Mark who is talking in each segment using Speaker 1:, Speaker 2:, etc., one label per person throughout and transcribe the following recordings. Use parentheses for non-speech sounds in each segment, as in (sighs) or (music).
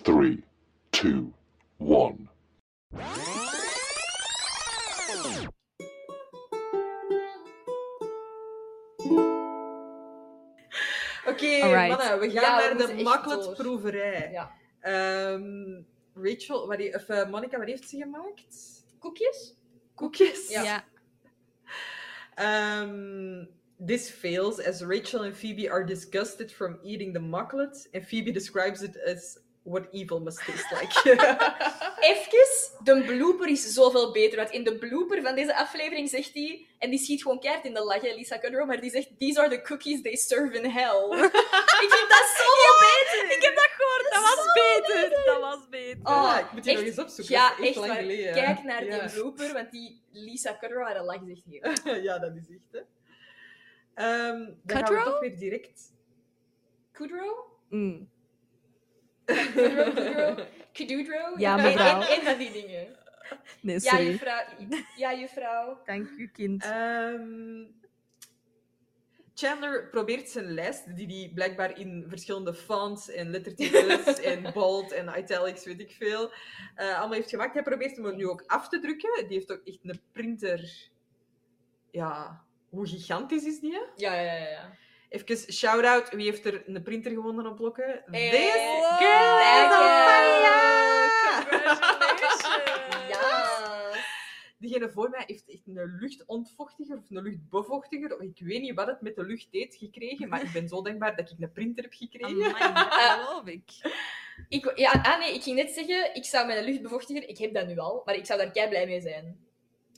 Speaker 1: three, two, one.
Speaker 2: Oké,
Speaker 3: Alright.
Speaker 2: mannen, we gaan
Speaker 4: Ja, we
Speaker 2: naar
Speaker 4: moeten
Speaker 2: de
Speaker 4: echt
Speaker 2: makkelijkproeverij.
Speaker 4: Ja.
Speaker 2: Ehm, Rachel, wat die, of eh, Monica, wat heeft ze gemaakt?
Speaker 4: Koekjes?
Speaker 2: Koekjes?
Speaker 4: Ja.
Speaker 3: Ja.
Speaker 2: Ehm, this fails as Rachel and Phoebe are disgusted from eating the mocklet and Phoebe describes it as what evil must taste
Speaker 4: (laughs)
Speaker 2: like. (laughs)
Speaker 4: Even, de blooper is zoveel beter. Want in de blooper van deze aflevering zegt hij, en die schiet gewoon keihard in de lach, hè, Lisa Kudrow, maar die zegt: These are the cookies they serve in
Speaker 3: (laughs)
Speaker 4: hell. ik vind dat zoveel beter.
Speaker 3: Ik heb dat gehoord, dat was beter. Dat was beter.
Speaker 4: Oh,
Speaker 2: Ja, ik moet die
Speaker 4: echt-
Speaker 2: nog eens opzoeken.
Speaker 4: Ja,
Speaker 2: dat is
Speaker 4: echt
Speaker 2: lang
Speaker 4: waar.
Speaker 2: geleden.
Speaker 4: Kijk naar
Speaker 2: Ja.
Speaker 4: die blooper, want die Lisa Kudrow, haar lach is echt heel
Speaker 2: (laughs) ja, dat is echt, hè. Ehm, dan gaan we
Speaker 3: Kudrow?
Speaker 2: toch weer direct...
Speaker 4: Kudrow?
Speaker 3: Mm.
Speaker 4: Kudrow,
Speaker 3: (laughs)
Speaker 4: Kudrow? Kududrow?
Speaker 3: Ja,
Speaker 4: En-
Speaker 3: mevrouw.
Speaker 4: En, en van die dingen.
Speaker 3: Nee,
Speaker 4: Ja,
Speaker 3: sorry.
Speaker 4: juffrouw. Ja, juffrouw.
Speaker 3: Dank u,
Speaker 4: (laughs)
Speaker 3: kind.
Speaker 2: Ehm, Chandler probeert zijn lijst, die hij blijkbaar in verschillende fonts en lettertypes en bold en italics, weet ik veel, eh, allemaal heeft gemaakt. Hij probeert hem er nu ook af te drukken. Die heeft ook echt een printer. Ja, hoe gigantisch is die? hè?
Speaker 4: Ja, ja, ja. ja.
Speaker 2: Even shout-out. Wie heeft er een printer gewonnen op blokken?
Speaker 4: Hey,
Speaker 2: This
Speaker 4: wow,
Speaker 2: girl is on
Speaker 4: thank
Speaker 2: fire!
Speaker 3: Congratulations.
Speaker 4: Ja.
Speaker 2: Diegene voor mij heeft echt een luchtontvochtiger of een luchtbevochtiger. of Ik weet niet wat het met de lucht deed gekregen, maar ik ben zo dankbaar dat ik een printer heb gekregen.
Speaker 3: Amai, dat (laughs) geloof ik.
Speaker 4: Ik, ja, ah nee, ik ging net zeggen, ik zou met een luchtbevochtiger, ik heb dat nu al, maar ik zou daar kei blij mee zijn.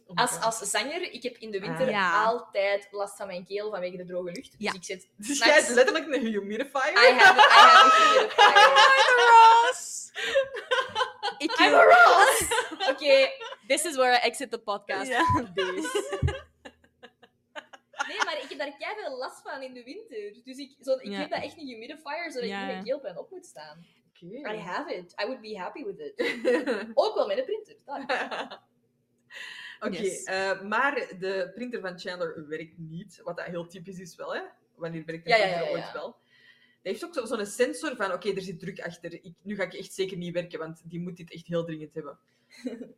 Speaker 2: Oh my
Speaker 4: Als,
Speaker 2: God.
Speaker 4: als zanger, ik heb in de winter
Speaker 2: Ah.
Speaker 3: Ja.
Speaker 4: altijd last van mijn keel vanwege de droge lucht.
Speaker 3: Ja.
Speaker 4: Dus ik zit.
Speaker 2: Dus
Speaker 4: s'nachts-
Speaker 2: jij is letterlijk een
Speaker 4: I
Speaker 2: humidifier.
Speaker 4: have, I have a humidifier.
Speaker 3: Ross! Ik
Speaker 4: I'm a Ross! Oké, (laughs) this is where I exit the podcast.
Speaker 3: (laughs) Ja.
Speaker 4: This. Nee, maar ik heb daar kei veel last van in de winter. Dus ik, zo, ik
Speaker 3: Ja.
Speaker 4: heb dat echt een humidifier, zodat
Speaker 3: Ja,
Speaker 4: ik niet
Speaker 3: ja.
Speaker 4: mijn keelpijn op moet staan. I
Speaker 2: Oké.
Speaker 4: have it. I would be happy with it. Ook wel met een printer. daar.
Speaker 2: (laughs)
Speaker 3: (laughs)
Speaker 2: Oké,
Speaker 3: Yes.
Speaker 2: eh, maar de printer van Chandler werkt niet. Wat dat heel typisch is wel, hè? Wanneer werkt een
Speaker 4: Ja, ja,
Speaker 2: printer
Speaker 4: ja, ja.
Speaker 2: ooit wel? Hij heeft ook zo- zo'n sensor van, oké, er zit druk achter. Ik, nu ga ik echt zeker niet werken, want die moet dit echt heel dringend
Speaker 4: (laughs)
Speaker 2: hebben.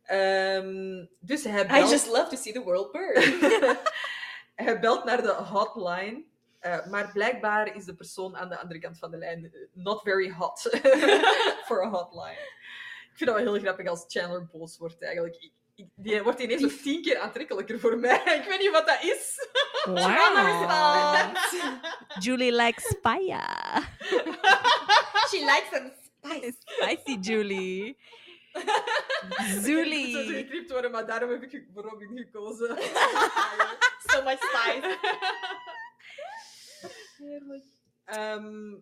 Speaker 2: Ehm, dus hij
Speaker 4: I
Speaker 2: belt,
Speaker 4: just love to see the world burn.
Speaker 3: (laughs)
Speaker 2: (laughs) hij belt naar de hotline. eh, maar blijkbaar is de persoon aan de andere kant van de lijn eh, not very hot (laughs) for a hotline. Ik vind dat wel heel grappig als Chandler boos wordt eigenlijk. Ik- ik- die wordt ineens zo tien keer aantrekkelijker voor mij. (laughs) Ik weet niet wat dat is. (laughs)
Speaker 3: Wow. Julie likes paya.
Speaker 4: She likes them spicy.
Speaker 3: (laughs) Spicy
Speaker 4: (laughs)
Speaker 3: Julie.
Speaker 2: Ik moet zo
Speaker 3: Julie.
Speaker 2: geknipt worden, maar daarom heb ik ge- voor Robin gekozen.
Speaker 4: So much
Speaker 2: (laughs)
Speaker 4: spice.
Speaker 2: Ehm,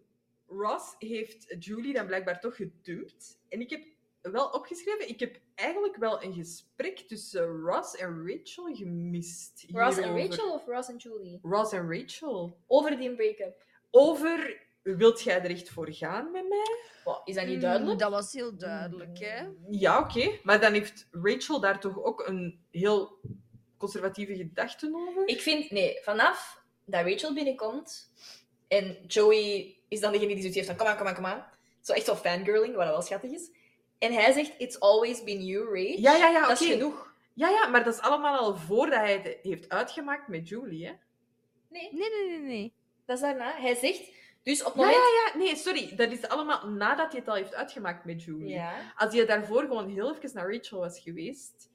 Speaker 2: Ross heeft Julie dan blijkbaar toch gedumpt. En ik heb wel opgeschreven, ik heb eigenlijk wel een gesprek tussen Ross en Rachel gemist.
Speaker 4: Ross en
Speaker 2: hierover.
Speaker 4: Rachel of Ross en Julie?
Speaker 2: Ross en Rachel.
Speaker 4: Over die break-up.
Speaker 2: Over, wilt jij er echt voor gaan met mij?
Speaker 4: Wat, is dat
Speaker 2: Hmm.
Speaker 4: niet duidelijk?
Speaker 3: Dat was heel duidelijk,
Speaker 4: Mm.
Speaker 3: hè?
Speaker 2: Ja, oké. Maar dan heeft Rachel daar toch ook een heel conservatieve gedachten over?
Speaker 4: Ik vind, nee, vanaf dat Rachel binnenkomt en Joey is dan degene die zoiets heeft van kom aan, kom aan, kom aan. Zo echt zo fangirling, wat wel schattig is. En hij zegt, it's always been you, Rach.
Speaker 2: Ja, ja, ja, oké.
Speaker 4: Dat is genoeg.
Speaker 2: Ja, ja, maar dat is allemaal al voordat hij het heeft uitgemaakt met Julie, hè?
Speaker 4: Nee,
Speaker 3: Nee, nee, nee, nee.
Speaker 4: dat is daarna. Hij zegt, dus op het
Speaker 2: Ja, ja,
Speaker 4: moment...
Speaker 2: ja. Nee, sorry. Dat is allemaal nadat hij het al heeft uitgemaakt met Julie.
Speaker 4: Ja.
Speaker 2: Als hij daarvoor gewoon heel even naar Rachel was geweest...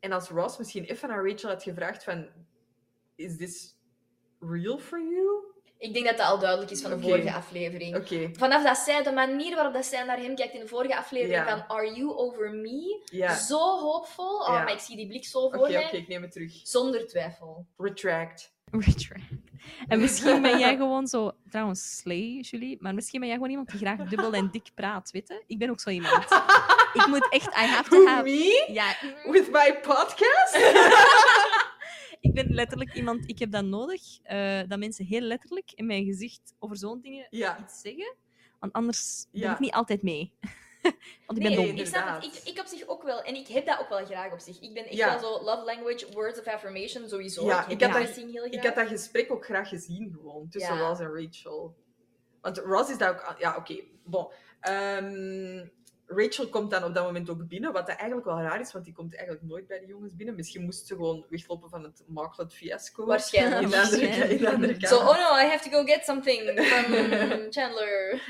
Speaker 2: En als Ross misschien even naar Rachel had gevraagd van... Is this real for you?
Speaker 4: Ik denk dat dat al duidelijk is van de
Speaker 2: Oké.
Speaker 4: vorige aflevering.
Speaker 2: Oké,
Speaker 4: Vanaf dat zij, de manier waarop dat zij naar hem kijkt in de vorige aflevering
Speaker 2: Ja.
Speaker 4: van Are You Over Me?
Speaker 2: ja.
Speaker 4: Zo hoopvol. Oh,
Speaker 2: Ja.
Speaker 4: maar ik zie die blik zo
Speaker 2: Oké,
Speaker 4: voor
Speaker 2: oké,
Speaker 4: mij.
Speaker 2: ik neem het terug.
Speaker 4: Zonder twijfel.
Speaker 2: Retract.
Speaker 3: Retract. En misschien
Speaker 2: (laughs)
Speaker 3: ben jij gewoon zo... Trouwens, slay, Julie. Maar misschien ben jij gewoon iemand die graag dubbel en dik praat, weet je? Ik ben ook zo iemand. Ik moet echt... I have to
Speaker 2: Who,
Speaker 3: have...
Speaker 2: me?
Speaker 3: Ja,
Speaker 2: With my podcast?
Speaker 3: ik ben letterlijk iemand... Ik heb dat nodig. eh, dat mensen heel letterlijk in mijn gezicht over zo'n dingen
Speaker 2: Ja.
Speaker 3: iets zeggen. Want anders ben
Speaker 2: Ja.
Speaker 3: ik niet altijd mee. (laughs) Want ik ben
Speaker 4: nee,
Speaker 3: dom.
Speaker 4: ik snap het.
Speaker 2: Inderdaad.
Speaker 4: Ik, ik op zich ook wel. En ik heb dat ook wel graag op zich. Ik ben echt
Speaker 2: Ja.
Speaker 4: wel zo love language, words of affirmation, sowieso.
Speaker 2: Ja,
Speaker 4: ik
Speaker 2: ik
Speaker 4: heb
Speaker 2: had
Speaker 4: dat
Speaker 2: dat-
Speaker 4: heel graag.
Speaker 2: Ik had dat gesprek ook graag gezien, gewoon, tussen
Speaker 4: Ja.
Speaker 2: Ross en Rachel. Want Ross is daar ook... aan- Ja, ah, oké. Bon. Ehm, Rachel komt dan op dat moment ook binnen, wat dat eigenlijk wel raar is, want die komt eigenlijk nooit bij de jongens binnen. Misschien moest ze gewoon weglopen van het Marklet fiasco.
Speaker 4: Waarschijnlijk.
Speaker 2: In de andere, ka- in
Speaker 4: (laughs)
Speaker 2: de andere
Speaker 3: Zo,
Speaker 2: kamer.
Speaker 4: Zo, oh no, I have to go get something
Speaker 2: (laughs)
Speaker 4: from Chandler.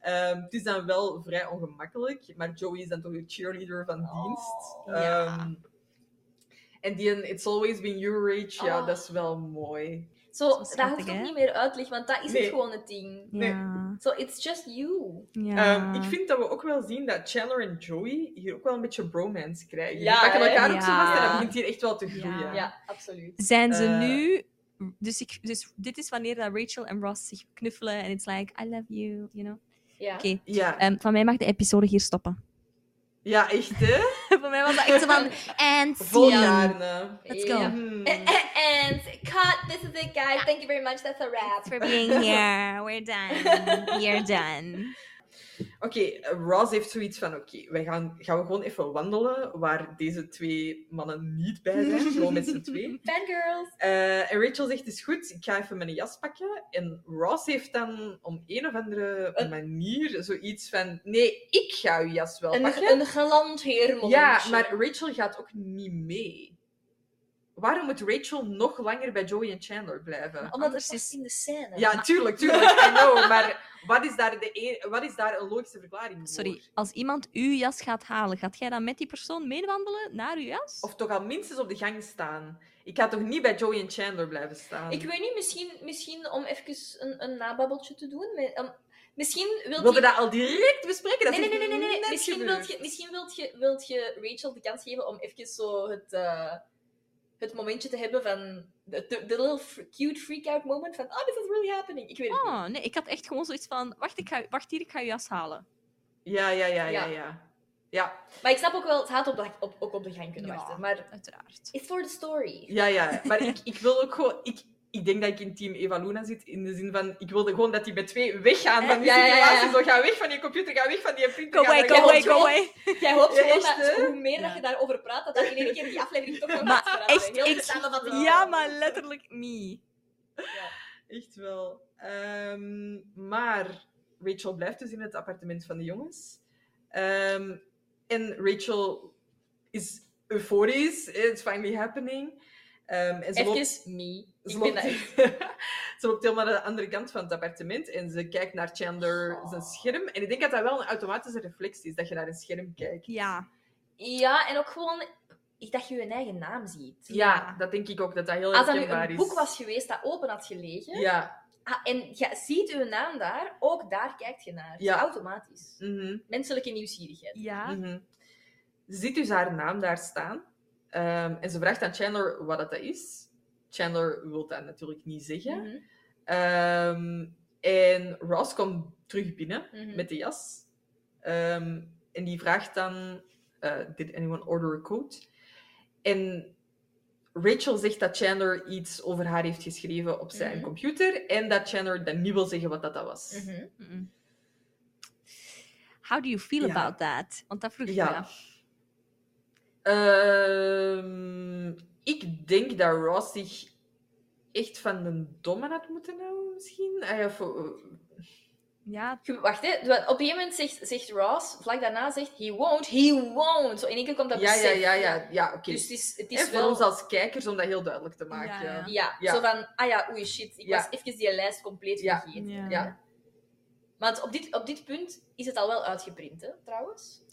Speaker 2: Ehm, het is dan wel vrij ongemakkelijk, maar Joey is dan toch de cheerleader van dienst.
Speaker 4: Oh,
Speaker 3: ja.
Speaker 2: Ehm, en die een It's Always Been You, Rach, ja,
Speaker 4: Oh.
Speaker 2: dat is wel mooi.
Speaker 4: Zo,
Speaker 3: Zo schattig,
Speaker 4: dat hoeft ook
Speaker 3: hè?
Speaker 4: niet meer uitleg, want dat is
Speaker 2: Nee.
Speaker 4: het gewoon het ding.
Speaker 2: Nee.
Speaker 3: Ja.
Speaker 4: So it's just you.
Speaker 3: ja.
Speaker 2: Ehm, ik vind dat we ook wel zien dat Chandler en Joey hier ook wel een beetje bromance krijgen.
Speaker 4: Ja,
Speaker 2: die pakken
Speaker 4: hè?
Speaker 2: elkaar ook zo
Speaker 3: Ja.
Speaker 2: vast en dat begint hier echt wel te groeien.
Speaker 4: Ja,
Speaker 3: Ja.
Speaker 4: absoluut.
Speaker 3: Zijn ze
Speaker 2: eh,
Speaker 3: nu... Dus, ik, dus dit is wanneer dat Rachel en Ross zich knuffelen en it's like, I love you, you know.
Speaker 4: Ja.
Speaker 3: Oké.
Speaker 2: Ja.
Speaker 3: Ehm, van mij mag de episode hier stoppen.
Speaker 2: ja, echt hè?
Speaker 3: (laughs) van mij was dat echt zo
Speaker 2: (laughs)
Speaker 3: van, and
Speaker 2: Vol
Speaker 3: scene.
Speaker 2: gaarne.
Speaker 3: Let's go.
Speaker 4: Ja. eh.
Speaker 2: Hmm.
Speaker 4: And cut, this is it guys, thank you very much, that's a wrap.
Speaker 3: Thanks for being here. We're done. You're done.
Speaker 2: Oké, Ross heeft zoiets van: oké, wij gaan, gaan we gewoon even wandelen waar deze twee mannen niet bij zijn, gewoon met z'n twee.
Speaker 4: Fangirls.
Speaker 2: Eh, en Rachel zegt, is goed, ik ga even mijn jas pakken. En Ross heeft dan om een of andere
Speaker 4: Een-
Speaker 2: manier zoiets van... Nee, ik ga uw jas wel
Speaker 4: Een,
Speaker 2: pakken.
Speaker 4: een geland heer
Speaker 2: ja, maar Rachel gaat ook niet mee. Waarom moet Rachel nog langer bij Joey en Chandler blijven?
Speaker 4: Omdat er
Speaker 3: Anders
Speaker 4: is
Speaker 3: is-
Speaker 4: in de scène.
Speaker 2: Ja, tuurlijk, tuurlijk, I know. (laughs) Maar wat is daar, de e- wat is daar een logische verklaring voor?
Speaker 3: Sorry, als iemand uw jas gaat halen, gaat jij dan met die persoon meewandelen naar uw jas?
Speaker 2: Of toch al minstens op de gang staan. Ik ga toch niet bij Joey en Chandler blijven staan?
Speaker 4: Ik weet niet, misschien, misschien om even een, een nababbeltje te doen. met- om- misschien wilt
Speaker 2: Wilde
Speaker 4: je...
Speaker 2: dat al direct bespreken? Dat
Speaker 4: Nee, nee, nee, nee, nee, nee,
Speaker 2: Net
Speaker 4: Misschien
Speaker 2: gebeurd.
Speaker 4: wilt je, misschien wilt je, wilt je Rachel de kans geven om even zo het, eh, het momentje te hebben van... De, de, de little fr- cute freak-out moment van... Oh, this is really happening. Ik weet het niet.
Speaker 3: Oh, nee, ik had echt gewoon zoiets van, wacht, ik ga, wacht hier, ik ga uw jas halen.
Speaker 2: Ja, ja, ja, ja,
Speaker 4: Ja.
Speaker 2: ja. Ja,
Speaker 4: Maar ik snap ook wel, het had op de, op, ook op de gang kunnen
Speaker 3: Ja.
Speaker 4: wachten. Maar
Speaker 3: Uiteraard.
Speaker 4: it's for the story.
Speaker 2: ja, ja. Maar ik, ik wil ook gewoon... Ik, ik denk dat ik in team Eva Luna zit, in de zin van... Ik wilde gewoon dat die met twee weggaan van die
Speaker 4: Eh, Ja, ja, ja, ja.
Speaker 2: situatie. Zo, ga weg van je computer, ga weg van die printer.
Speaker 3: Go
Speaker 2: ga
Speaker 3: away,
Speaker 2: weg
Speaker 3: go
Speaker 2: van-
Speaker 3: away,
Speaker 4: gewoon-
Speaker 3: go away.
Speaker 4: (laughs) Jij hoopt
Speaker 2: Ja,
Speaker 4: gewoon
Speaker 2: echt,
Speaker 4: dat
Speaker 2: hè?
Speaker 4: hoe meer dat je daarover praat, dat dat in één keer die aflevering toch nog
Speaker 3: Maar
Speaker 4: gaat veranderen.
Speaker 3: echt,
Speaker 4: Heel de
Speaker 3: echt-
Speaker 4: samenvatting
Speaker 3: Ja, maar letterlijk niet.
Speaker 2: Echt wel. Ehm, maar Rachel blijft dus in het appartement van de jongens. Ehm, en Rachel is euforisch. It's finally happening. Ehm, en ze loopt-
Speaker 4: Even me.
Speaker 2: Ze
Speaker 4: Ik ben
Speaker 2: loopt,
Speaker 4: dat echt.
Speaker 2: (laughs) ze loopt helemaal aan de andere kant van het appartement en ze kijkt naar Chandler
Speaker 4: Oh.
Speaker 2: zijn scherm. En ik denk dat dat wel een automatische reflex is, dat je naar een scherm kijkt.
Speaker 3: Ja.
Speaker 4: Ja, en ook gewoon... Ik dacht je je eigen naam ziet.
Speaker 2: Ja, dat denk ik ook, dat dat heel
Speaker 4: Als dat nu
Speaker 2: herkenbaar
Speaker 4: een
Speaker 2: is.
Speaker 4: boek was geweest dat open had gelegen,
Speaker 2: Ja.
Speaker 4: ah, en je ziet uw naam daar, ook daar kijkt je naar.
Speaker 2: Ja.
Speaker 4: Automatisch.
Speaker 2: mhm,
Speaker 4: Menselijke nieuwsgierigheid.
Speaker 3: Ja.
Speaker 2: mhm. Ze ziet dus haar naam daar staan. Ehm, en ze vraagt aan Chandler wat dat is. Chandler wil dat natuurlijk niet zeggen.
Speaker 4: Mhm,
Speaker 2: Ehm, en Ross komt terug binnen
Speaker 4: mhm.
Speaker 2: met de jas. Ehm, en die vraagt dan: eh, Did anyone order a coat? En Rachel zegt dat Chandler iets over haar heeft geschreven op zijn
Speaker 4: Mhm.
Speaker 2: computer. En dat Chandler dan niet wil zeggen wat dat, dat was.
Speaker 4: Mhm.
Speaker 3: Mm. How do you feel
Speaker 2: Ja.
Speaker 3: about that? Want dat vroeg ik
Speaker 2: Ja.
Speaker 3: me af.
Speaker 2: Ehm, ik denk dat Ross zich echt van een domme had moeten houden, misschien. Ah ja, voor-
Speaker 3: Ja,
Speaker 4: Je- Wacht, hè. Op een gegeven moment zegt, zegt Ross, vlak daarna zegt, he won't, he won't. Zo in één keer komt dat
Speaker 2: ja, ja,
Speaker 4: besef.
Speaker 2: ja, ja, ja oké.
Speaker 4: Dus het is, het
Speaker 2: Hè,
Speaker 4: is
Speaker 2: voor
Speaker 4: wel...
Speaker 2: ons als kijkers om dat heel duidelijk te maken.
Speaker 3: Ja, ja.
Speaker 4: Ja,
Speaker 2: Ja.
Speaker 4: zo van, ah ja, oei shit, ik
Speaker 2: Ja.
Speaker 4: was even die lijst compleet
Speaker 2: Ja.
Speaker 4: vergeten.
Speaker 3: Ja.
Speaker 2: Ja.
Speaker 4: Want op dit, op dit punt is het al wel uitgeprint, hè, trouwens.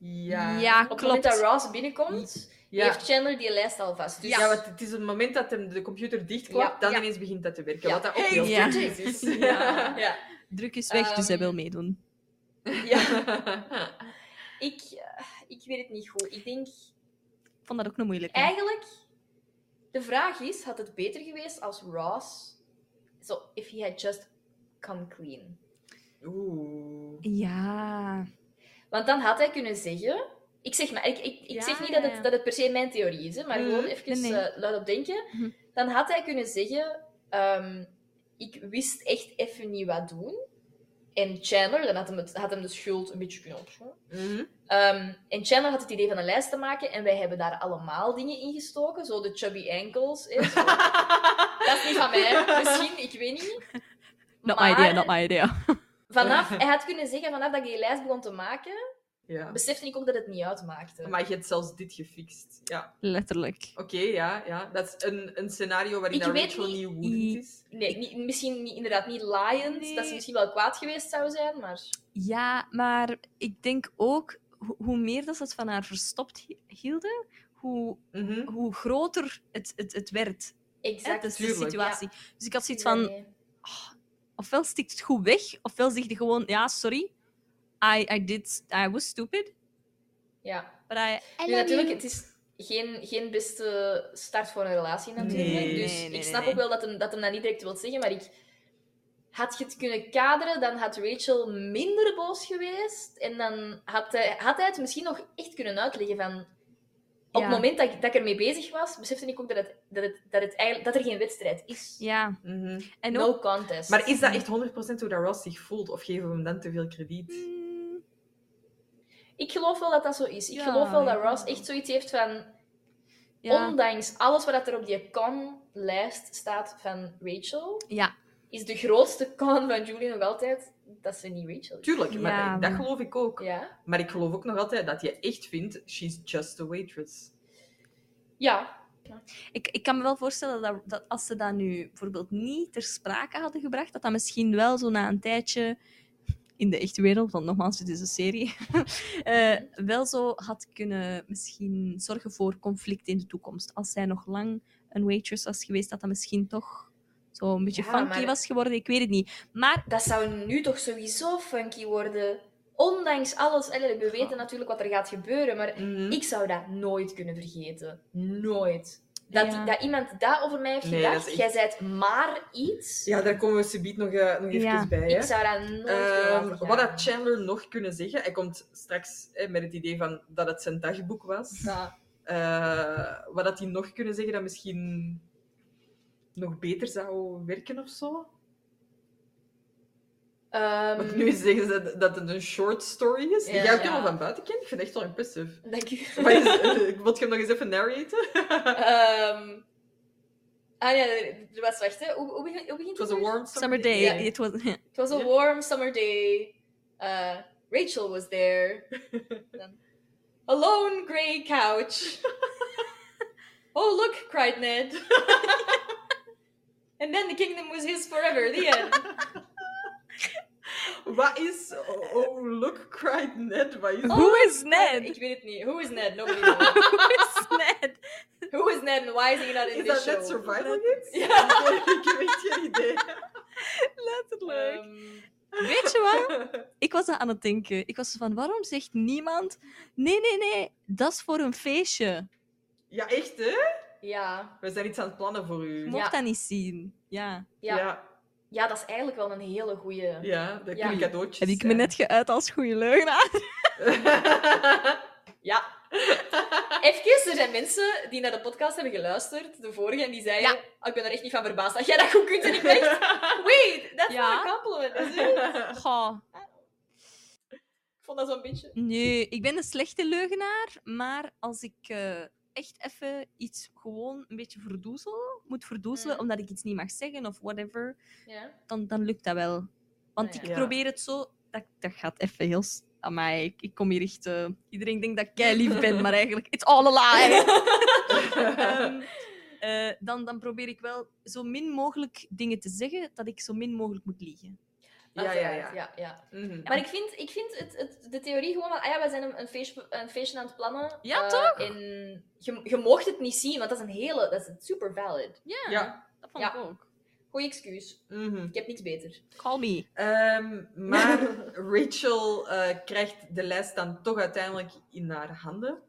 Speaker 2: Ja.
Speaker 3: ja.
Speaker 4: Op het moment
Speaker 3: klopt.
Speaker 4: dat Ross binnenkomt,
Speaker 2: Ja.
Speaker 4: heeft Chandler die lijst al vast. Dus
Speaker 2: Ja, want het is het moment dat hem de computer dichtklapt,
Speaker 4: Ja,
Speaker 2: dan
Speaker 4: ja.
Speaker 2: ineens begint dat te werken.
Speaker 4: Ja.
Speaker 2: Wat dat ook
Speaker 4: Hey,
Speaker 2: heel
Speaker 3: ja.
Speaker 4: (laughs)
Speaker 2: praktisch is.
Speaker 3: (laughs) Ja.
Speaker 4: Dus, ja.
Speaker 3: druk is weg, dus hij
Speaker 4: Ehm,
Speaker 3: wil meedoen.
Speaker 4: ja. Ik, eh, ik weet het niet goed. Ik denk
Speaker 3: Ik vond dat ook nog moeilijk.
Speaker 4: eigenlijk, de vraag is: had het beter geweest als Ross, zo, if he had just come clean?
Speaker 2: Oeh.
Speaker 3: Ja.
Speaker 4: Want dan had hij kunnen zeggen. Ik zeg, maar, ik, ik, ik
Speaker 3: Ja,
Speaker 4: zeg niet
Speaker 3: ja,
Speaker 4: dat
Speaker 3: ja.
Speaker 4: het, dat het per se mijn theorie is, hè, maar
Speaker 2: Mhm.
Speaker 4: gewoon even
Speaker 3: Nee, nee.
Speaker 4: eh, luid op denken.
Speaker 3: Mhm.
Speaker 4: Dan had hij kunnen zeggen: ehm, Ik wist echt even niet wat doen. En Chandler, dan had hem, het, had hem de schuld een beetje kunnen opschonen.
Speaker 2: Mhm.
Speaker 4: Ehm, en Chandler had het idee van een lijst te maken en wij hebben daar allemaal dingen in gestoken. Zo
Speaker 3: (laughs)
Speaker 4: de chubby ankles. hè, zo. dat is niet van mij, misschien, ik weet niet.
Speaker 3: Not my
Speaker 4: Maar-
Speaker 3: idea, not my idea.
Speaker 4: Vanaf, hij had kunnen zeggen, vanaf dat ik die lijst begon te maken,
Speaker 2: Ja.
Speaker 4: besefte ik ook dat het niet uitmaakte.
Speaker 2: Maar je hebt zelfs dit gefixt. Ja.
Speaker 3: Letterlijk.
Speaker 2: Oké, ja, ja. Dat is een, een scenario waarin
Speaker 4: Ik
Speaker 2: dat
Speaker 4: weet
Speaker 2: Rachel
Speaker 4: niet-
Speaker 2: niet woedend is.
Speaker 4: Nee, niet, misschien niet, inderdaad niet lion,
Speaker 3: Nee.
Speaker 4: dat ze misschien wel kwaad geweest zou zijn, maar...
Speaker 3: Ja, maar ik denk ook, ho- hoe meer dat ze het van haar verstopt hi- hielden, hoe,
Speaker 2: Mhm.
Speaker 3: hoe groter het, het, het werd. Hè,
Speaker 4: Exact.
Speaker 3: dus de
Speaker 2: tuurlijk.
Speaker 3: situatie. Dus ik had zoiets van, ah,
Speaker 4: Nee.
Speaker 3: ofwel stikt het goed weg, ofwel zegt hij gewoon, ja, sorry, I, I did, I was stupid,
Speaker 4: Ja.
Speaker 3: but I... I
Speaker 4: Nu, natuurlijk, het is geen, geen beste start voor een relatie natuurlijk.
Speaker 2: Nee,
Speaker 4: dus
Speaker 3: nee, nee,
Speaker 4: ik snap
Speaker 3: nee.
Speaker 4: ook wel dat hem, dat hem dat niet direct wil zeggen, maar ik... Had je het kunnen kaderen, dan had Rachel minder boos geweest. En dan had hij, had hij het misschien nog echt kunnen uitleggen van... Op
Speaker 3: Ja.
Speaker 4: het moment dat ik, dat ik ermee bezig was, besefte ik ook dat, het, dat, het, dat, het eigenlijk, dat er geen wedstrijd is.
Speaker 3: Ja,
Speaker 2: Mhm.
Speaker 3: en ook...
Speaker 4: No contest.
Speaker 2: Maar is dat echt 100% hoe dat Ross zich voelt? Of geven we hem dan te veel krediet?
Speaker 3: Mm,
Speaker 4: Ik geloof wel dat dat zo is. Ik
Speaker 3: Ja,
Speaker 4: geloof wel dat
Speaker 3: ja.
Speaker 4: Ross echt zoiets heeft van...
Speaker 3: ja.
Speaker 4: Ondanks alles wat er op die con-lijst staat van Rachel,
Speaker 3: ja,
Speaker 4: is de grootste con van Julie nog altijd dat ze niet Rachel is.
Speaker 2: Tuurlijk, maar
Speaker 3: Ja.
Speaker 2: dat, dat geloof ik ook.
Speaker 4: Ja.
Speaker 2: Maar ik geloof ook nog altijd dat je echt vindt, she's just a waitress.
Speaker 4: Ja.
Speaker 3: Ik, ik kan me wel voorstellen dat, dat als ze dat nu bijvoorbeeld niet ter sprake hadden gebracht, dat dat misschien wel zo na een tijdje in de echte wereld, want nogmaals, dit is een serie, (laughs) eh, wel zo had kunnen misschien zorgen voor conflict in de toekomst. Als zij nog lang een waitress was geweest, dat dat misschien toch zo een beetje
Speaker 4: Ja,
Speaker 3: funky
Speaker 4: maar-
Speaker 3: was geworden. Ik weet het niet. Maar
Speaker 4: Dat zou nu toch sowieso funky worden. Ondanks alles. Allee, we weten natuurlijk wat er gaat gebeuren, maar
Speaker 2: Mhm.
Speaker 4: ik zou dat nooit kunnen vergeten. Nooit. Dat,
Speaker 3: Ja.
Speaker 4: dat iemand dat over mij heeft
Speaker 2: Nee,
Speaker 4: gedacht.
Speaker 2: dat is
Speaker 4: Jij zijt maar iets.
Speaker 2: Ja, daar komen we subiet nog, eh, nog even
Speaker 3: Ja.
Speaker 2: bij.
Speaker 4: Ik
Speaker 2: Hè?
Speaker 4: zou dat nooit
Speaker 2: Ehm,
Speaker 4: kunnen
Speaker 2: wat had Chandler nog kunnen zeggen? Hij komt straks eh, met het idee van dat het zijn dagboek was. Eh, wat had hij nog kunnen zeggen dat misschien nog beter zou werken of zo? Want nu zeggen ze dat- dat het een short story is.
Speaker 4: Ehm, Ja.
Speaker 2: Jij ook
Speaker 4: Ja.
Speaker 2: helemaal van buiten kent. Ik vind het echt wel impressive.
Speaker 4: Dank u.
Speaker 2: Wat is,
Speaker 4: (laughs)
Speaker 2: eh, Wilt je hem nog eens even narraten? (laughs)
Speaker 4: Ehm, ah ja, er er was, wacht hè. Hoe, hoe, begint, hoe
Speaker 2: Het
Speaker 4: begint
Speaker 2: was
Speaker 4: het
Speaker 2: een
Speaker 4: weer?
Speaker 2: warm
Speaker 3: summer day,
Speaker 4: Ja.
Speaker 3: it was...
Speaker 4: It was a
Speaker 2: Ja.
Speaker 4: warm summer day. Uh, Rachel was there. Dan, a lone grey couch. oh look, cried Ned. And then the kingdom was his forever, the end.
Speaker 2: Wat is... Oh, oh, look, cried Ned. Wat is...
Speaker 4: Oh,
Speaker 3: Who is
Speaker 4: Ik
Speaker 3: (laughs) Ned?
Speaker 4: weet het niet. Who is Ned? Nobody knows.
Speaker 3: Who Oh, is Ned?
Speaker 4: Who is Ned and why is he not in
Speaker 2: Is dat
Speaker 4: this show?
Speaker 2: net survival hits?
Speaker 4: Ja.
Speaker 2: (laughs) Ik heb echt geen idee.
Speaker 3: Letterlijk.
Speaker 4: Ehm,
Speaker 3: Weet je wat? Ik was dat aan het denken. Ik was zo van, waarom zegt niemand... Nee, nee, nee, dat is voor een feestje.
Speaker 2: Ja, echt hè?
Speaker 4: ja.
Speaker 2: We zijn iets aan het plannen voor u.
Speaker 3: Je
Speaker 4: Mo-
Speaker 3: mocht
Speaker 4: Ja.
Speaker 3: dat niet zien. Ja.
Speaker 4: Ja. ja.
Speaker 2: ja,
Speaker 4: dat is eigenlijk wel een hele goeie.
Speaker 2: ja, dat
Speaker 4: Ja.
Speaker 2: kunnen cadeautjes
Speaker 3: Heb ik me
Speaker 2: zijn.
Speaker 4: (laughs)
Speaker 3: net geuit als goede leugenaar?
Speaker 4: Ja. (laughs) Even, er zijn mensen die naar de podcast hebben geluisterd, de vorige, en die zeiden:
Speaker 3: Ja.
Speaker 4: "Ah, Ik ben er echt niet van verbaasd dat jij dat goed kunt. En (laughs) ik
Speaker 2: (laughs)
Speaker 4: ben echt, Wait, that's
Speaker 3: Ja.
Speaker 4: not a compliment. is it?"
Speaker 3: (laughs) Goh.
Speaker 4: Ik vond dat zo'n beetje.
Speaker 3: Nee, ik ben een slechte leugenaar. Maar als ik eh, echt even iets gewoon een beetje verdoezelen, moet verdoezelen,
Speaker 4: Mm.
Speaker 3: omdat ik iets niet mag zeggen of whatever,
Speaker 4: Ja.
Speaker 3: dan, dan lukt dat wel. Want
Speaker 4: Ah, ja.
Speaker 3: ik
Speaker 2: Ja.
Speaker 3: probeer het zo... Dat, dat gaat even heel... s- Amai, ik, ik kom hier echt... eh, iedereen denkt dat ik kei lief ben, maar eigenlijk... It's all a lie! Ehm, eh, dan, dan probeer ik wel zo min mogelijk dingen te zeggen dat ik zo min mogelijk moet liegen.
Speaker 2: ja, ja, ja.
Speaker 4: ja, ja.
Speaker 2: Mhm.
Speaker 4: Maar ik vind, ik vind het, het, de theorie gewoon van: ah ja, wij zijn een, een, feestje, een feestje aan het plannen.
Speaker 3: Ja,
Speaker 4: eh, En je, je mocht het niet zien, want dat is een hele, dat is super valid.
Speaker 2: Ja.
Speaker 3: dat vond
Speaker 4: Ja.
Speaker 3: ik ook.
Speaker 4: Goeie excuus.
Speaker 2: Mhm.
Speaker 4: Ik heb niks beter.
Speaker 3: Call me.
Speaker 2: Ehm, maar Rachel eh, krijgt de lijst dan toch uiteindelijk in haar handen.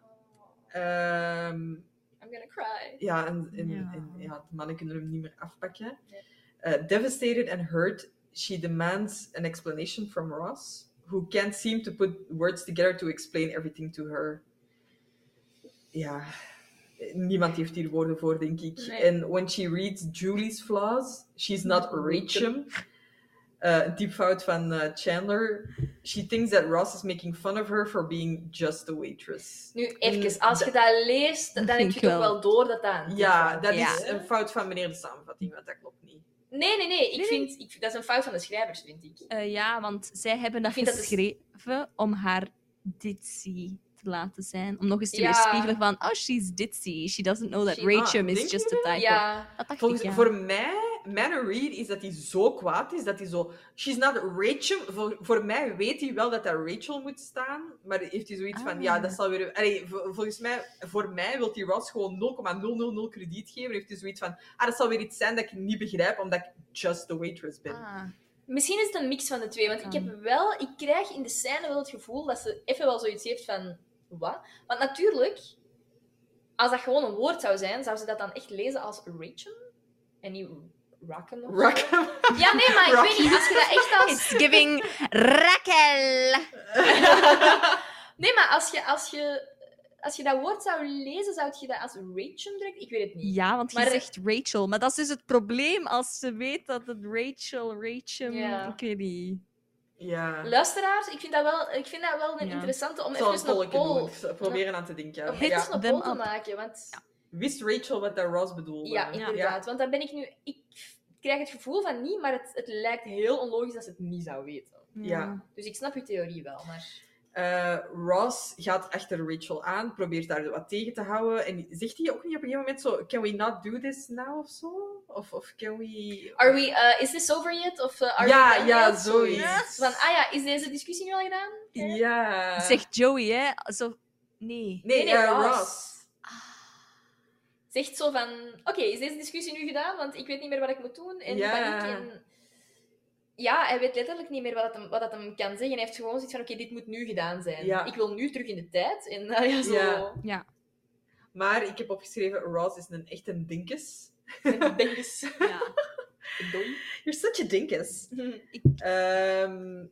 Speaker 2: Ehm,
Speaker 4: I'm gonna cry.
Speaker 2: ja, en, en,
Speaker 3: Ja.
Speaker 2: en ja, de mannen kunnen hem niet meer afpakken.
Speaker 4: Nee.
Speaker 2: Eh, devastated and hurt, she demands an explanation from Ross, who can't seem to put words together to explain everything to her. Ja, eh, niemand heeft hier woorden voor, denk ik.
Speaker 4: Nee.
Speaker 2: And when she reads Julie's flaws, she's not Rachel. Eh, Een typfout van eh, Chandler. She thinks that Ross is making fun of her for being just a waitress.
Speaker 4: Nu, even, als je dat leest, dan
Speaker 3: Dat
Speaker 4: heb
Speaker 3: vind
Speaker 4: je
Speaker 3: ik
Speaker 4: toch
Speaker 3: wel.
Speaker 4: wel door dat dat... een
Speaker 2: Ja,
Speaker 4: type
Speaker 2: dat
Speaker 4: is,
Speaker 2: is
Speaker 4: hè?
Speaker 2: een fout van meneer de samenvatting, want dat klopt niet.
Speaker 4: Nee, nee, nee. Ik
Speaker 3: nee.
Speaker 4: vind, ik, dat is een fout van de schrijvers, vind ik.
Speaker 3: Eh, ja, want zij hebben dat
Speaker 4: Ik vind dat dus-
Speaker 3: geschreven om haar ditzy te laten zijn. Om nog eens te
Speaker 4: Ja.
Speaker 3: weerspiegelen van, oh, she's ditzy. She doesn't know that
Speaker 4: She-
Speaker 3: Rachel
Speaker 2: ah,
Speaker 3: is
Speaker 2: denk
Speaker 3: just a
Speaker 2: je
Speaker 3: typo.
Speaker 4: Ja.
Speaker 3: Dat dacht
Speaker 2: Volgens,
Speaker 3: ik, ja.
Speaker 2: Voor mij, mijn read is dat hij zo kwaad is, dat hij zo... She's not Rachel. Voor, voor mij weet hij wel dat daar Rachel moet staan, maar heeft hij zoiets van,
Speaker 3: Ah.
Speaker 2: ja, dat zal weer... Allee, vo- volgens mij, voor mij wil hij Ross gewoon 0,000 krediet geven. Heeft hij zoiets van, ah, dat zal weer iets zijn dat ik niet begrijp, omdat ik just the waitress ben.
Speaker 3: Ah.
Speaker 4: Misschien is het een mix van de twee, want ik
Speaker 3: Kan.
Speaker 4: heb wel, ik krijg in de scène wel het gevoel dat ze even wel zoiets heeft van, wat? Want natuurlijk, als dat gewoon een woord zou zijn, zou ze dat dan echt lezen als Rachel? En niet Rockin' of zo? (laughs)
Speaker 2: Rock.
Speaker 4: Ja, nee, maar ik weet
Speaker 2: Rocky.
Speaker 4: niet, als je dat echt als...
Speaker 3: It's giving Raquel.
Speaker 4: (laughs) Nee, maar als je, als je, als je dat woord zou lezen, zou je dat als Rachel direct... Ik weet het niet.
Speaker 3: Ja, want je
Speaker 4: Maar-
Speaker 3: zegt Rachel. Maar dat is dus het probleem als ze weet dat het Rachel, Rachel,
Speaker 4: Ja.
Speaker 3: ik weet niet.
Speaker 2: (laughs) Ja.
Speaker 4: Luisteraars, ik vind dat wel, ik vind dat wel een
Speaker 3: Ja.
Speaker 4: interessante om
Speaker 2: Ik zal een
Speaker 4: even een
Speaker 2: tolken doen.
Speaker 4: poll,
Speaker 2: Ik zal proberen aan te denken.
Speaker 4: om
Speaker 3: Hit
Speaker 4: even
Speaker 2: Ja.
Speaker 4: een
Speaker 3: them
Speaker 4: poll te
Speaker 3: up.
Speaker 4: maken, want...
Speaker 2: Wist Rachel wat dat Ross bedoelde?
Speaker 4: Ja, inderdaad. Want daar ben ik nu... Ik krijg het gevoel van niet, maar het, het lijkt heel onlogisch dat ze het niet zou weten.
Speaker 2: Ja.
Speaker 4: Dus ik snap je theorie wel, maar...
Speaker 2: Eh, Ross gaat achter Rachel aan, probeert daar wat tegen te houden. En zegt hij ook niet op een gegeven moment zo: Can we not do this now of zo? Of, of can we.
Speaker 4: Are we... eh, is this over yet? Of eh, are
Speaker 2: ja,
Speaker 4: we done
Speaker 2: ja,
Speaker 4: yet?
Speaker 2: zoiets.
Speaker 4: Van, ah ja, is deze discussie nu al gedaan?
Speaker 2: Ja.
Speaker 3: Zegt Joey, hè? Alsof... Nee.
Speaker 2: Nee,
Speaker 4: Nee, nee,
Speaker 2: eh,
Speaker 4: Ross.
Speaker 2: Ross.
Speaker 4: Zegt zo van... Oké, is deze discussie nu gedaan? Want ik weet niet meer wat ik moet doen. En
Speaker 2: Ja.
Speaker 4: paniek en... Ja, hij weet letterlijk niet meer wat dat hem, wat dat hem kan zeggen. Hij heeft gewoon zoiets van, oké, dit moet nu gedaan zijn.
Speaker 2: Ja.
Speaker 4: Ik wil nu terug in de tijd. En (laughs) nou ja, zo...
Speaker 2: Ja.
Speaker 3: Ja.
Speaker 2: Maar ik heb opgeschreven: Ross is een echt een dinkes.
Speaker 4: Met die
Speaker 2: (laughs)
Speaker 4: dinges. (laughs)
Speaker 3: ja.
Speaker 4: Doei.
Speaker 2: You're such a dinkes. Ehm,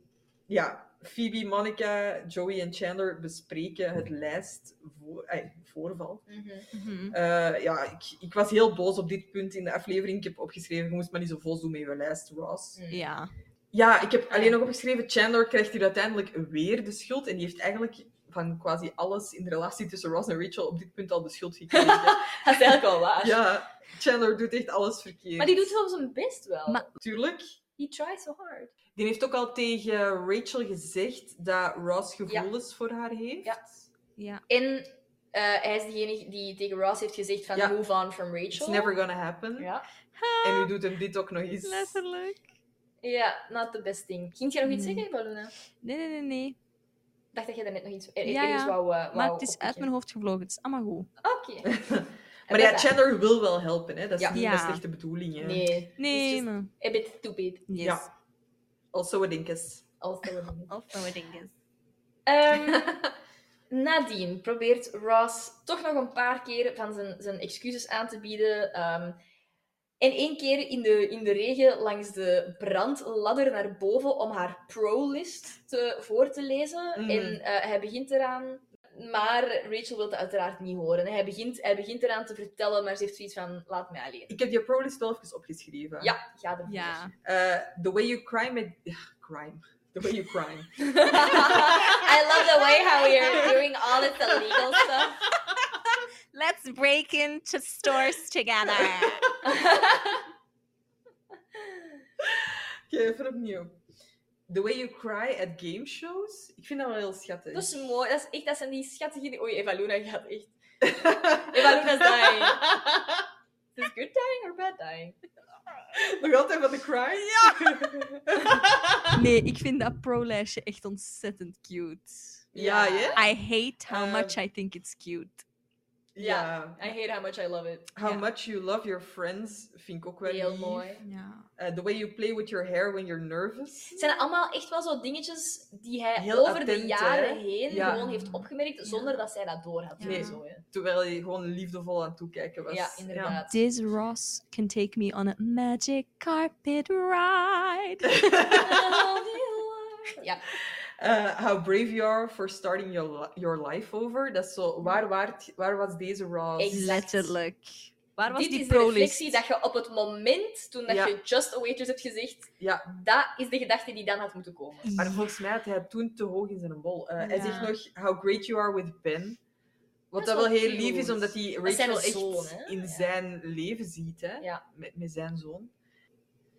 Speaker 2: ja, Phoebe, Monica, Joey en Chandler bespreken het lijst voor, eh, voorval.
Speaker 4: Mhm.
Speaker 3: (laughs) Mhm.
Speaker 2: Eh, ja, ik, ik was heel boos op dit punt in de aflevering. Ik heb opgeschreven, je moest maar niet zo vol doen met je lijst, Ross.
Speaker 4: Mm.
Speaker 3: ja.
Speaker 2: Ja, ik heb
Speaker 4: ja.
Speaker 2: alleen nog opgeschreven, Chandler krijgt hier uiteindelijk weer de schuld. En die heeft eigenlijk van quasi alles in de relatie tussen Ross en Rachel op dit punt al de schuld
Speaker 4: (laughs)
Speaker 2: gekregen.
Speaker 4: Dat is eigenlijk wel waar.
Speaker 2: ja, Chandler doet echt alles verkeerd.
Speaker 4: Maar die doet wel zijn best wel.
Speaker 3: Maar-
Speaker 2: Tuurlijk.
Speaker 4: He tries so hard.
Speaker 2: Die heeft ook al tegen Rachel gezegd dat Ross gevoelens voor haar heeft.
Speaker 4: Ja.
Speaker 3: Ja.
Speaker 4: En eh, hij is degene die tegen Ross heeft gezegd van
Speaker 2: Ja.
Speaker 4: move on from Rachel.
Speaker 2: It's never gonna happen.
Speaker 4: Ja.
Speaker 2: En nu doet hem dit ook nog eens.
Speaker 3: Letterlijk.
Speaker 4: ja, not the best thing. Ging jij nog iets
Speaker 3: Hmm.
Speaker 4: zeggen, Paulina? Ik
Speaker 3: Nee, nee, nee, nee.
Speaker 4: dacht dat jij daarnet nog iets er,
Speaker 3: Ja,
Speaker 4: ergens
Speaker 3: ja.
Speaker 4: wou, eh, wou
Speaker 3: Maar het is uit
Speaker 4: oppikken.
Speaker 3: mijn hoofd gevlogen. Het is allemaal goed.
Speaker 4: Oké.
Speaker 2: (laughs) Maar ja, Chandler wil wel helpen, hè. Dat is
Speaker 4: Ja.
Speaker 2: niet
Speaker 3: Ja.
Speaker 2: met slechte bedoelingen.
Speaker 4: Nee.
Speaker 3: Nee,
Speaker 4: just-
Speaker 3: man.
Speaker 4: A bit stupid.
Speaker 3: Yes.
Speaker 2: Ja. Also a dinkes.
Speaker 4: Also.
Speaker 3: Of nou, dingen.
Speaker 4: Ehm nadien probeert Ross toch nog een paar keer van zijn, zijn excuses aan te bieden. ehm, en één keer in de, in de regen langs de brandladder naar boven om haar pro-list te, voor te lezen.
Speaker 2: Mhm.
Speaker 4: En eh, hij begint eraan. Maar Rachel wil het uiteraard niet horen. Hij begint, hij begint eraan te vertellen, maar ze heeft zoiets van: laat mij alleen.
Speaker 2: Ik heb die prolist wel even opgeschreven.
Speaker 4: Ja, ga ervoor.
Speaker 3: Ja.
Speaker 2: Eh, the way you cry met... Ugh, (sighs) crime. The way you
Speaker 4: (laughs)
Speaker 2: cry.
Speaker 4: I love the way how we're doing all this illegal stuff. (laughs)
Speaker 3: Let's break into stores together.
Speaker 2: Oké, even opnieuw. The way you cry at game shows. Ik vind dat wel heel schattig.
Speaker 4: Dat is
Speaker 2: (laughs)
Speaker 4: mooi. Dat is echt, dat zijn die schattige... Oei, Eva Luna gaat echt... Eva Luna is dying. Is it good dying or bad dying?
Speaker 2: (laughs) Nog altijd van de cry? Ja!
Speaker 3: (laughs) Nee, ik vind dat pro-lijstje echt ontzettend cute.
Speaker 2: (laughs) ja, hè?
Speaker 3: I hate how
Speaker 2: Eh,
Speaker 3: much I think it's cute.
Speaker 2: Ja.
Speaker 4: I hate how much I love it.
Speaker 2: How
Speaker 3: Ja.
Speaker 2: much you love your friends vind ik ook wel
Speaker 4: Heel
Speaker 2: lief.
Speaker 4: mooi.
Speaker 3: Ja.
Speaker 2: Eh, the way you play with your hair when you're nervous.
Speaker 4: Het zijn allemaal echt wel zo dingetjes die hij
Speaker 2: Heel
Speaker 4: over
Speaker 2: attent,
Speaker 4: de
Speaker 2: hè?
Speaker 4: jaren heen
Speaker 2: Ja.
Speaker 4: gewoon heeft opgemerkt, zonder dat zij dat door had.
Speaker 3: Ja.
Speaker 4: Nee.
Speaker 3: (laughs)
Speaker 4: Zo, hè.
Speaker 2: Terwijl je gewoon liefdevol aan het toekijken was.
Speaker 4: ja, inderdaad.
Speaker 3: This Ross can take me on a magic carpet
Speaker 2: (laughs)
Speaker 4: (laughs)
Speaker 3: (laughs) ride.
Speaker 4: Ja.
Speaker 2: Eh, how brave you are for starting your, li- your life over. Dat is
Speaker 4: Mm.
Speaker 2: zo, waar, waard- waar was deze Ross?
Speaker 4: Exact.
Speaker 3: Letterlijk. Waar was
Speaker 4: Dit
Speaker 3: die
Speaker 4: is de
Speaker 3: pro-list?
Speaker 4: reflectie dat je op het moment, toen dat
Speaker 2: Ja.
Speaker 4: je Just a Waitress hebt gezegd,
Speaker 2: Ja,
Speaker 4: dat is de gedachte die dan had moeten komen.
Speaker 2: maar volgens mij had hij toen te hoog in zijn bol. Eh,
Speaker 3: Ja.
Speaker 2: Hij zegt nog, how great you are with Ben. Wat
Speaker 4: Dat
Speaker 2: dat
Speaker 4: is
Speaker 2: wel
Speaker 4: wel
Speaker 2: heel
Speaker 4: cute.
Speaker 2: lief is, omdat hij
Speaker 4: Dat is zijn
Speaker 2: Rachel echt
Speaker 4: zoon, hè?
Speaker 2: in
Speaker 4: Ja.
Speaker 2: zijn leven ziet. Hè?
Speaker 4: Ja.
Speaker 2: Met, met zijn zoon.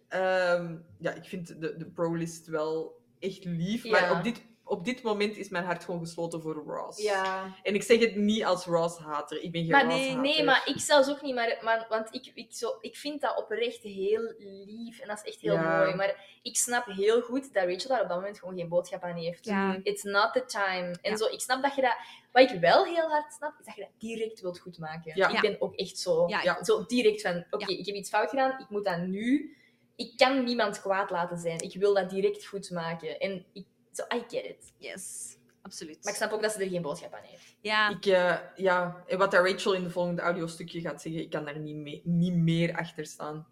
Speaker 2: Ehm, ja, ik vind de, de pro-list wel echt lief. Maar
Speaker 4: Ja.
Speaker 2: op dit, op dit moment is mijn hart gewoon gesloten voor Ross.
Speaker 4: Ja.
Speaker 2: En ik zeg het niet als Ross-hater. Ik ben geen
Speaker 4: Maar nee,
Speaker 2: Ross-hater.
Speaker 4: nee, maar ik zelfs ook niet. Maar, maar, want ik, ik, zo, ik vind dat oprecht heel lief en dat is echt heel
Speaker 2: Ja.
Speaker 4: mooi. Maar ik snap heel goed dat Rachel daar op dat moment gewoon geen boodschap aan heeft.
Speaker 3: Ja.
Speaker 4: It's not the time. En
Speaker 3: Ja.
Speaker 4: zo, ik snap dat je dat... Wat ik wel heel hard snap, is dat je dat direct wilt goedmaken.
Speaker 2: Ja.
Speaker 4: Ik ben ook echt zo...
Speaker 3: Ja,
Speaker 2: Ja.
Speaker 4: Zo direct van, oké, ik heb iets fout gedaan, ik moet dat nu... Ik kan niemand kwaad laten zijn. Ik wil dat direct goedmaken. En ik... Zo, I get it.
Speaker 3: yes. Absoluut.
Speaker 4: Maar ik snap ook dat ze er geen boodschap aan heeft.
Speaker 3: Ja,
Speaker 2: Ik, eh, ja, en wat dat Rachel in de volgende audiostukje gaat zeggen, ik kan daar niet, mee, niet meer achter staan.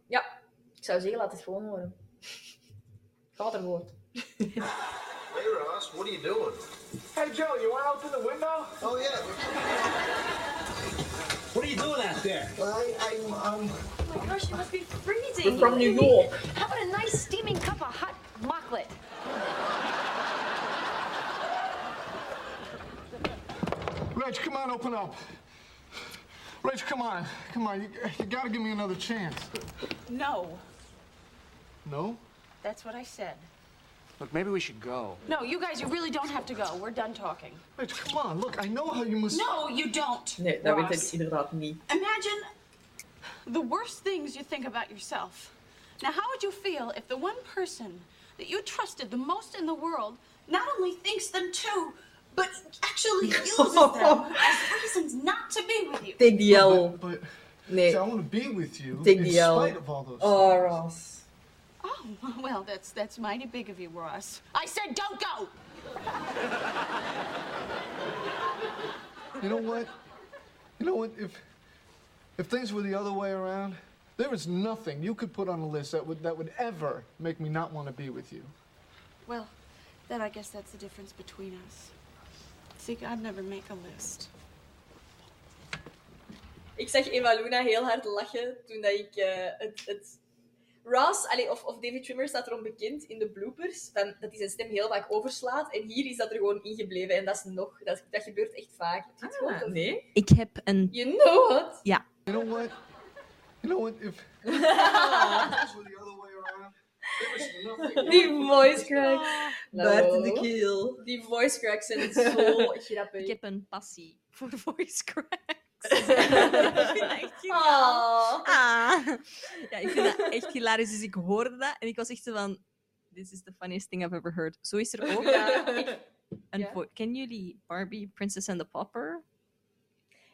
Speaker 4: Ik zou zeggen, laat het gewoon horen. Ga ervoor.
Speaker 5: Hey Ross, what are you doing?
Speaker 6: Hey Joe, you want to open the window?
Speaker 5: Oh yeah.
Speaker 6: What are you doing out there?
Speaker 5: Well, I, I'm um.
Speaker 7: Oh my gosh, you must be freezing.
Speaker 2: We're from New York.
Speaker 7: How about a nice steaming cup of hot chocolate?
Speaker 6: Rach, come on, open up. Rach, come on. Come on, you, you gotta give me another chance.
Speaker 7: No,
Speaker 6: No?
Speaker 7: that's what I said.
Speaker 6: Look, maybe we should go.
Speaker 7: No, you guys, you really don't have to go. We're done talking.
Speaker 6: Rach, come on. Look, I know how you must.
Speaker 7: No, you don't.
Speaker 2: Nee, dat weet ik
Speaker 7: Ross.
Speaker 2: inderdaad niet.
Speaker 7: Imagine the worst things you think about yourself. Now, how would you feel if the one person that you trusted the most in the world not only thinks them too, but
Speaker 2: (laughs)
Speaker 7: actually uses them as reasons not to be with you?
Speaker 2: Take the L.
Speaker 6: But, but
Speaker 2: Nee.
Speaker 6: see, I want to be with you
Speaker 2: Take
Speaker 6: in
Speaker 2: the L.
Speaker 6: spite of all those.
Speaker 2: Oh,
Speaker 6: things.
Speaker 2: Ross.
Speaker 7: Oh, well, that's that's mighty big of you, Ross. I said don't go.
Speaker 6: You know what? You know what? If if things were the other way around, there is nothing you could put on a list that would that would ever make me not want to be with you.
Speaker 7: Well, then I guess that's the difference between us. See, I'd never make a list.
Speaker 4: Ik zag Eva Luna heel hard lachen toen dat ik eh, het, het... Ross, allee, of, of David Trimmer staat erom bekend in de bloopers, van, dat hij zijn stem heel vaak overslaat. En hier is dat er gewoon ingebleven. En dat is nog... Dat, dat gebeurt echt vaak. Heb je het gehoord,
Speaker 2: Ah,
Speaker 4: of-
Speaker 2: nee?
Speaker 3: ik heb een...
Speaker 4: You know what?
Speaker 6: You know what? You know what? If if things were the other way around, there is nothing.
Speaker 4: Die voice cracks.
Speaker 2: Bart de
Speaker 4: No.
Speaker 2: Keel.
Speaker 4: Die voice cracks zijn zo (laughs) grappig.
Speaker 3: Ik heb een passie voor (laughs) voice cracks. (laughs) ik vind dat echt
Speaker 4: Ah.
Speaker 3: geniaal. (laughs) Ah. Ja, ik vind (laughs) dat echt hilarisch. Dus ik hoorde dat en ik was echt zo van... This is the funniest thing I've ever heard. Zo is er ook
Speaker 4: Ja, ik-
Speaker 3: een...
Speaker 4: ja.
Speaker 3: vo- Kennen jullie Barbie, Princess and the Popper?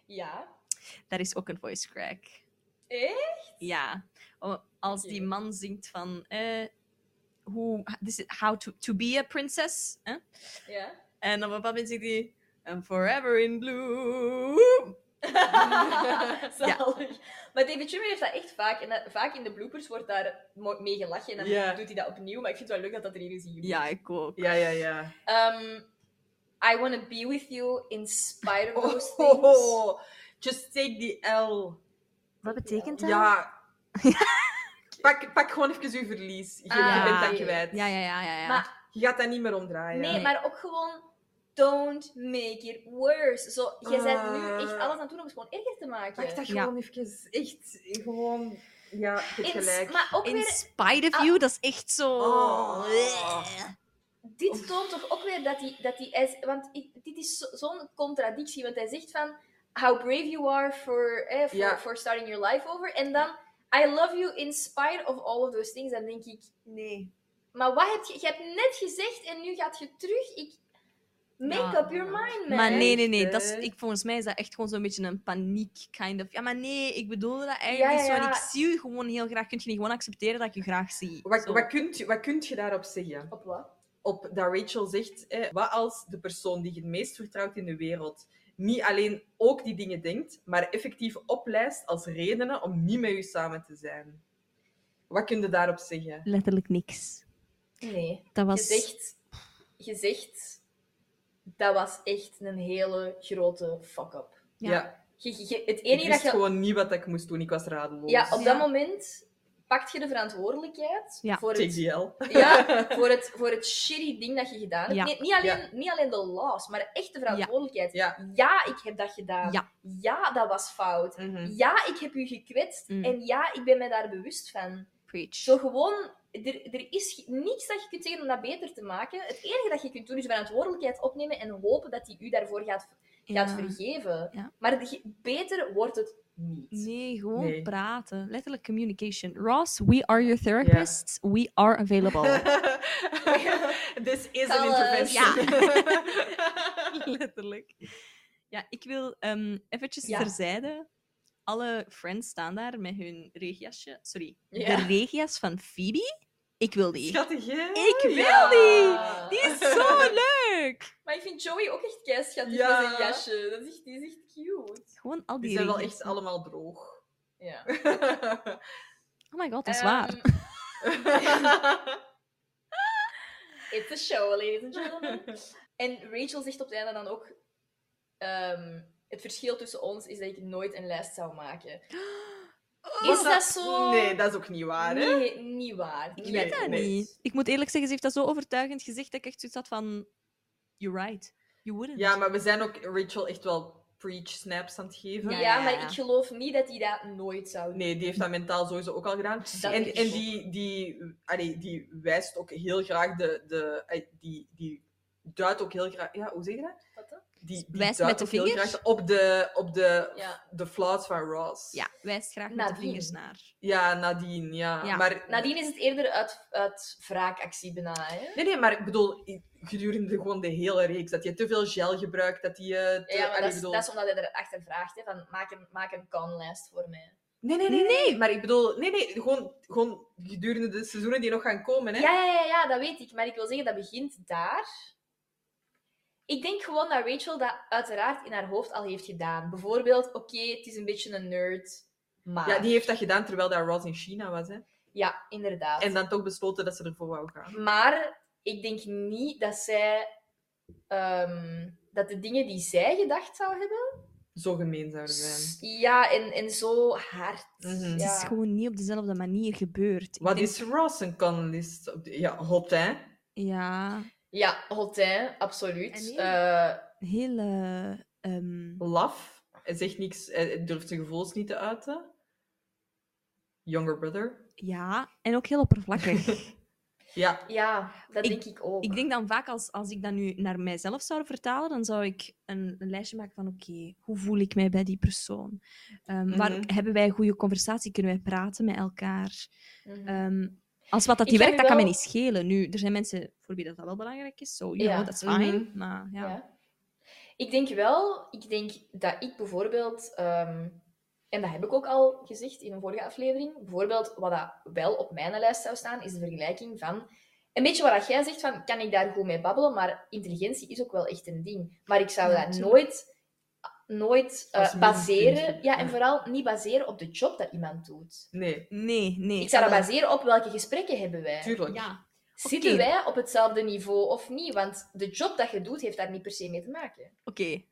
Speaker 4: ja.
Speaker 3: Daar is ook een voice crack.
Speaker 4: Eh?
Speaker 3: Ja. O- Als die
Speaker 4: Oké.
Speaker 3: man zingt van... eh, hoe, this is how to, to be a princess. hè?
Speaker 4: Ja.
Speaker 3: En op een bepaald moment zingt hij... I'm forever in bloom.
Speaker 2: (laughs)
Speaker 4: Zalig. Maar David Schwimmer heeft dat echt vaak. En dat- vaak in de bloopers wordt daar mo- mee gelachen. En dan
Speaker 2: Ja.
Speaker 4: doet hij dat opnieuw. Maar ik vind het wel leuk dat dat er hier is. in jullie.
Speaker 3: Ja, ik ook.
Speaker 2: Ja, ja, ja.
Speaker 4: Ehm, I want to be with you in spite of
Speaker 2: Oh,
Speaker 4: those things.
Speaker 2: just take the L.
Speaker 3: Wat betekent dat?
Speaker 2: Ja. pak, pak gewoon even uw verlies. Je, je
Speaker 4: Ah,
Speaker 2: bent dat
Speaker 4: ja.
Speaker 2: kwijt.
Speaker 3: Ja, ja, ja, ja. ja.
Speaker 4: Maar
Speaker 2: Je gaat dat niet meer omdraaien.
Speaker 4: nee, maar ook gewoon. Don't make it worse. Zo, jij bent nu
Speaker 2: Ah.
Speaker 4: echt alles aan het doen om het gewoon erger te maken.
Speaker 2: Pak dat
Speaker 3: Ja.
Speaker 2: gewoon even. Echt, gewoon... Ja, je hebt
Speaker 4: In s-
Speaker 2: gelijk.
Speaker 4: maar ook
Speaker 3: In
Speaker 4: weer
Speaker 3: spite of
Speaker 4: Ah.
Speaker 3: you, dat is echt zo.
Speaker 2: Oh.
Speaker 4: dit toont toch ook weer dat hij, dat hij, hij is- want ik- dit is zo- zo'n contradictie, want hij zegt van how brave you are for, eh, for,
Speaker 2: Ja.
Speaker 4: for starting your life over, en dan I love you in spite of all of those things, dan denk ik,
Speaker 3: Nee.
Speaker 4: maar wat heb je, je hebt net gezegd en nu gaat je terug, ik, make
Speaker 3: Ja.
Speaker 4: up your mind, man.
Speaker 3: Maar nee, nee, nee.
Speaker 2: Echt,
Speaker 3: Dat is,
Speaker 2: hè?
Speaker 3: ik, volgens mij is dat echt gewoon zo'n beetje een paniek, kind of. Ja, maar nee, ik bedoel dat eigenlijk
Speaker 4: Ja, ja,
Speaker 3: niet zo.
Speaker 4: ja.
Speaker 3: En ik zie u gewoon heel graag. Kun je niet gewoon accepteren dat ik je graag zie?
Speaker 2: Wat,
Speaker 3: Zo.
Speaker 2: wat, kunt, wat kunt je daarop zeggen?
Speaker 4: Op wat?
Speaker 2: Op dat Rachel zegt, eh, wat als de persoon die je het meest vertrouwt in de wereld niet alleen ook die dingen denkt, maar effectief oplijst als redenen om niet met je samen te zijn? Wat kun je daarop zeggen?
Speaker 3: Letterlijk niks.
Speaker 4: Nee.
Speaker 3: Dat was.
Speaker 4: Gezegd, gezegd, dat was echt een hele grote fuck-up.
Speaker 3: Ja.
Speaker 4: Je- je- je- het
Speaker 2: Ik
Speaker 4: enige dat
Speaker 2: wist
Speaker 4: je
Speaker 2: gewoon niet wat ik moest doen. Ik was radeloos.
Speaker 4: Ja, op dat
Speaker 3: Ja.
Speaker 4: moment pakt je de verantwoordelijkheid
Speaker 3: Ja.
Speaker 4: voor,
Speaker 2: Take
Speaker 4: het,
Speaker 2: the L.
Speaker 4: ja, voor, het, voor het shitty ding dat je gedaan hebt.
Speaker 3: Ja.
Speaker 4: Niet, niet, alleen,
Speaker 2: Ja.
Speaker 4: niet alleen de loss, maar echt de verantwoordelijkheid.
Speaker 2: Ja.
Speaker 4: ik heb dat gedaan.
Speaker 3: Ja.
Speaker 4: Ja, dat was fout.
Speaker 2: Mhm. (laughs)
Speaker 4: Ja, ik heb u gekwetst.
Speaker 3: Mm.
Speaker 4: En ja, ik ben me daar bewust van.
Speaker 3: Preach.
Speaker 4: Zo gewoon, er, er is ge- niks dat je kunt zeggen om dat beter te maken. Het enige dat je kunt doen is verantwoordelijkheid opnemen en hopen dat hij u daarvoor gaat, gaat
Speaker 3: Ja.
Speaker 4: vergeven.
Speaker 3: Ja.
Speaker 4: Maar de- beter wordt het niet.
Speaker 3: Nee, gewoon
Speaker 2: Nee.
Speaker 3: praten. Letterlijk communication. Ross, we are your therapists. We are
Speaker 4: Oh.
Speaker 2: (laughs)
Speaker 3: available.
Speaker 2: This is
Speaker 4: Call
Speaker 2: an
Speaker 4: us.
Speaker 2: intervention.
Speaker 3: Letterlijk. Ja, ik wil ehm eventjes
Speaker 4: Ja.
Speaker 3: terzijde. Alle friends staan daar met hun regiasje. Sorry,
Speaker 4: Ja.
Speaker 3: de regias van Phoebe. Ik wil die.
Speaker 2: (laughs) Schattig, hè?
Speaker 3: Ik wil
Speaker 4: Ja.
Speaker 3: die! Die is zo
Speaker 2: (laughs)
Speaker 3: leuk!
Speaker 4: Maar ik vind Joey ook echt kei schattig
Speaker 2: Ja.
Speaker 4: met zijn jasje. Dat is echt, die is echt cute.
Speaker 3: Gewoon al die,
Speaker 2: Die zijn wel
Speaker 3: regias.
Speaker 2: echt allemaal droog. (laughs)
Speaker 4: Ja.
Speaker 3: Oh my god, dat is
Speaker 4: Ehm,
Speaker 3: waar.
Speaker 4: It's a show, ladies and
Speaker 2: (laughs)
Speaker 4: gentlemen. En Rachel zegt op het einde dan ook... ehm, het verschil tussen ons is dat ik nooit een lijst zou maken. is dat zo?
Speaker 2: Oh. Nee, dat is ook niet waar, hè?
Speaker 4: Nee, niet waar.
Speaker 2: Ik
Speaker 4: Niet
Speaker 2: weet
Speaker 3: Ik weet dat
Speaker 2: nee.
Speaker 3: niet. Ik moet eerlijk zeggen, ze heeft dat zo overtuigend gezegd dat ik echt zoiets had van... You're right. You wouldn't.
Speaker 2: Ja, maar we zijn ook Rachel echt wel preach snaps aan het geven.
Speaker 4: Ja,
Speaker 3: Ja, ja,
Speaker 4: maar
Speaker 3: ja.
Speaker 4: ik geloof niet dat hij dat nooit zou doen.
Speaker 2: Nee, die heeft dat mentaal sowieso ook al gedaan.
Speaker 4: Dat
Speaker 2: en
Speaker 4: denk ik
Speaker 2: en
Speaker 4: ook.
Speaker 2: die, die, allee, die wijst ook heel graag de. de eh, die, die duidt ook heel graag. Ja, hoe zeg je dat?
Speaker 4: Wat dan?
Speaker 2: Die, die
Speaker 3: Wijst
Speaker 2: duidt
Speaker 3: met de
Speaker 2: ook heel
Speaker 3: vinger?
Speaker 2: graag op de, op de,
Speaker 4: Ja.
Speaker 2: de flaws van Ross.
Speaker 3: Ja, wijst graag met de
Speaker 4: Nadien.
Speaker 3: vingers naar.
Speaker 2: Ja, nadien. Ja.
Speaker 3: Ja,
Speaker 2: Maar,
Speaker 4: Nadien is het eerder uit, uit wraakactie bijna, hè?
Speaker 2: Nee, nee, maar ik bedoel, i- gedurende gewoon de hele reeks. Dat je te veel gel gebruikt, dat die... eh, te-
Speaker 4: Ja, maar
Speaker 2: allee,
Speaker 4: dat is,
Speaker 2: bedoel-
Speaker 4: dat is omdat hij erachter vraagt, hè, van maak een, maak een conlijst voor mij.
Speaker 2: Nee, nee, nee, nee, Maar ik bedoel, nee, nee. Gewoon, gewoon gedurende de seizoenen die nog gaan komen, hè.
Speaker 4: Ja, ja, ja, ja, dat weet ik. Maar ik wil zeggen, dat begint daar. Ik denk gewoon dat Rachel dat uiteraard in haar hoofd al heeft gedaan. Bijvoorbeeld, oké, het is een beetje een nerd, maar...
Speaker 2: Ja, die heeft dat gedaan terwijl dat Ross in China was, hè.
Speaker 4: Ja, inderdaad.
Speaker 2: En dan toch besloten dat ze ervoor wou gaan.
Speaker 4: Maar ik denk niet dat zij... ehm, dat de dingen die zij gedacht zou hebben...
Speaker 2: Zo gemeen zouden zijn.
Speaker 4: Ja, en, en zo hard.
Speaker 2: Mhm.
Speaker 4: Ja.
Speaker 2: Het
Speaker 3: Het is gewoon niet op dezelfde manier gebeurd. Ik
Speaker 2: Wat
Speaker 3: denk-
Speaker 2: is Ross een columnist? op de- Ja, hot, hè?
Speaker 3: Ja,
Speaker 4: Ja, Hotin, absoluut.
Speaker 3: En nee.
Speaker 4: Eh,
Speaker 3: heel... eh, ehm,
Speaker 2: Laf. Hij zegt niks, hij durft zijn gevoelens niet te uiten. Younger brother.
Speaker 3: ja, en ook heel
Speaker 4: (laughs)
Speaker 3: oppervlakkig.
Speaker 2: Ja,
Speaker 4: ja, dat
Speaker 3: Ik-
Speaker 4: denk ik ook.
Speaker 3: ik denk dan vaak, als, als ik dat nu naar mijzelf zou vertalen, dan zou ik een, een lijstje maken van oké, hoe voel ik mij bij die persoon? Ehm, waar,
Speaker 2: Mhm.
Speaker 3: hebben wij een goede conversatie? Kunnen wij praten met elkaar?
Speaker 4: Mhm.
Speaker 3: Ehm, als wat dat
Speaker 4: Ik
Speaker 3: die
Speaker 4: ga
Speaker 3: werkt,
Speaker 4: nu
Speaker 3: dat kan me
Speaker 4: wel-
Speaker 3: niet schelen. Nu, er zijn mensen voor wie dat, dat wel belangrijk is, so, you
Speaker 4: Ja,
Speaker 3: know, that's fine.
Speaker 2: mhm.
Speaker 3: Maar ja.
Speaker 4: Ja. Ik denk wel, ik denk dat ik bijvoorbeeld, ehm, en dat heb ik ook al gezegd in een vorige aflevering, bijvoorbeeld wat dat wel op mijn lijst zou staan, is de vergelijking van, een beetje wat dat jij zegt van, kan ik daar goed mee babbelen, maar intelligentie is ook wel echt een ding. Maar ik zou
Speaker 3: Ja,
Speaker 4: dat
Speaker 3: tuurlijk.
Speaker 4: nooit, nooit eh,
Speaker 2: Als
Speaker 4: baseren,
Speaker 2: minpuntje,
Speaker 4: ja, en
Speaker 2: ja.
Speaker 4: vooral niet baseren op de job dat iemand doet.
Speaker 2: nee,
Speaker 3: Nee, nee.
Speaker 4: Ik zou dat
Speaker 3: maar-
Speaker 4: baseren op welke gesprekken hebben wij.
Speaker 2: tuurlijk. (laughs)
Speaker 3: Ja,
Speaker 4: Zitten
Speaker 3: Oké.
Speaker 4: wij op hetzelfde niveau of niet? Want de job dat je doet, heeft daar niet per se mee te maken.
Speaker 3: oké.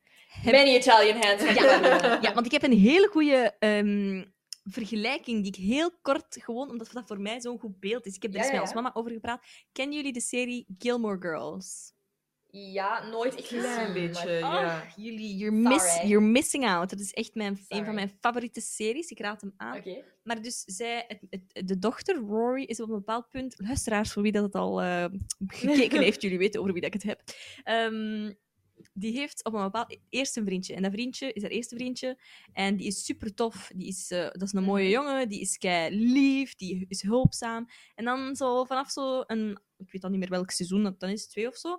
Speaker 4: Many Italian hands.
Speaker 3: Ja. Ja, want ik heb een hele goede ehm, vergelijking die ik heel kort, gewoon omdat dat voor mij zo'n goed beeld is. Ik heb er
Speaker 4: Ja,
Speaker 3: eens met
Speaker 4: ja,
Speaker 3: ons
Speaker 4: ja.
Speaker 3: mama over gepraat. Kennen jullie de serie Gilmore Girls?
Speaker 4: Ja, nooit echt gezien.
Speaker 2: Klein beetje,
Speaker 4: maar- Ah,
Speaker 2: ja.
Speaker 3: Ach, jullie, you're, miss,
Speaker 4: Sorry.
Speaker 3: you're missing out. Dat is echt mijn, een
Speaker 4: Sorry.
Speaker 3: van mijn favoriete series. Ik raad hem aan.
Speaker 4: Oké.
Speaker 3: Maar dus zij, het, het- de dochter, Rory, is op een bepaald punt... Luisteraars, voor wie dat het al eh,
Speaker 4: (laughs)
Speaker 3: gekeken heeft, jullie weten over wie dat ik het heb. Ehm, die heeft op een bepaald... Eerst een vriendje. En dat vriendje is haar eerste vriendje. En die is super tof. Die is, eh, dat is een mooie
Speaker 4: Mhm.
Speaker 3: jongen. Die is kei lief. Die is hulpzaam. En dan zo vanaf zo een... Ik weet al niet meer welk seizoen, dat dan is het twee of zo.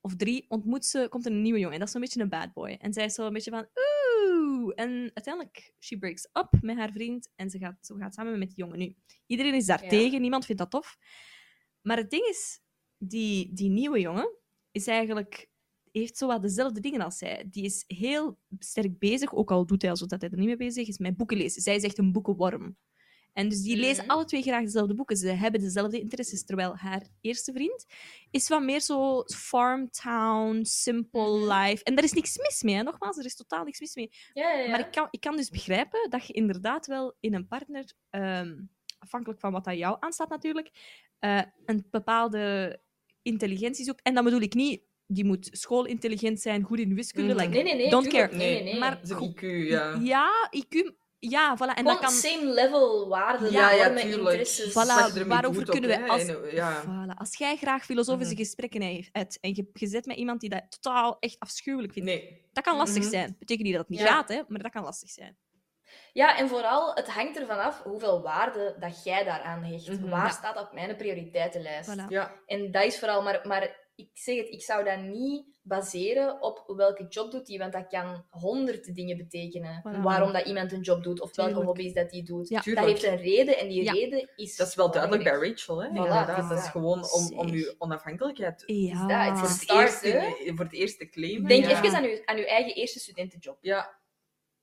Speaker 3: Of drie, ontmoet ze, komt er een nieuwe jongen. En dat is zo'n beetje een bad boy. En zij is zo een beetje van... Oeh. En uiteindelijk, she breaks up met haar vriend. En ze gaat, ze gaat samen met die jongen nu. Iedereen is daar
Speaker 4: Ja.
Speaker 3: tegen. Niemand vindt dat tof. Maar het ding is, die, die nieuwe jongen is eigenlijk... Heeft zowat dezelfde dingen als zij. Die is heel sterk bezig, ook al doet hij alsof dat hij er niet mee bezig is, met boeken lezen. Zij is echt een boekenworm. En dus die lezen
Speaker 4: Mhm.
Speaker 3: alle twee graag dezelfde boeken. Ze hebben dezelfde interesses. Terwijl haar eerste vriend is wat meer zo farmtown, simple
Speaker 4: Mhm.
Speaker 3: life. En daar is niks mis mee, hè. nogmaals, er is totaal niks mis mee.
Speaker 4: Ja, ja, ja.
Speaker 3: Maar ik kan, ik kan dus begrijpen dat je inderdaad wel in een partner, ehm, afhankelijk van wat aan jou aanstaat natuurlijk, eh, een bepaalde intelligentie zoekt. En dan bedoel ik niet, die moet schoolintelligent zijn, goed in wiskunde.
Speaker 2: Mhm.
Speaker 3: like,
Speaker 4: Nee, nee, nee.
Speaker 3: Don't
Speaker 4: tuurlijk.
Speaker 3: care.
Speaker 4: Nee, nee, nee.
Speaker 3: Maar
Speaker 2: Zijn
Speaker 3: goed,
Speaker 2: IQ, ja.
Speaker 3: ja, IQ Ja, voilà. En
Speaker 4: Gewoon
Speaker 3: dat kan...
Speaker 4: same level waarden,
Speaker 2: Ja, ja,
Speaker 4: normen,
Speaker 2: tuurlijk.
Speaker 4: interesses.
Speaker 2: Zet je
Speaker 3: Voilà,
Speaker 2: ermee
Speaker 3: waarover
Speaker 2: goed op,
Speaker 3: kunnen
Speaker 2: hè,
Speaker 3: we... Als,
Speaker 2: en, eh, ja.
Speaker 3: voilà, als jij graag filosofische
Speaker 2: Mhm.
Speaker 3: gesprekken he- hebt en je, je zit met iemand die dat totaal echt afschuwelijk vindt,
Speaker 2: Nee.
Speaker 3: dat kan lastig
Speaker 2: Mhm.
Speaker 3: zijn. Betekent niet dat het niet
Speaker 4: Ja.
Speaker 3: gaat, hè, maar dat kan lastig zijn.
Speaker 4: Ja, en vooral, het hangt ervan af hoeveel waarde dat jij daaraan hecht.
Speaker 2: Mhm.
Speaker 4: Waar
Speaker 3: Ja.
Speaker 4: staat op mijn prioriteitenlijst?
Speaker 3: Voilà.
Speaker 2: Ja.
Speaker 4: En dat is vooral, maar, maar ik zeg het, ik zou dat niet baseren op welke job doet die, want dat kan honderd dingen betekenen.
Speaker 3: Voilà.
Speaker 4: Waarom dat iemand een job doet of welke
Speaker 3: Tuurlijk.
Speaker 4: hobby's dat die doet.
Speaker 3: Ja.
Speaker 4: Dat
Speaker 2: Tuurlijk.
Speaker 4: heeft een reden en die
Speaker 3: Ja.
Speaker 4: reden is.
Speaker 2: Dat is wel duidelijk bij
Speaker 4: belangrijk.
Speaker 2: Rachel, hè?
Speaker 4: Voilà,
Speaker 3: dus
Speaker 2: Inderdaad, dat is
Speaker 4: ja.
Speaker 2: gewoon om, om
Speaker 3: Zeg.
Speaker 2: je onafhankelijkheid
Speaker 3: Ja.
Speaker 4: dat, het
Speaker 2: voor
Speaker 4: is-
Speaker 2: het,
Speaker 4: Start,
Speaker 2: eerst
Speaker 4: hè?
Speaker 2: in- voor het eerst te claimen.
Speaker 4: Denk
Speaker 2: ja.
Speaker 4: even aan je, aan uw eigen eerste studentenjob.
Speaker 2: Ja,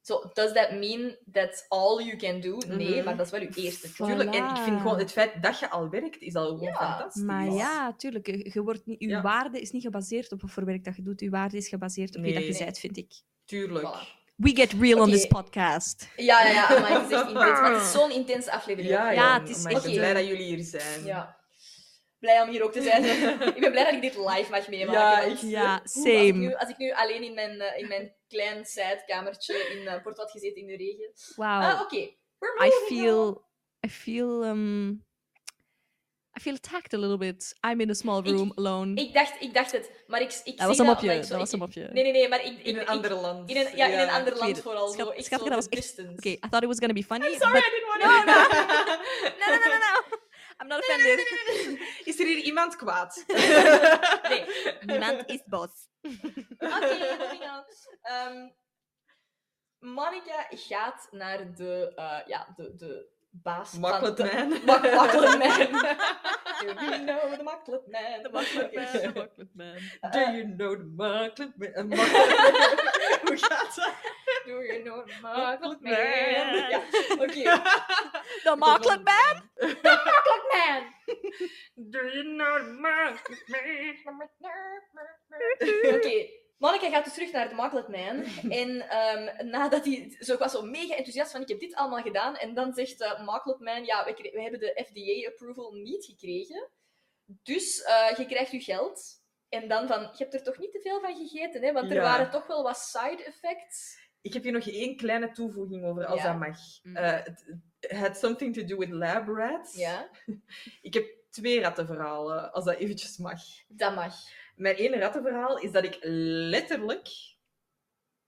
Speaker 4: So, does that mean that's all you can do? Nee,
Speaker 2: Mhm.
Speaker 4: maar dat is wel uw eerste job.
Speaker 2: tuurlijk. En ik vind
Speaker 3: Voilà.
Speaker 2: gewoon het feit dat je al werkt, is al gewoon
Speaker 4: Ja.
Speaker 2: fantastisch.
Speaker 3: Maar ja, tuurlijk. Je, je wordt niet, je
Speaker 2: Ja.
Speaker 3: waarde is niet gebaseerd op wat voor werk dat je doet. Je waarde is gebaseerd op wie dat
Speaker 2: Nee.
Speaker 3: je bent, vind ik.
Speaker 2: Tuurlijk.
Speaker 4: Voilà.
Speaker 3: We get real on this
Speaker 4: Oké.
Speaker 3: podcast.
Speaker 4: Ja, ja, ja, maar het is echt intens. Maar het is zo'n intense aflevering.
Speaker 2: Ja,
Speaker 3: Ja,
Speaker 2: het
Speaker 3: het is
Speaker 2: maar ik ben
Speaker 4: echt-
Speaker 2: blij dat jullie hier zijn.
Speaker 4: Ja. Blij om hier ook te zijn. (laughs) ik ben blij dat ik dit live mag meemaken.
Speaker 2: Ja,
Speaker 4: want-
Speaker 2: ik-
Speaker 3: Ja,
Speaker 4: Oeh, Als ik,
Speaker 3: same.
Speaker 4: nu, als ik nu alleen in mijn, eh, in mijn klein zijkamertje in eh, Porto had gezeten in de regen. Ah, oh,
Speaker 3: Wow.
Speaker 4: oké. We're
Speaker 3: I
Speaker 4: moving on.
Speaker 3: feel... I feel... Um, I feel attacked a little bit. I'm in a small
Speaker 4: Ik-
Speaker 3: room, alone.
Speaker 4: Ik dacht, ik dacht het, maar ik, ik zie
Speaker 3: dat was een
Speaker 4: omdat
Speaker 3: mopje.
Speaker 4: ik
Speaker 3: Dat
Speaker 4: zo-
Speaker 3: was
Speaker 4: ik-
Speaker 3: een mopje.
Speaker 4: Nee, nee, nee, maar ik... ik
Speaker 2: In een
Speaker 4: ik-
Speaker 2: ander land.
Speaker 4: in een, ja, in een
Speaker 2: (laughs)
Speaker 4: ander
Speaker 3: ik
Speaker 4: land
Speaker 3: weet het.
Speaker 4: vooral.
Speaker 3: Schat-
Speaker 4: zo. Echt
Speaker 3: schatje,
Speaker 4: zo
Speaker 3: dat was
Speaker 4: de
Speaker 3: echt-
Speaker 4: distance.
Speaker 3: Okay, I thought it was gonna be funny.
Speaker 4: I'm sorry, I didn't want (laughs) to...
Speaker 3: No, No, no, no, no, no. (laughs) I'm not offended.
Speaker 2: (laughs) Is er hier iemand
Speaker 4: (laughs)
Speaker 2: kwaad?
Speaker 4: Nee.
Speaker 3: Niemand is boos.
Speaker 4: Oké, moving on. Ehm, Monica gaat naar de, eh, ja, de, de baas van
Speaker 2: Makkelijk,
Speaker 4: de-
Speaker 2: man.
Speaker 4: (laughs) Mak Makkelijk man. (laughs) Do you know the Makkelijk
Speaker 2: (laughs)
Speaker 4: man?
Speaker 2: Do you know the Marklet man? Eh, Marklet- (laughs) Hoe gaat dat?
Speaker 4: Do you know the
Speaker 2: Makkelijk
Speaker 4: Makkelijk
Speaker 2: man.
Speaker 4: man? Ja, oké.
Speaker 3: De makkelijk ben.
Speaker 4: Makkelijk man!
Speaker 2: Do you know the Marklet man?
Speaker 4: Oké. Monica gaat dus terug naar de Makkelijk Man. En ehm, nadat hij... Zo, ik was zo mega enthousiast van, ik heb dit allemaal gedaan. En dan zegt eh Makkelijk Man, ja, we, kre- we hebben de FDA-approval niet gekregen. Dus eh, je krijgt je geld. En dan van, je hebt er toch niet te veel van gegeten, hè? Want er
Speaker 2: Ja.
Speaker 4: waren toch wel wat side effects.
Speaker 2: Ik heb hier nog één kleine toevoeging over, als
Speaker 4: Ja.
Speaker 2: dat mag.
Speaker 3: Mm.
Speaker 2: Eh, het het had something to do with lab rats.
Speaker 4: Ja,
Speaker 2: Ik heb twee rattenverhalen, als dat eventjes mag.
Speaker 4: dat mag.
Speaker 2: Mijn ene rattenverhaal is dat ik letterlijk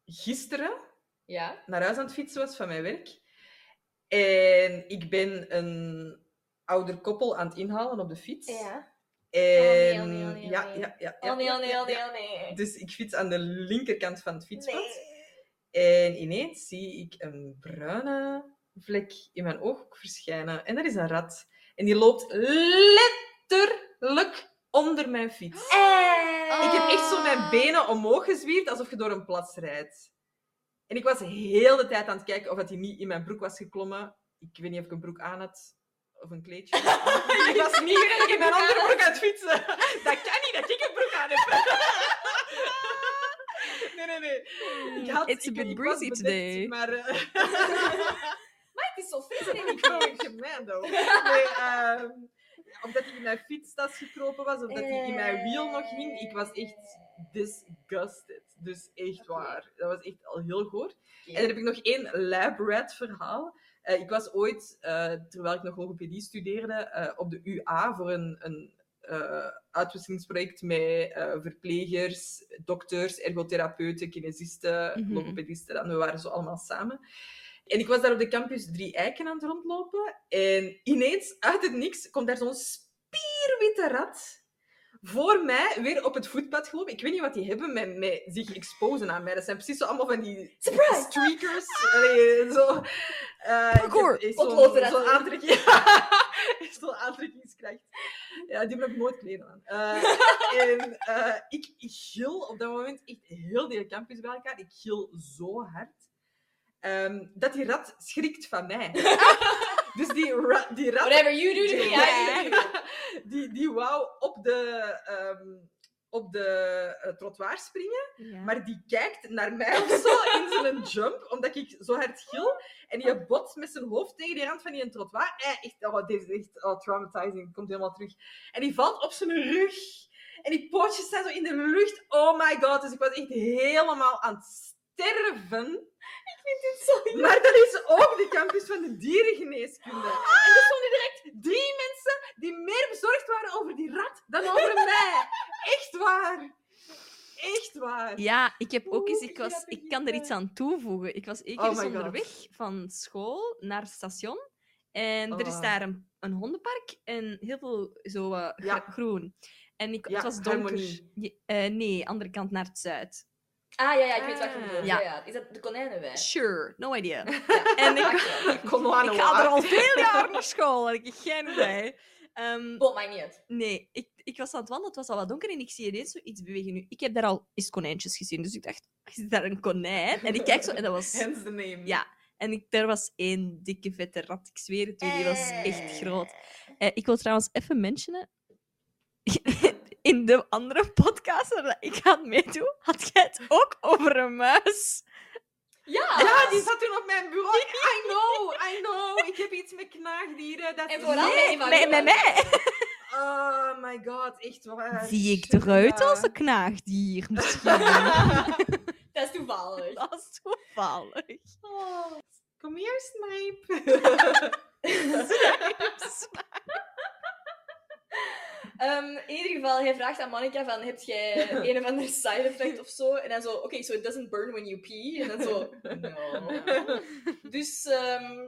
Speaker 2: gisteren
Speaker 4: Ja.
Speaker 2: naar huis aan het fietsen was van mijn werk. En ik ben een ouder koppel aan het inhalen op de fiets.
Speaker 4: Ja.
Speaker 2: En...
Speaker 4: Oh nee, oh nee, oh nee,
Speaker 2: ja,
Speaker 4: oh nee.
Speaker 2: ja, ja, ja,
Speaker 4: Oh nee,
Speaker 2: ja,
Speaker 4: oh nee,
Speaker 2: ja,
Speaker 4: oh nee,
Speaker 2: ja.
Speaker 4: oh nee.
Speaker 2: Dus ik fiets aan de linkerkant van het fietspad.
Speaker 4: Nee.
Speaker 2: En ineens zie ik een bruine vlek in mijn ooghoek verschijnen. En dat is een rat. En die loopt letterlijk onder mijn fiets. Ik heb echt zo
Speaker 4: Eh.
Speaker 3: Ah.
Speaker 2: mijn benen omhoog gezwierd, alsof je door een plas rijdt. En ik was heel de tijd aan het kijken of dat hij niet in mijn broek was geklommen. Ik weet niet of ik een broek aan had of een
Speaker 3: (laughs)
Speaker 2: kleedje. ik was niet in mijn andere broek aan het fietsen. Dat kan niet dat ik een broek aan heb. (laughs) Nee, nee, nee. Ik had,
Speaker 3: It's a
Speaker 2: ik-
Speaker 3: bit
Speaker 2: ik was
Speaker 3: breezy
Speaker 2: bedekt,
Speaker 3: today.
Speaker 2: Maar eh,
Speaker 3: (laughs)
Speaker 4: Maar het is zo fris in
Speaker 2: ik wou een commando. Nee, ehm, omdat hij in mijn fietstas gekropen was, of dat hij in mijn wiel nog hing. Ik was echt disgusted. Dus echt
Speaker 4: Oké.
Speaker 2: waar. Dat was echt al heel goor. En dan heb ik nog één lab rat verhaal. Eh, ik was ooit, eh, terwijl ik nog logopedie studeerde, eh, op de UA voor een, een eh, uitwisselingsproject met eh, verplegers, dokters, ergotherapeuten, kinesisten,
Speaker 3: Mhm.
Speaker 2: logopedisten. Dan, we waren zo allemaal samen. En ik was daar op de campus Drie Eiken aan het rondlopen. En ineens, uit het niks, komt daar zo'n spierwitte rat voor mij weer op het voetpad gelopen. Ik weet niet wat die hebben met, met zich exposen aan mij. Dat zijn precies zo allemaal van die
Speaker 4: Surprise!
Speaker 2: streakers. Allee, zo. eh, ik heb
Speaker 3: Parkour.
Speaker 2: echt
Speaker 4: Potloden
Speaker 2: Zo'n
Speaker 4: dat
Speaker 2: zo
Speaker 4: doen.
Speaker 2: aantrekking... (laughs) zo'n aantrekkingskracht. Ja, die heb ik nooit kleren aan. Eh, en eh, ik, ik gil op dat moment echt heel de hele campus bij elkaar. Ik gil zo hard. ehm, dat die rat schrikt van mij. dus die, ra- die rat
Speaker 4: Whatever you do to me, (laughs) I do to you.
Speaker 2: (laughs) die, die wou op de, ehm, op de eh, trottoir springen, maar die kijkt naar mij of zo in zijn jump, omdat ik zo hard gil. En die botst met zijn hoofd tegen die rand van die trottoir. Eh, echt, oh, dit is echt oh, traumatizing, komt helemaal terug. En die valt op zijn rug. En die pootjes zijn zo in de lucht. Oh my god, dus ik was echt helemaal aan het sterven.
Speaker 4: vind dit zo jammer.
Speaker 2: Maar dat is ook de campus van de dierengeneeskunde. En er stonden direct drie mensen die meer bezorgd waren over die rat dan over mij. Echt waar. Echt waar.
Speaker 3: Ja, ik heb ook eens...
Speaker 2: Oeh,
Speaker 3: Ik, was,
Speaker 2: grappig,
Speaker 3: ik kan er iets aan toevoegen. Ik was één
Speaker 2: Oh
Speaker 3: keer eens
Speaker 2: my God.
Speaker 3: onderweg van school naar het station. En er is
Speaker 2: Oh.
Speaker 3: daar een, een hondenpark en heel veel zo eh, gr-
Speaker 2: Ja.
Speaker 3: groen. En ik,
Speaker 2: Ja,
Speaker 3: het was donker.
Speaker 2: Harmonie.
Speaker 3: Je- eh, nee, andere kant naar het zuid.
Speaker 4: Ah, ja, ja, ik weet wat je bedoelt.
Speaker 3: Ja.
Speaker 4: Ja. ja. Is dat de konijnenwei?
Speaker 3: Sure, no idea. En ik,
Speaker 2: (laughs) Kom aan,
Speaker 3: ik ga er al veel jaar naar school en ik heb geen idee. Ehm,
Speaker 4: Boom, maakt niet uit.
Speaker 3: nee, ik, ik was aan het wandelen, het was al wat donker en ik zie ineens zoiets bewegen. Nu, ik heb daar al eens konijntjes gezien, dus ik dacht, is daar een konijn? En ik kijk zo en dat was...
Speaker 2: Hence the name.
Speaker 3: Ja, en ik, er was één dikke vette rat, ik zweer het u, die was echt groot. Eh, ik wil trouwens even mentionen. (laughs) In de andere podcast waar ik aan meedoe, had jij het ook over een muis.
Speaker 4: Ja.
Speaker 2: Ja, die zat toen op mijn bureau. I know, I know. Ik heb iets met knaagdieren. Dat
Speaker 4: En vooral
Speaker 2: Nee.
Speaker 4: met
Speaker 3: Met, met mij.
Speaker 2: Oh my god, echt waar.
Speaker 3: Zie ik
Speaker 2: Shit,
Speaker 3: eruit
Speaker 2: ja.
Speaker 3: als een knaagdier misschien?
Speaker 4: Dat is toevallig.
Speaker 3: (laughs) Dat is toevallig.
Speaker 2: Kom hier, Snipe.
Speaker 4: Ehm, in ieder geval, hij vraagt aan Monica van, heb jij een of ander side effect of zo? En dan zo, oké, so it doesn't burn when you pee. En dan zo, no. (laughs) Dus, ehm,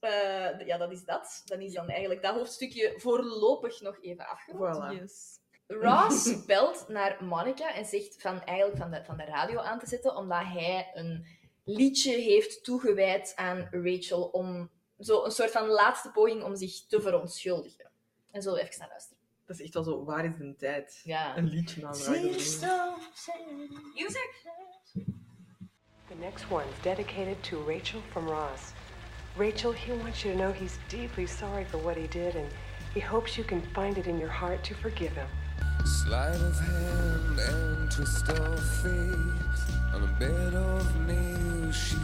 Speaker 4: eh, d- ja, dat is dat. Dan is dan eigenlijk dat hoofdstukje voorlopig nog even afgerond.
Speaker 2: Voilà.
Speaker 3: Yes.
Speaker 2: (laughs)
Speaker 4: Ross belt naar Monica en zegt van eigenlijk van de, van de radio aan te zetten, omdat hij een liedje heeft toegewijd aan Rachel om zo een soort van laatste poging om zich te verontschuldigen. En zullen we even naar luisteren.
Speaker 2: Dat is echt wel zo, waar is de tijd?
Speaker 4: Ja.
Speaker 2: Een liedje naam.
Speaker 4: Music?
Speaker 8: The next one's dedicated to Rachel from Ross. Rachel, he wants you to know he's deeply sorry for what he did and he hopes you can find it in your heart to forgive him.
Speaker 9: Sleight of hand and twist of fate. On a bed of nails, she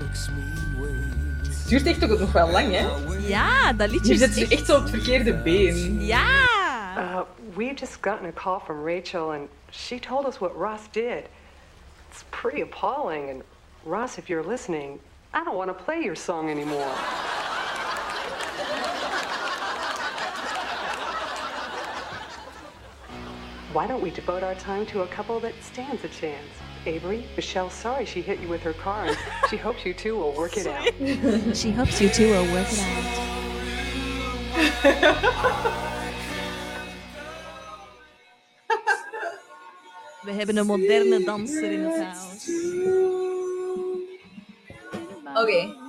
Speaker 9: makes me wait.
Speaker 2: Het duurt echt ook nog wel lang, hè?
Speaker 3: Ja, dat
Speaker 2: Je
Speaker 3: liedje is
Speaker 2: zit ze
Speaker 3: echt-
Speaker 2: echt zo op het verkeerde been.
Speaker 3: Ja!
Speaker 8: Uh, we've just gotten a call from Rachel and she told us what Ross did. It's pretty appalling and Ross, if you're listening, I don't want to play your song anymore. Why don't we devote our time to a couple that stands a chance? Avery, Michelle's sorry she hit you with her car, and she hopes you two will work it out.
Speaker 3: She hopes you two will work it out. (laughs) We hebben een moderne danser in het huis.
Speaker 4: Oké.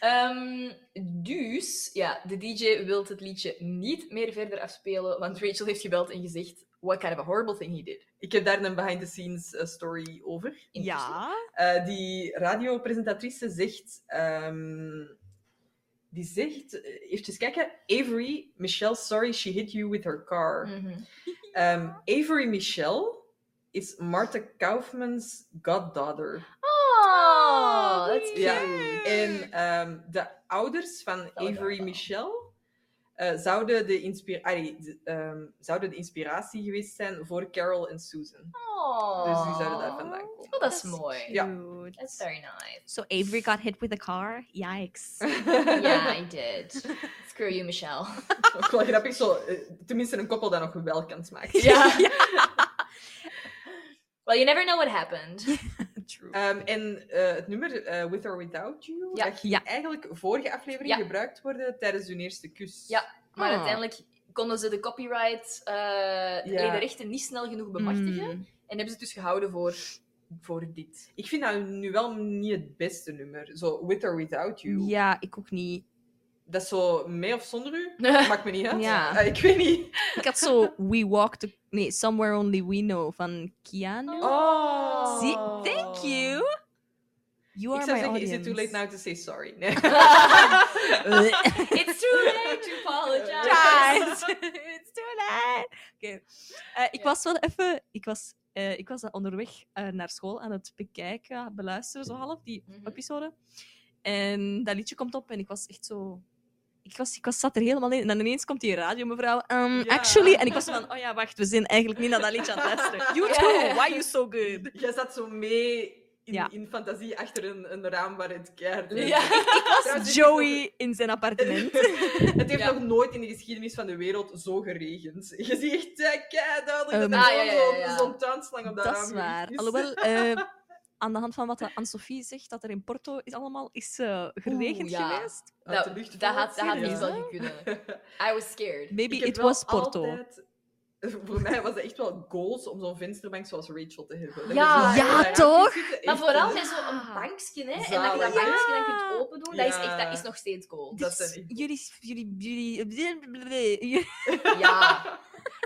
Speaker 4: Ehm, dus, ja, de DJ wil het liedje niet meer verder afspelen, want Rachel heeft gebeld en gezegd what kind of a horrible thing he did.
Speaker 2: Ik heb daar een behind-the-scenes eh, story over.
Speaker 3: Ja.
Speaker 2: Eh, die radiopresentatrice zegt... ehm, die zegt... eh, Even kijken. Avery, Michelle, sorry she hit you with her car.
Speaker 4: Mm. Mhm.
Speaker 2: Ehm, Avery Michelle is Martha Kaufman's goddaughter.
Speaker 4: Oh, that's cute.
Speaker 2: Ja, en ehm, de ouders van
Speaker 4: Zouden
Speaker 2: Avery
Speaker 4: wel.
Speaker 2: Michelle eh, zouden, de inspira- allee, de, ehm, zouden de inspiratie geweest zijn voor Carol en Susan.
Speaker 4: (laughs)
Speaker 2: Dus die zouden daar vandaan komen.
Speaker 4: Oh, dat is mooi.
Speaker 2: Ja.
Speaker 3: Cute.
Speaker 4: That's very (laughs) nice.
Speaker 3: So Avery got hit with a car?
Speaker 2: (laughs)
Speaker 3: Yikes.
Speaker 4: Yeah, I did. Screw you, (laughs) Michelle.
Speaker 2: Ook wel grappig, zo, eh, tenminste een koppel dat nog wel kans maakt.
Speaker 3: (laughs)
Speaker 4: Ja. Well, you never know what happened.
Speaker 3: True.
Speaker 2: Ehm, en eh, het nummer eh, With or Without You,
Speaker 4: Ja.
Speaker 2: dat ging
Speaker 3: Ja.
Speaker 2: eigenlijk vorige aflevering
Speaker 4: Ja.
Speaker 2: gebruikt worden tijdens hun eerste kus.
Speaker 4: Ja. Maar
Speaker 3: Ah.
Speaker 4: uiteindelijk konden ze de copyright, eh allee, de rechten niet snel genoeg bemachtigen.
Speaker 2: Hmm.
Speaker 3: Mm.
Speaker 4: En hebben ze het dus gehouden voor,
Speaker 2: (laughs)
Speaker 4: voor dit.
Speaker 2: Ik vind dat nu wel niet het beste nummer. Zo With or Without You.
Speaker 3: Ja, ik ook niet.
Speaker 2: Dat is zo mee of zonder u, maakt me niet uit.
Speaker 3: Ja.
Speaker 2: Eh, ik weet niet.
Speaker 3: Ik had zo We Walk the... Nee, Somewhere Only We Know van Keanu.
Speaker 2: Oh.
Speaker 3: Zie- thank you. You are
Speaker 2: Ik zou
Speaker 3: my
Speaker 2: zeggen,
Speaker 3: audience.
Speaker 2: is it too late now to say sorry?
Speaker 3: (laughs)
Speaker 2: Nee. (laughs)
Speaker 4: It's too late to apologize.
Speaker 3: Guys, (laughs) it's too late. Oké. Eh, ik
Speaker 4: Ja.
Speaker 3: was wel even... Ik was, eh, ik was onderweg eh, naar school aan het bekijken, beluisteren, zo half, die
Speaker 4: Mhm.
Speaker 3: episode. En dat liedje komt op en ik was echt zo... ik, was, ik was, zat er helemaal in. En dan ineens komt die radiomevrouw. Um,
Speaker 2: Ja.
Speaker 3: Actually. En ik was van, oh ja, wacht, we zijn eigenlijk niet naar dat liedje aan het luisteren. You too,
Speaker 4: Ja.
Speaker 3: why you so good?
Speaker 2: Jij zat zo mee in,
Speaker 3: Ja.
Speaker 2: in fantasie achter een, een raam waar het keihard
Speaker 4: Ja,
Speaker 2: (laughs) Trouwens, dit is nog-
Speaker 3: Joey in zijn appartement.
Speaker 2: (laughs) het heeft
Speaker 4: Ja.
Speaker 2: nog nooit in de geschiedenis van de wereld zo geregend. (laughs) Je ziet echt eh, keiduidelijk
Speaker 3: Ehm,
Speaker 2: dat
Speaker 4: Ah,
Speaker 2: er
Speaker 4: ja,
Speaker 2: gewoon
Speaker 4: ja, ja, ja.
Speaker 2: zo'n zo'n tuinslang op dat,
Speaker 3: Dat
Speaker 2: raam
Speaker 3: is waar.
Speaker 2: gericht
Speaker 3: Alhoewel, eh, aan de hand van wat Anne-Sophie zegt, dat er in Porto is allemaal is eh, geregend
Speaker 4: ja.
Speaker 3: geweest.
Speaker 2: Uit
Speaker 4: dat,
Speaker 2: de
Speaker 4: Nou, dat,
Speaker 2: lucht
Speaker 4: had, dat
Speaker 2: vallen,
Speaker 4: had
Speaker 2: serieus.
Speaker 4: niet wel gekund.
Speaker 2: (laughs)
Speaker 4: I was scared.
Speaker 3: Maybe
Speaker 2: Ik heb
Speaker 3: it
Speaker 2: wel
Speaker 3: was Porto.
Speaker 2: altijd- (laughs) Voor mij was het echt wel goals om zo'n vensterbank zoals Rachel te hebben. Dat
Speaker 4: Ja.
Speaker 2: je zo
Speaker 4: Ja,
Speaker 2: daar aan
Speaker 3: toch?
Speaker 2: kunt zitten,
Speaker 4: Maar
Speaker 2: echt
Speaker 4: vooral
Speaker 2: een-
Speaker 4: met zo'n bankje, hè. En dat je
Speaker 2: Zalig.
Speaker 4: dat bankje dan kunt open doen, dat, is echt,
Speaker 2: Ja.
Speaker 4: dat is nog steeds cool.
Speaker 2: Dat
Speaker 3: Dus
Speaker 2: zijn echt-
Speaker 3: jullie, jullie, jullie, (laughs)
Speaker 2: (laughs)
Speaker 4: Ja. (laughs)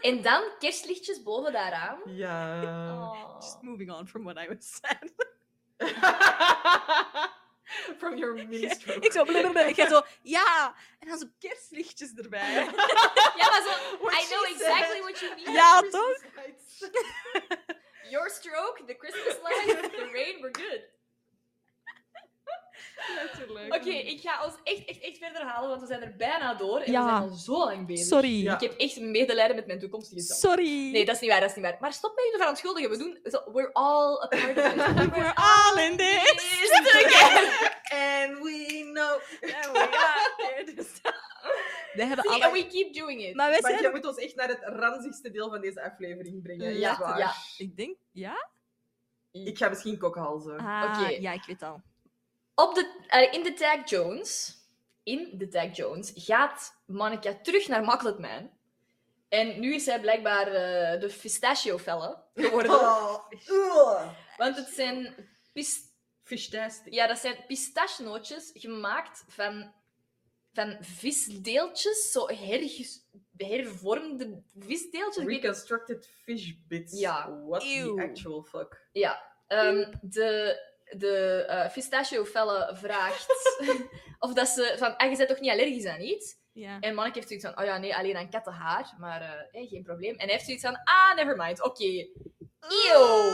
Speaker 4: En dan kerstlichtjes boven daaraan.
Speaker 2: Ja.
Speaker 4: Oh.
Speaker 3: Just moving on from what I was saying.
Speaker 2: (laughs) From your ministry.
Speaker 3: (laughs) Ik zo, blablabla.
Speaker 2: (laughs)
Speaker 3: Ik ga zo, ja. En dan zo kerstlichtjes (laughs) erbij.
Speaker 4: Ja, maar zo...
Speaker 2: What
Speaker 4: I
Speaker 2: she
Speaker 4: know
Speaker 2: said.
Speaker 4: exactly what you mean.
Speaker 3: Ja, toch?
Speaker 4: Your stroke, the Christmas lights, the rain, we're good.
Speaker 2: Natuurlijk.
Speaker 4: Oké, ik ga ons echt, echt, echt verder halen, want we zijn er bijna door. En
Speaker 3: Ja.
Speaker 4: we zijn al zo lang bezig.
Speaker 3: Sorry.
Speaker 2: Ja.
Speaker 4: Ik heb echt medelijden met mijn toekomstige zelf.
Speaker 3: Sorry.
Speaker 4: Nee, dat is niet waar, dat is niet waar. Maar stop met je ervan schuldigen. We doen... zo- We're all a part of it.
Speaker 3: (laughs) We're all in this. (laughs)
Speaker 2: And we know.
Speaker 3: We hebben
Speaker 4: See,
Speaker 3: alle...
Speaker 4: and we keep doing it.
Speaker 3: Maar wij
Speaker 2: Maar
Speaker 3: zijn...
Speaker 2: jij moet ons echt naar het ranzigste deel van deze aflevering brengen.
Speaker 4: Ja,
Speaker 2: Ja, waar.
Speaker 4: ja.
Speaker 3: Ik denk... Ja?
Speaker 2: Ik ga misschien kokhalzen.
Speaker 3: Ah,
Speaker 4: Oké.
Speaker 3: Ja, ik weet al.
Speaker 4: Op de, eh, in de Tag Jones, in de Tag Jones, gaat Monica terug naar Chocolate Man. En nu is zij blijkbaar eh, de pistachio felle geworden.
Speaker 2: Oh.
Speaker 4: Want het zijn, pis-
Speaker 2: Fish tasty.
Speaker 4: ja, dat zijn pistachenootjes gemaakt van, van visdeeltjes, zo herges- hervormde visdeeltjes. Ik weet-
Speaker 2: Reconstructed fish bits.
Speaker 4: Ja.
Speaker 2: What
Speaker 3: Ew.
Speaker 2: the actual fuck.
Speaker 4: Ehm, de de eh pistachio-felle vraagt of dat ze van, ah, je bent toch niet allergisch aan iets?
Speaker 3: Ja.
Speaker 4: En Monnik heeft zoiets van, oh ja, nee, alleen aan kattenhaar, maar eh, hey, geen probleem. En hij heeft zoiets van, ah, never mind, oké. Eeuw!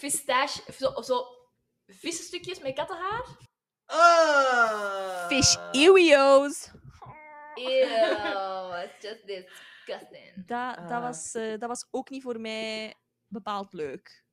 Speaker 4: Pistache, zo, zo vissenstukjes met kattenhaar?
Speaker 2: Ah.
Speaker 3: Fish Ewio's.
Speaker 4: Eeuw, it's just disgusting.
Speaker 3: Dat, dat,
Speaker 2: Ah.
Speaker 3: was, eh, dat was ook niet voor mij bepaald leuk.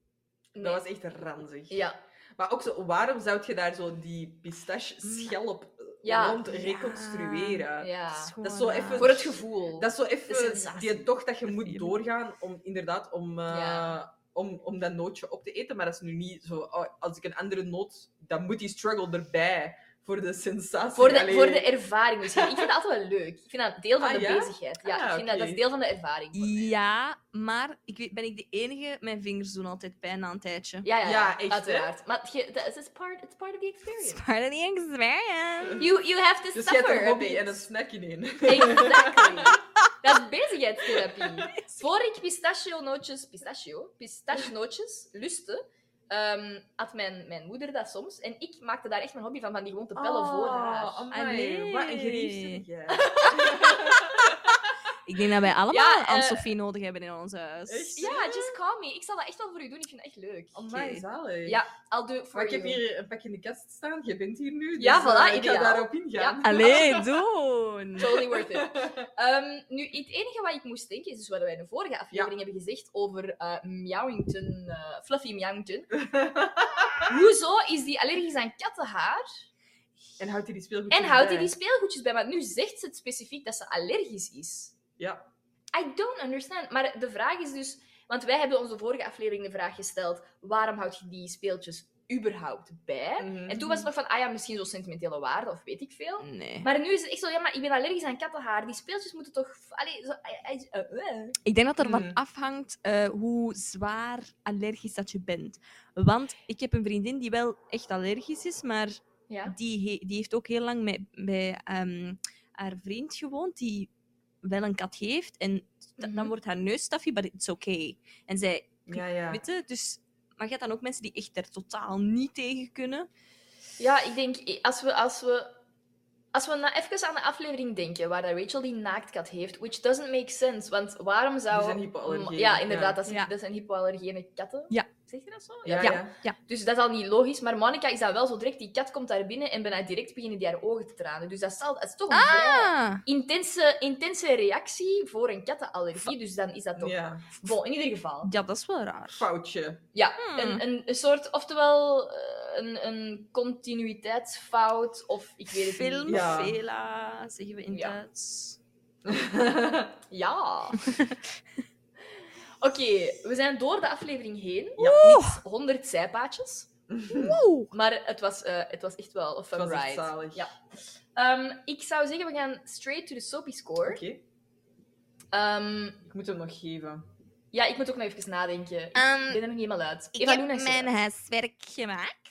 Speaker 4: Nee.
Speaker 2: Dat was echt ranzig.
Speaker 4: Ja,
Speaker 2: Maar ook zo, waarom zou je daar zo die pistache-schelp eh,
Speaker 4: Hm. Ja.
Speaker 2: rond reconstrueren?
Speaker 4: ja.
Speaker 2: Dat is eh, zo
Speaker 3: raar.
Speaker 2: even-
Speaker 4: Voor het gevoel.
Speaker 2: Dat is zo even
Speaker 4: sensatie.
Speaker 2: die tocht dat je
Speaker 3: De
Speaker 2: moet
Speaker 3: feeling.
Speaker 2: doorgaan om inderdaad om, eh,
Speaker 4: Ja.
Speaker 2: om, om dat nootje op te eten. Maar dat is nu niet zo, oh, als ik een andere noot, dan moet die struggle erbij voor de sensatie.
Speaker 4: voor, de,
Speaker 2: Allee,
Speaker 4: voor de ervaring misschien. Ik vind dat altijd wel leuk. Ik vind dat deel van
Speaker 2: Ah,
Speaker 4: de
Speaker 2: ja?
Speaker 4: bezigheid. Ja,
Speaker 2: Ah,
Speaker 4: ik vind dat, dat is
Speaker 2: oké.
Speaker 4: deel van de ervaring. voor mij.
Speaker 3: Ja, maar ik weet, ben ik de enige? Mijn vingers doen altijd pijn na een tijdje.
Speaker 4: Ja, ja,
Speaker 2: Ja, echt, hè?
Speaker 4: uiteraard. Maar je- dat is it's part, it's part of the experience.
Speaker 3: It's part of the experience.
Speaker 4: You, you have to
Speaker 2: Dus je hebt
Speaker 4: suffer
Speaker 2: een
Speaker 4: a
Speaker 2: hobby
Speaker 4: bit.
Speaker 2: en een snack in één. (laughs)
Speaker 4: Exactly. Dat is
Speaker 2: (laughs)
Speaker 4: bezigheidstherapie. Voor ik pistachio-nootjes, pistachio, pistachenootjes lustte, ehm, had mijn, mijn moeder dat soms. En ik maakte daar echt mijn hobby van, van die gewoon te pellen voor haar.
Speaker 2: Oh, amai,
Speaker 3: Allee.
Speaker 2: wat een gerief jij.
Speaker 3: Ik denk dat wij allemaal
Speaker 4: Ja, eh,
Speaker 3: Anne-Sophie nodig hebben in ons huis.
Speaker 2: Echt?
Speaker 4: Ja, just call me. Ik zal dat echt wel voor u doen. Ik vind dat echt leuk.
Speaker 2: Amai,
Speaker 3: Oké.
Speaker 2: zalig.
Speaker 4: Ja, I'll do it for
Speaker 2: Maar ik
Speaker 4: you.
Speaker 2: heb hier een pak in de kast staan. Je bent hier nu.
Speaker 4: Ja,
Speaker 2: dus,
Speaker 4: voilà,
Speaker 2: eh, ik ga
Speaker 4: ideaal.
Speaker 2: daarop ingaan.
Speaker 4: (laughs)
Speaker 3: Allee, doen!
Speaker 4: Totally worth it. (laughs)
Speaker 2: (laughs)
Speaker 4: Ehm, nu, het enige wat ik moest denken, is dus wat wij in de vorige aflevering hebben gezegd over eh Meowington, eh, Fluffy Meowington.
Speaker 2: Ah.
Speaker 4: Hoezo is die allergisch aan kattenhaar?
Speaker 2: En houdt hij die speelgoed
Speaker 4: En houdt hij
Speaker 2: bij.
Speaker 4: die speelgoedjes bij? Maar nu zegt ze het specifiek dat ze allergisch is.
Speaker 2: Ja.
Speaker 4: I don't understand. Maar de vraag is dus... Want wij hebben onze vorige aflevering de vraag gesteld... Waarom houd je die speeltjes überhaupt bij?
Speaker 2: Mhm.
Speaker 4: En toen was het nog van... Ah ja, misschien zo'n sentimentele waarde of weet ik veel.
Speaker 3: Nee.
Speaker 4: Maar nu is het echt zo... Ja, maar ik ben allergisch aan kattenhaar. Die speeltjes moeten toch... Allee, zo, I- I- eh, eh.
Speaker 3: Ik denk dat er van
Speaker 2: Mhm.
Speaker 3: afhangt eh, hoe zwaar allergisch dat je bent. Want ik heb een vriendin die wel echt allergisch is, maar
Speaker 4: Ja.
Speaker 3: die, he- die heeft ook heel lang met, bij ehm, haar vriend gewoond, die wel een kat heeft. En da-
Speaker 4: Mhm.
Speaker 3: dan wordt haar neus stuffy, but it's okay. En zij,
Speaker 2: Ja, ja.
Speaker 3: weet je, dus... Maar je hebt dan ook mensen die echt er totaal niet tegen kunnen.
Speaker 4: Ja, ik denk... Als we... Als we Als we na even aan de aflevering denken waar dat Rachel die naaktkat heeft, which doesn't make sense, want waarom zou...
Speaker 2: Die zijn hypoallergenen,
Speaker 4: Ja, inderdaad, Dat, zijn,
Speaker 3: Ja.
Speaker 4: dat zijn hypoallergene katten.
Speaker 3: Ja.
Speaker 4: Zeg je dat zo?
Speaker 2: Ja,
Speaker 3: Ja.
Speaker 2: ja.
Speaker 4: Dus dat is al niet logisch, maar Monica is dat wel zo direct. Die kat komt daar binnen en bijna direct beginnen die haar ogen te tranen. Dus dat, zal, dat is toch een vrij
Speaker 3: Ah,
Speaker 4: intense, intense reactie voor een kattenallergie, dus dan is dat toch...
Speaker 2: Ja.
Speaker 4: Bon, in ieder geval.
Speaker 3: ja, dat is wel raar.
Speaker 2: Foutje.
Speaker 4: Ja,
Speaker 3: Hmm.
Speaker 4: een, een, een soort, oftewel eh, een, een continuïteitsfout of ik weet het
Speaker 3: Film,
Speaker 4: niet.
Speaker 2: Ja.
Speaker 3: fela, zeggen we in
Speaker 4: Ja.
Speaker 3: Duits.
Speaker 2: (laughs)
Speaker 3: (laughs)
Speaker 4: Ja. Oké, we zijn door de aflevering heen. Met 100 zijpaadjes.
Speaker 3: Wow.
Speaker 4: Maar het was, eh, het was echt wel een fun
Speaker 2: Het was echt
Speaker 4: ride.
Speaker 2: zalig.
Speaker 4: Ja. Ehm, ik zou zeggen, we gaan straight to the soapy score.
Speaker 2: Oké.
Speaker 4: Ehm,
Speaker 2: Ik moet hem nog geven.
Speaker 4: ja, ik moet ook nog even nadenken. Ik ben er nog niet helemaal uit.
Speaker 3: Ehm, ik
Speaker 4: Eva
Speaker 3: heb
Speaker 4: Luna is er
Speaker 3: mijn
Speaker 4: uit.
Speaker 3: huiswerk gemaakt.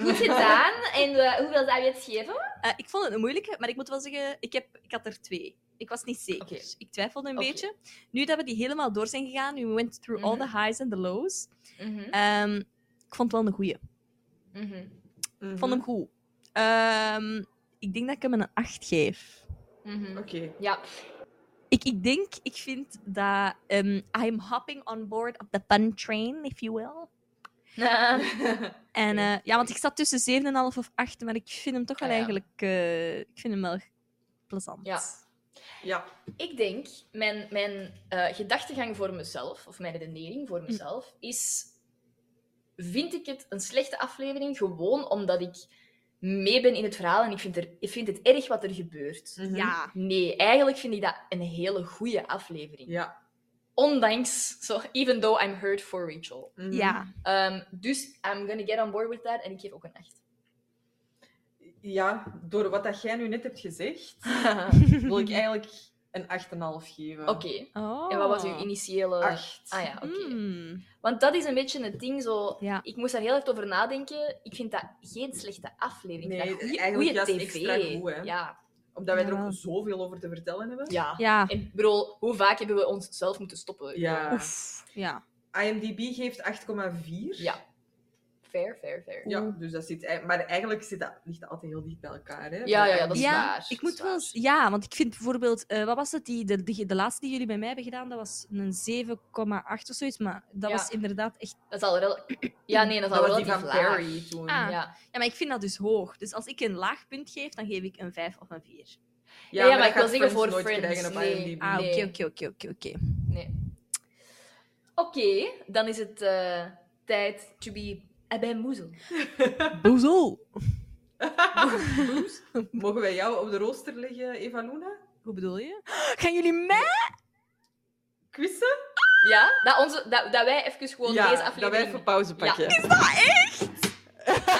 Speaker 4: Goed gedaan.
Speaker 3: (laughs)
Speaker 4: En eh, hoeveel zou je het geven?
Speaker 3: Eh, ik vond het een moeilijke, maar ik moet wel zeggen, ik, heb, ik had er twee. Ik was niet zeker.
Speaker 4: Oké.
Speaker 3: Ik twijfelde een
Speaker 4: Oké.
Speaker 3: beetje. Nu dat we die helemaal door zijn gegaan, we went through all the highs and the lows.
Speaker 4: Mhm,
Speaker 3: ehm, ik vond het wel een goeie.
Speaker 4: mhm,
Speaker 3: Ik vond hem goed. Ehm, ik denk dat ik hem een 8 geef.
Speaker 4: mhm.
Speaker 2: Oké.
Speaker 4: (laughs)
Speaker 3: (laughs)
Speaker 4: Ja,
Speaker 3: Ik, ik denk, ik vind dat ehm, I'm hopping on board of the fun train, if you will.
Speaker 4: Ehm,
Speaker 3: En eh, ja, want ik zat tussen 7,5 of 8, maar ik vind hem toch wel
Speaker 4: Ah, ja.
Speaker 3: eigenlijk... eh, ik vind hem wel plezant.
Speaker 4: Ja.
Speaker 2: Ja.
Speaker 4: Ik denk, mijn, mijn eh, gedachtegang voor mezelf, of mijn redenering voor mezelf, is... Vind ik het een slechte aflevering gewoon omdat ik mee ben in het verhaal en ik vind, er, ik vind het erg wat er gebeurt?
Speaker 2: Mhm.
Speaker 3: Ja.
Speaker 4: Nee, eigenlijk vind ik dat een hele goede aflevering.
Speaker 2: Mhm. Ja.
Speaker 4: Ondanks, so, even though I'm hurt for Rachel.
Speaker 2: Mhm.
Speaker 3: Ja.
Speaker 4: Ehm, dus I'm gonna get on board with that en ik geef ook een 8.
Speaker 2: Ja, door wat dat jij nu net hebt
Speaker 4: (laughs)
Speaker 2: gezegd, wil ik eigenlijk een 8,5 geven.
Speaker 4: Oké,
Speaker 3: Oh.
Speaker 4: Mhm. en wat was uw initiële...
Speaker 2: 8.
Speaker 4: Ah ja, oké.
Speaker 3: Mm.
Speaker 4: Want dat is een beetje het ding, zo...
Speaker 3: Ja.
Speaker 4: Ik moest daar heel erg over nadenken. Ik vind dat geen slechte aflevering. Ik
Speaker 2: Nee,
Speaker 4: vind dat goeie-
Speaker 2: eigenlijk
Speaker 4: goeie
Speaker 2: juist extra goed, hè?
Speaker 4: Ja.
Speaker 2: Omdat wij er
Speaker 3: Jawel.
Speaker 2: ook zoveel over te vertellen hebben.
Speaker 4: ja.
Speaker 3: Ja.
Speaker 4: En bro, hoe vaak hebben we ons zelf moeten stoppen?
Speaker 2: Ja.
Speaker 3: Oef. Ja.
Speaker 2: IMDb geeft 8,4.
Speaker 4: Ja. Fair, fair, fair.
Speaker 2: Ja, dus dat zit... ei- Maar eigenlijk zit dat, ligt dat altijd heel dicht bij elkaar, hè?
Speaker 4: Ja, ja, ja, dat is
Speaker 3: Ja,
Speaker 4: waar.
Speaker 3: Ik
Speaker 4: dat
Speaker 3: moet
Speaker 4: is
Speaker 3: wel
Speaker 4: waar.
Speaker 3: eens- ja, want ik vind bijvoorbeeld, eh, wat was het, die, de, de, de laatste die jullie bij mij hebben gedaan, dat was een 7,8 of zoiets, maar dat
Speaker 4: Ja.
Speaker 3: was inderdaad echt...
Speaker 4: Dat is al rel... Ja, nee, dat is
Speaker 2: Dat
Speaker 4: al
Speaker 2: was die
Speaker 4: relatief
Speaker 2: van
Speaker 4: laag.
Speaker 2: Perry toen.
Speaker 4: Ja.
Speaker 3: Ah. Ja, maar ik vind dat dus hoog. Dus als ik een laag punt geef, dan geef ik een 5 of een 4.
Speaker 4: Ja, maar
Speaker 2: dat
Speaker 4: ik wil
Speaker 2: gaat
Speaker 4: zeggen
Speaker 2: Friends
Speaker 4: voor
Speaker 2: nooit
Speaker 4: Friends,
Speaker 2: krijgen op
Speaker 4: nee.
Speaker 2: IMDb.
Speaker 3: Ah, oké,
Speaker 4: Nee.
Speaker 3: oké, oké, oké, oké.
Speaker 4: Oké, dan is het eh, tijd to be a bamboozled.
Speaker 3: Boezel!
Speaker 2: Mogen wij jou op de rooster leggen, Eva Luna?
Speaker 3: Hoe bedoel je? Gaan jullie mij?
Speaker 2: Quizzen?
Speaker 4: Ja? Dat, onze, dat, dat wij even gewoon deze aflevering...
Speaker 2: dat wij even pauze pakken.
Speaker 4: Ja.
Speaker 2: Is dat echt?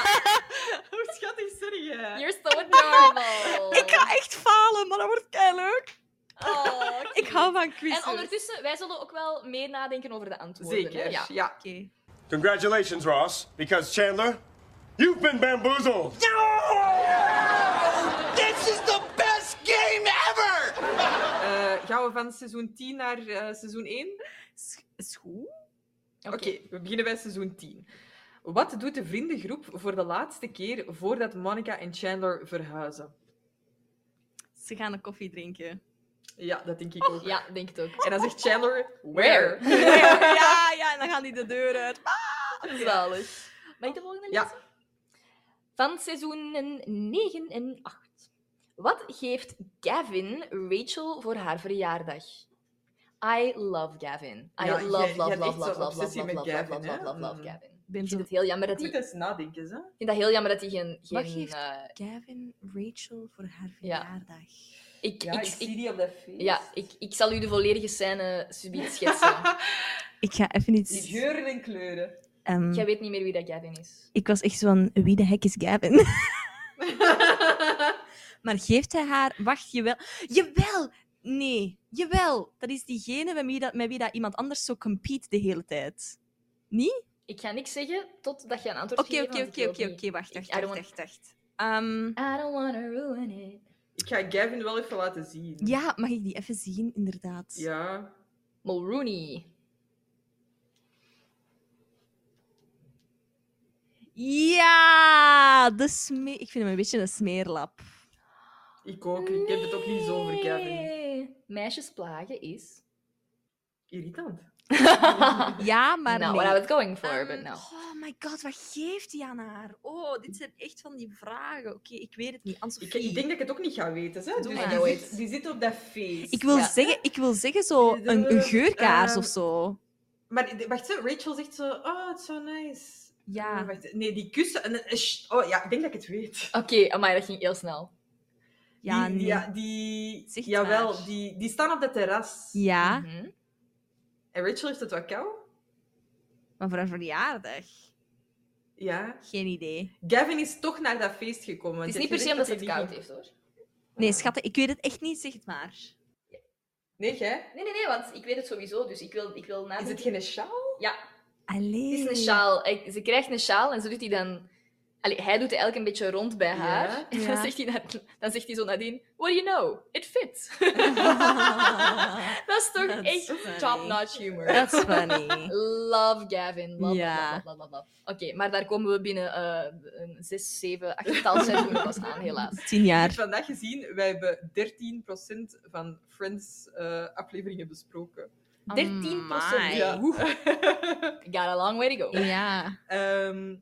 Speaker 2: (laughs) Hoe schattig, sorry. hè.
Speaker 4: You're so adorable.
Speaker 3: Ik ga echt falen, maar dat wordt leuk.
Speaker 4: Oh,
Speaker 3: Ik hou van quizzes.
Speaker 4: En ondertussen, wij zullen ook wel meer nadenken over de antwoorden. hè?
Speaker 2: Zeker,
Speaker 4: Ja.
Speaker 2: ja.
Speaker 3: Oké.
Speaker 10: Congratulations, Ross, because Chandler, you've been bamboozled.
Speaker 9: This is the best game ever!
Speaker 2: Eh, gaan we van seizoen 10 naar eh, seizoen 1?
Speaker 3: Is- Is goed?
Speaker 2: Oké, we beginnen bij seizoen 10. Wat doet de vriendengroep voor de laatste keer voordat Monica en Chandler verhuizen?
Speaker 3: Ze gaan een koffie drinken.
Speaker 2: Ja, dat denk ik ook.
Speaker 4: Ja, denk het
Speaker 2: (laughs)
Speaker 4: ook.
Speaker 2: En dan zegt Chandler, where? (laughs)
Speaker 4: Where?
Speaker 3: ja, ja, en dan gaan die de deur uit.
Speaker 4: Zalig. Mag ik de volgende
Speaker 2: Ja.
Speaker 4: lezen? Van seizoenen 9 en 8. Wat geeft Gavin Rachel voor haar verjaardag? I love Gavin.
Speaker 2: Ja,
Speaker 4: I love,
Speaker 2: jij-
Speaker 4: love,
Speaker 2: jij
Speaker 4: love,
Speaker 2: hebt
Speaker 4: love,
Speaker 2: echt
Speaker 4: love,
Speaker 2: zo'n
Speaker 4: love, love,
Speaker 2: obsessie met
Speaker 4: love, love, love,
Speaker 2: Gavin,
Speaker 4: love,
Speaker 2: hè?
Speaker 4: love, love,
Speaker 2: Mm.
Speaker 4: Gavin.
Speaker 3: Ik ben
Speaker 4: Ik
Speaker 3: zo...
Speaker 4: vind het heel jammer dat
Speaker 2: Ik
Speaker 4: hij...
Speaker 2: moet eens nadenken, hè.
Speaker 4: Ik vind dat heel jammer dat hij geen...
Speaker 3: Wat
Speaker 4: geen
Speaker 3: geeft
Speaker 4: eh,
Speaker 3: Gavin Rachel voor haar
Speaker 4: Ja.
Speaker 3: verjaardag.
Speaker 4: ik,
Speaker 2: Ja,
Speaker 4: ik,
Speaker 2: ik,
Speaker 4: ik-
Speaker 2: zie die op dat feest.
Speaker 4: ja ik, ik zal u de volledige scène subiet schetsen.
Speaker 2: (laughs)
Speaker 3: Ik ga even
Speaker 2: Die
Speaker 3: iets...
Speaker 2: geuren en kleuren.
Speaker 3: ehm,
Speaker 4: Jij weet niet meer wie dat Gavin is.
Speaker 3: ik was echt zo van, wie de hek is Gavin? (laughs) maar geeft hij haar... Wacht, jawel. Jawel! Nee, jawel. Dat is diegene met wie dat, met wie dat iemand anders zo compete de hele tijd.
Speaker 4: Ik ga niks zeggen totdat je een antwoord
Speaker 3: Oké,
Speaker 4: geeft,
Speaker 3: oké,
Speaker 4: want ik
Speaker 3: oké,
Speaker 4: wil
Speaker 3: oké,
Speaker 4: het niet.
Speaker 3: oké. Wacht, wacht,
Speaker 4: I don't
Speaker 3: wacht, wacht. wacht. Ehm,
Speaker 4: I don't wanna ruin it.
Speaker 2: Ik ga Gavin wel even laten zien.
Speaker 3: ja, mag ik die even zien, inderdaad?
Speaker 2: Ja.
Speaker 4: Mulrooney.
Speaker 3: Ja, de sme- Ik vind hem een beetje een smeerlap.
Speaker 2: Ik ook. Ik heb het ook niet zo over Kevin.
Speaker 4: Nee. Meisjes plagen is...
Speaker 2: Irritant.
Speaker 3: Ja, (laughs) maar
Speaker 4: Not
Speaker 3: nee.
Speaker 4: what I was going for, but
Speaker 3: Ehm,
Speaker 4: no.
Speaker 3: Oh my god, wat geeft hij aan haar? Oh, dit zijn echt van die vragen. Oké, ik weet het niet.
Speaker 2: Ik,
Speaker 3: Anne-Sophie.
Speaker 2: ik denk dat ik het ook niet ga weten. Hè? Dus
Speaker 3: maar.
Speaker 2: die, zit, die zit op dat feest.
Speaker 3: Ik wil,
Speaker 2: Ja.
Speaker 3: zeggen, ik wil zeggen zo een, een geurkaars of zo.
Speaker 2: Maar de- wacht, hè, Rachel zegt zo, oh, it's so nice.
Speaker 3: Ja.
Speaker 2: Oh, wacht, hè. nee, die kussen. En, eh, sh- oh ja, ik denk dat ik het weet.
Speaker 4: Oké, amai, dat ging heel snel.
Speaker 3: Ja,
Speaker 2: die,
Speaker 3: nee.
Speaker 2: ja, die,
Speaker 3: Zeg het
Speaker 2: jawel,
Speaker 3: maar.
Speaker 2: die, die staan op dat terras.
Speaker 3: Ja,
Speaker 4: Mhm.
Speaker 2: En Rachel heeft het wat kou.
Speaker 3: maar voor een verjaardag?
Speaker 2: Ja.
Speaker 3: Geen idee.
Speaker 2: Gavin is toch naar dat feest gekomen.
Speaker 4: Het is niet per se omdat ze het koud heeft, hoor.
Speaker 3: Nee, schatten, ik weet het echt niet, zeg het maar.
Speaker 2: Nee, jij?
Speaker 4: Nee, nee, nee, want ik weet het sowieso, dus ik wil, ik wil
Speaker 2: Is
Speaker 4: nadenken.
Speaker 2: het geen sjaal?
Speaker 4: Ja, het
Speaker 3: Allee.
Speaker 4: is
Speaker 3: (laughs)
Speaker 4: een sjaal. Ik- Ze krijgt een sjaal en ze doet die dan... Allee, hij doet eigenlijk een beetje rond bij
Speaker 2: Ja.
Speaker 4: haar. En (laughs) dan
Speaker 3: Ja.
Speaker 4: zegt, hij na- dan zegt hij zo nadien... What do you know? It fits. dat is toch
Speaker 3: That's
Speaker 4: echt
Speaker 3: funny.
Speaker 4: top-notch humor.
Speaker 3: That's funny.
Speaker 4: Love Gavin. Love,
Speaker 3: Ja.
Speaker 4: love, love, love, love, love. Oké, maar daar komen we binnen eh, een zes, zeven, achttal seizoenen pas aan, helaas.
Speaker 3: Tien
Speaker 2: Ik heb
Speaker 3: jaar.
Speaker 2: vandaag gezien, wij hebben 13% van Friends eh, afleveringen besproken.
Speaker 4: 13%.
Speaker 3: Amai.
Speaker 4: Ja.
Speaker 2: Oeh.
Speaker 4: Got a long way to go.
Speaker 3: Ja.
Speaker 2: Ehm,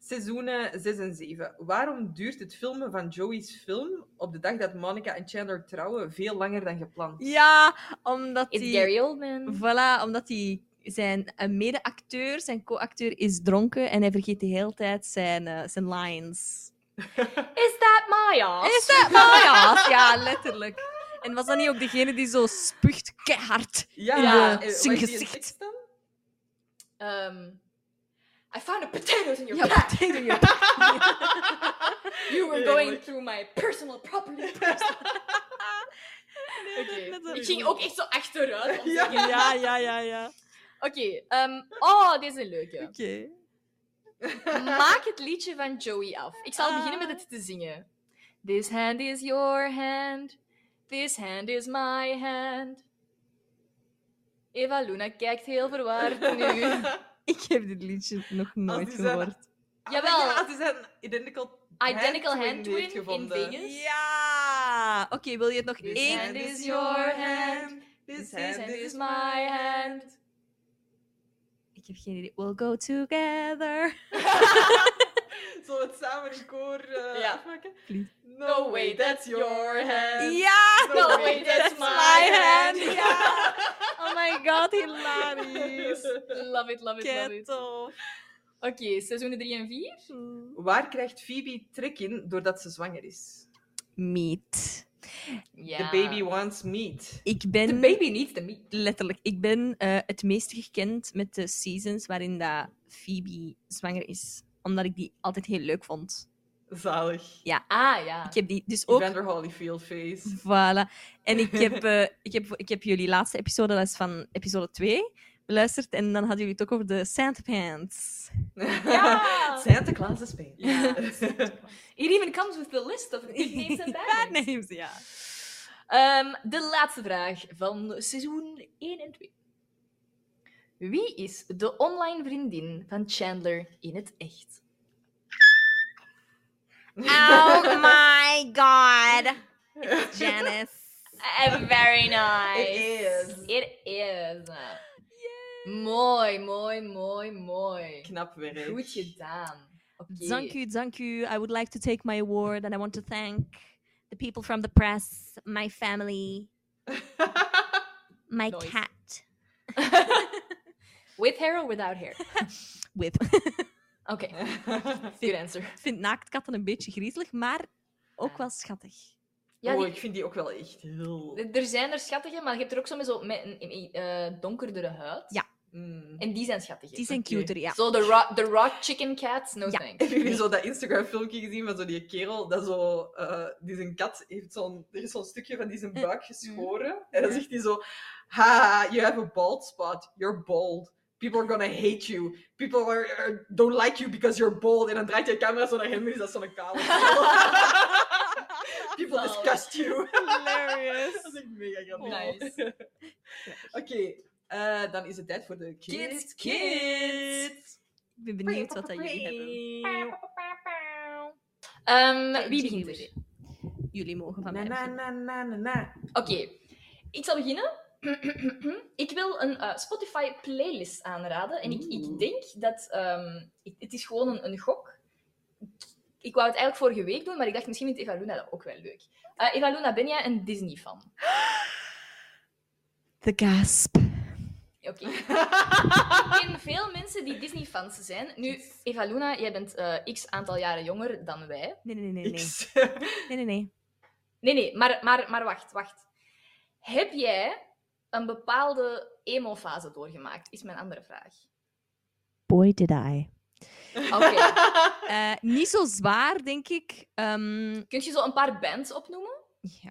Speaker 2: seizoenen 6 en 7. Waarom duurt het filmen van Joey's film op de dag dat Monica en Chandler trouwen veel langer dan gepland?
Speaker 3: Ja, omdat
Speaker 4: It's
Speaker 3: die...
Speaker 4: Gary Oldman.
Speaker 3: Voilà, omdat die zijn eh, mede-acteur, zijn co-acteur, is dronken en hij vergeet de hele tijd zijn, eh, zijn lines.
Speaker 4: Is that my ass?
Speaker 3: Is dat mooi? ass? Ja, letterlijk. En was dat niet ook degene die zo spuugt keihard?
Speaker 2: Ja,
Speaker 3: Ja,
Speaker 2: eh, wat is
Speaker 3: zijn
Speaker 2: die
Speaker 3: gezicht.
Speaker 2: tekst dan?
Speaker 4: Um, I found a potatoes in your
Speaker 3: Ja,
Speaker 4: pack.
Speaker 3: meteen doe je- (laughs)
Speaker 4: You were
Speaker 2: Nee,
Speaker 4: going
Speaker 2: maar-
Speaker 4: through my personal
Speaker 3: (laughs)
Speaker 4: property. Oké.
Speaker 3: dat
Speaker 4: Ik
Speaker 3: is
Speaker 4: ging
Speaker 3: goed.
Speaker 4: ook echt zo achteruit. om te
Speaker 2: Ja.
Speaker 4: zeggen-
Speaker 3: Ja, ja, ja, ja.
Speaker 4: Oké. ehm, oh, dit is een leuke.
Speaker 3: Oké.
Speaker 4: Maak het liedje van Joey af. Ik zal beginnen met het te zingen. This hand is your hand. This hand is my hand. Eva Luna kijkt heel verwaard (laughs) nu.
Speaker 2: (laughs)
Speaker 3: Ik heb dit liedje nog nooit
Speaker 2: die zijn-
Speaker 3: gehoord.
Speaker 2: Ah,
Speaker 4: Jawel.
Speaker 2: ja, als is een identical,
Speaker 4: Identical
Speaker 2: hand,
Speaker 4: hand
Speaker 2: twin
Speaker 4: twin
Speaker 2: heeft
Speaker 4: in
Speaker 2: gevonden.
Speaker 4: Vegas.
Speaker 3: Ja! Oké, wil je het nog
Speaker 2: This
Speaker 3: één?
Speaker 2: hand is your hand. This hand is my hand.
Speaker 3: Ik heb geen idee. We'll go together.
Speaker 2: Zullen we het samen in koor eh,
Speaker 4: Ja.
Speaker 2: afmaken?
Speaker 3: Please.
Speaker 4: No way, that's your hand.
Speaker 3: Ja!
Speaker 4: No way, that's my
Speaker 3: my
Speaker 4: hand.
Speaker 3: hand. Ja. Oh my god, (laughs) hilarisch.
Speaker 4: Love it, love it, love it.
Speaker 3: Ketto.
Speaker 4: Oké, seizoenen 3 en 4.
Speaker 2: Waar krijgt Phoebe trek in doordat ze zwanger is?
Speaker 3: Meat.
Speaker 4: Ja.
Speaker 2: The baby wants meat.
Speaker 3: Ik ben...
Speaker 4: The baby needs the meat.
Speaker 3: Letterlijk. Ik ben eh, het meest gekend met de seasons waarin dat Phoebe zwanger is. Omdat ik die altijd heel leuk vond.
Speaker 2: Zalig.
Speaker 4: Ah, ja.
Speaker 3: Ik heb die dus ook...
Speaker 2: Evander Holyfield face.
Speaker 3: Voilà. En ik (laughs) heb, eh, ik, heb, ik heb jullie laatste episode, dat is van episode 2, beluisterd. En dan hadden jullie het ook over de Sandpants.
Speaker 4: (laughs) Ja.
Speaker 2: (laughs) Santa Claus is pain.
Speaker 4: Ja. It even comes with the list of
Speaker 3: (laughs)
Speaker 4: nicknames (laughs) and bad names.
Speaker 3: Names, ja.
Speaker 4: Ehm, de laatste vraag van seizoen 1 en 2. Wie is de online vriendin van Chandler in het echt?
Speaker 3: (laughs) Oh my god. It's (laughs) Janice.
Speaker 4: I'm Eh, very nice.
Speaker 2: It is.
Speaker 4: It is. Mooi, mooi, mooi, mooi.
Speaker 2: (laughs) Knap werk.
Speaker 4: Goed
Speaker 2: (laughs)
Speaker 4: gedaan. Oké.
Speaker 3: Dank u, dank u. I would like to take my award and I want to thank the people from the press, my family, my
Speaker 4: Nice.
Speaker 3: cat.
Speaker 4: (laughs) With hair or without hair?
Speaker 3: With. (laughs)
Speaker 4: Oké, good answer.
Speaker 3: Ik vind naaktkatten een beetje griezelig, maar ook wel schattig.
Speaker 4: Ja,
Speaker 2: oh,
Speaker 4: die-
Speaker 2: ik vind die ook wel echt heel...
Speaker 4: d- er zijn er schattige, maar je hebt er ook zo met, zo met een, een- eh, donkerdere huid.
Speaker 3: Ja.
Speaker 2: Mm.
Speaker 4: En die zijn schattiger.
Speaker 3: Die zijn
Speaker 2: Oké.
Speaker 3: cuter, ja.
Speaker 4: Zo, de rock, the rock chicken cats, no
Speaker 3: Ja.
Speaker 2: (laughs)
Speaker 4: thanks.
Speaker 2: Hebben
Speaker 4: (laughs)
Speaker 2: jullie zo dat Instagram-filmpje gezien van zo die kerel, dat zo, eh, die zijn kat heeft zo'n, er is zo'n stukje van die zijn buik geschoren. En dan zegt hij zo, ha, you have a bald spot, you're bald. People are gonna hate you. People are, are- don't like you because you're bald. En dan draait je de camera zo naar hem en is dat zo'n kale. kerel. People
Speaker 4: Zalig.
Speaker 2: disgust you.
Speaker 3: Hilarious.
Speaker 2: (laughs) dat is echt mega grappig.
Speaker 4: Nice.
Speaker 2: (laughs) Oké, eh, dan is het tijd voor de
Speaker 4: Kids,
Speaker 2: Kids
Speaker 4: kids.
Speaker 3: Ik ben benieuwd wat dat jullie hebben.
Speaker 4: Ehm, dus.
Speaker 3: Hey,
Speaker 4: wie
Speaker 3: Ginger.
Speaker 4: begint er?
Speaker 3: Jullie mogen van
Speaker 2: Na,
Speaker 3: mij.
Speaker 2: na, na, na, na, na.
Speaker 4: Oké, ik zal beginnen. (clears throat) ik wil een eh, Spotify playlist aanraden. En ik, ik denk dat ehm, ik- het is gewoon een, een gok. Ik wou het eigenlijk vorige week doen, maar ik dacht misschien vindt Eva Luna dat ook wel leuk. Eh Eva Luna, ben jij een Disney-fan?
Speaker 3: The gasp.
Speaker 4: (laughs) Oké. ik ken veel mensen die Disney-fans zijn. Nu, Eva Luna, jij bent eh, x aantal jaren jonger dan wij.
Speaker 3: Nee, nee, nee, nee. Nee, nee, nee.
Speaker 4: Nee, nee, maar, maar, maar wacht, wacht. Heb jij een bepaalde emo-fase doorgemaakt? Is mijn andere (laughs) vraag.
Speaker 3: Boy, did I.
Speaker 4: Oké.
Speaker 2: (laughs)
Speaker 3: Eh, niet zo zwaar, denk ik. Ehm,
Speaker 4: Kun je zo een paar bands opnoemen?
Speaker 3: ja.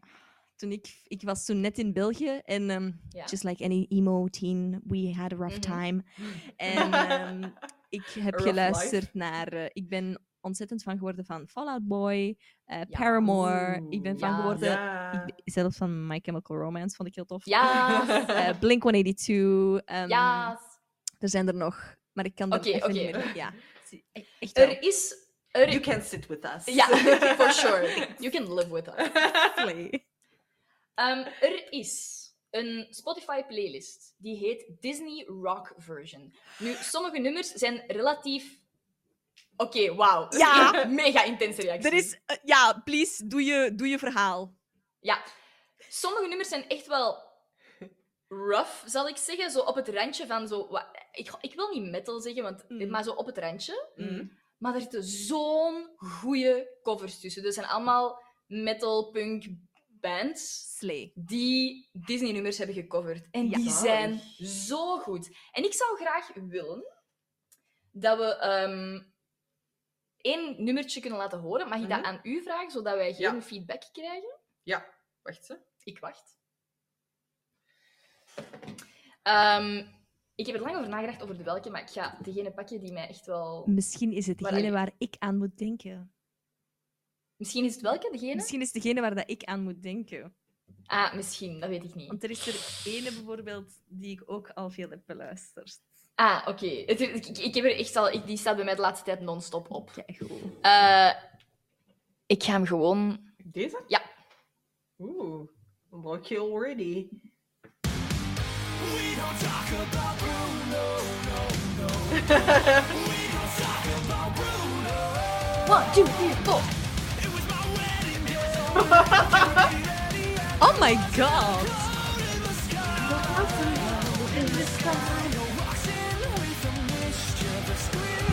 Speaker 3: Toen ik, ik was toen net in België en ehm,
Speaker 4: Ja.
Speaker 3: just like any emo teen, we had a rough
Speaker 4: Mhm.
Speaker 3: time.
Speaker 4: (laughs)
Speaker 3: En ehm, ik heb
Speaker 2: rough
Speaker 3: geluisterd
Speaker 2: life.
Speaker 3: naar... eh, ik ben ontzettend van geworden van Fallout Boy, eh, Paramore. ik ben van
Speaker 4: ja.
Speaker 3: geworden...
Speaker 2: Ja.
Speaker 3: ik- zelfs van My Chemical Romance vond ik heel tof.
Speaker 4: Ja. (laughs)
Speaker 3: Eh, Blink-182. ehm,
Speaker 4: ja.
Speaker 3: Er zijn er nog, maar ik kan er
Speaker 4: Oké,
Speaker 3: even
Speaker 4: oké.
Speaker 3: niet
Speaker 4: (laughs)
Speaker 3: meer... Ja. E- Echt wel.
Speaker 4: Er is...
Speaker 2: (laughs)
Speaker 4: Er...
Speaker 2: You can sit with us.
Speaker 4: Ja, Ehm, (laughs) for
Speaker 2: (laughs)
Speaker 4: sure. You can live with us. (laughs)
Speaker 3: Play.
Speaker 4: Ehm, er is een Spotify playlist die heet Disney Rock Version. Nu, sommige nummers zijn relatief. Oké, wauw. (laughs)
Speaker 3: Ja.
Speaker 4: Mega intense reactie.
Speaker 3: Er is... eh, ja, please, doe je, doe je verhaal.
Speaker 4: Ja. Sommige nummers zijn echt wel rough, zal ik zeggen. Zo op het randje van zo. wa- Ik, ik wil niet metal zeggen, want,
Speaker 3: Mm.
Speaker 4: maar zo op het randje.
Speaker 2: Mm.
Speaker 4: Maar er zitten zo'n goede covers tussen. Dus Er zijn allemaal metal, punk bands.
Speaker 3: Slay.
Speaker 4: die Disney-nummers hebben gecoverd. En
Speaker 3: Ja.
Speaker 4: die
Speaker 2: Zalig.
Speaker 4: zijn zo goed. En ik zou graag willen dat we ehm, één nummertje kunnen laten horen. Mag ik dat
Speaker 2: Mhm.
Speaker 4: aan u vragen, zodat wij geen
Speaker 2: Ja.
Speaker 4: feedback krijgen?
Speaker 2: Wacht ze.
Speaker 4: Ik wacht. Ehm, ik heb er lang over nagedacht over de welke, maar ik ga degene pakken die mij echt wel...
Speaker 3: Misschien is het
Speaker 4: Maar
Speaker 3: degene
Speaker 4: allee.
Speaker 3: waar ik aan moet denken.
Speaker 4: Misschien is het welke, degene?
Speaker 3: Misschien is het degene waar dat ik aan moet denken.
Speaker 4: Ah, misschien. Dat weet ik niet.
Speaker 3: Want er is er ene bijvoorbeeld die ik ook al veel heb beluisterd.
Speaker 4: Ah, oké. Het- Ik, ik- ik heb er echt al... ik- die staat bij mij de laatste tijd non-stop op.
Speaker 3: Kijk, goed.
Speaker 4: Eh, ik ga hem gewoon
Speaker 2: Deze?
Speaker 4: Ja.
Speaker 2: Oeh, like you already.
Speaker 4: One, two, three, four.
Speaker 3: Oh my god!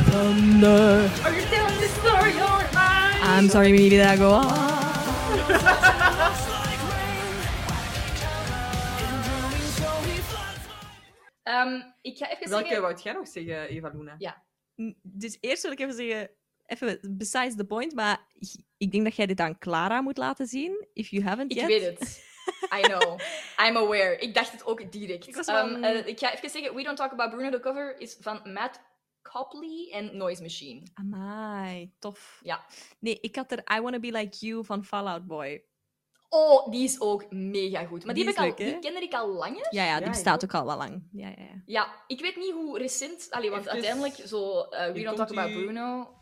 Speaker 2: Are you telling this story or not?
Speaker 3: I'm sorry, maybe that I go
Speaker 4: Ehm, ik ga even
Speaker 2: Welke
Speaker 4: zeggen...
Speaker 2: wou jij nog zeggen, Eva Luna?
Speaker 3: Dus eerst wil ik even zeggen, even besides the point, maar ik- ik denk dat jij dit aan Clara moet laten zien, if you haven't
Speaker 4: Ik
Speaker 3: yet.
Speaker 4: weet het. I know. I'm aware. Ik dacht het ook direct.
Speaker 3: Ik was wel-
Speaker 4: Ehm, eh, ik ga even zeggen, We Don't Talk About Bruno, de cover is van Matt Copley en Noise Machine.
Speaker 3: Amai, tof.
Speaker 4: Ja.
Speaker 3: Nee, ik had er I Wanna Be Like You van Fallout Boy.
Speaker 4: Oh, die is ook mega goed. Maar die, heb
Speaker 3: Die
Speaker 4: ik
Speaker 3: is
Speaker 4: al,
Speaker 3: leuk, hè?
Speaker 4: die kende ik al langer.
Speaker 3: Ja, ja, die
Speaker 2: Ja,
Speaker 3: bestaat
Speaker 2: ik
Speaker 3: ook al wel lang. Ja, ja, ja.
Speaker 4: Ja, ik weet niet hoe recent... Allee, want
Speaker 2: Even-
Speaker 4: uiteindelijk zo... eh, We
Speaker 2: Hier
Speaker 4: Don't
Speaker 2: komt
Speaker 4: Talk About
Speaker 2: die.
Speaker 4: Bruno...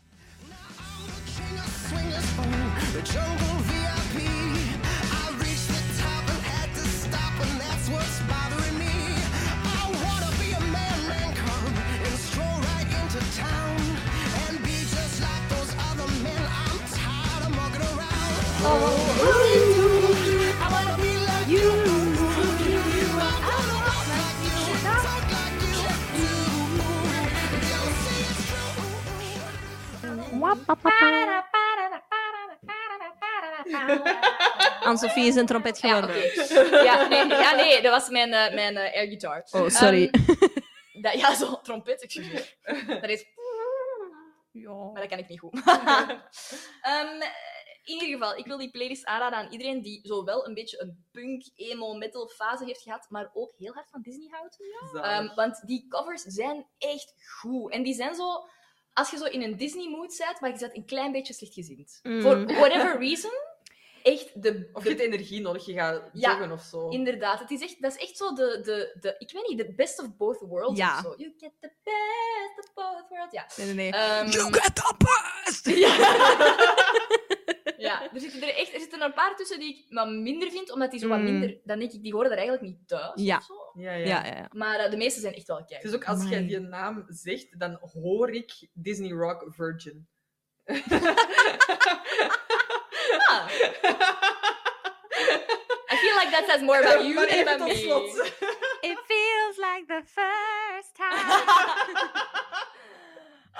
Speaker 3: Anne-Sophie is een trompet
Speaker 4: Ja,
Speaker 3: geworden.
Speaker 4: oké. Ja, nee, ja, nee, dat was mijn, eh, mijn eh, air guitar.
Speaker 3: Oh, sorry.
Speaker 4: Ehm, dat, ja, zo, trompet,
Speaker 2: (laughs)
Speaker 4: excuseer. Dat is...
Speaker 3: (laughs)
Speaker 4: Maar dat kan ik niet
Speaker 2: (laughs)
Speaker 4: goed. Ehm, in ieder geval, ik wil die playlist aanraden aan iedereen die zowel een beetje een punk, emo, metal fase heeft gehad, maar ook heel hard van Disney houdt.
Speaker 2: Zalig.
Speaker 4: Ehm, want die covers zijn echt goed. En die zijn zo... Als je zo in een Disney-mood zit, maar je bent een klein beetje slechtgezind.
Speaker 3: Mm.
Speaker 4: Voor whatever reason, echt de...
Speaker 2: of je
Speaker 4: de-
Speaker 2: hebt energie nodig, je gaat
Speaker 4: Ja,
Speaker 2: joggen of zo.
Speaker 4: Inderdaad, het is echt, dat is echt zo de, de, de, ik weet niet, de best of both worlds
Speaker 3: Ja.
Speaker 4: of zo. You get the best of both worlds, ja. (laughs)
Speaker 3: Nee, nee, nee.
Speaker 4: Ehm,
Speaker 3: get the best!
Speaker 4: ja. Ja, er zitten er echt er zitten er een paar tussen die ik wat minder vind, omdat die zo wat
Speaker 3: Mm.
Speaker 4: minder... Dan denk ik, die horen er eigenlijk niet thuis.
Speaker 3: Ja.
Speaker 4: of zo.
Speaker 2: Ja, ja.
Speaker 3: Ja, ja, ja.
Speaker 4: Maar eh, de meeste zijn echt wel kijk.
Speaker 2: Het is ook als jij
Speaker 3: Amai.
Speaker 2: die naam zegt, dan hoor ik Disney Rock Virgin. (laughs)
Speaker 4: Ah. (laughs) I feel like that says more about you
Speaker 2: Maar
Speaker 4: than
Speaker 2: even tot
Speaker 4: about me.
Speaker 2: slot.
Speaker 3: It feels like the first time.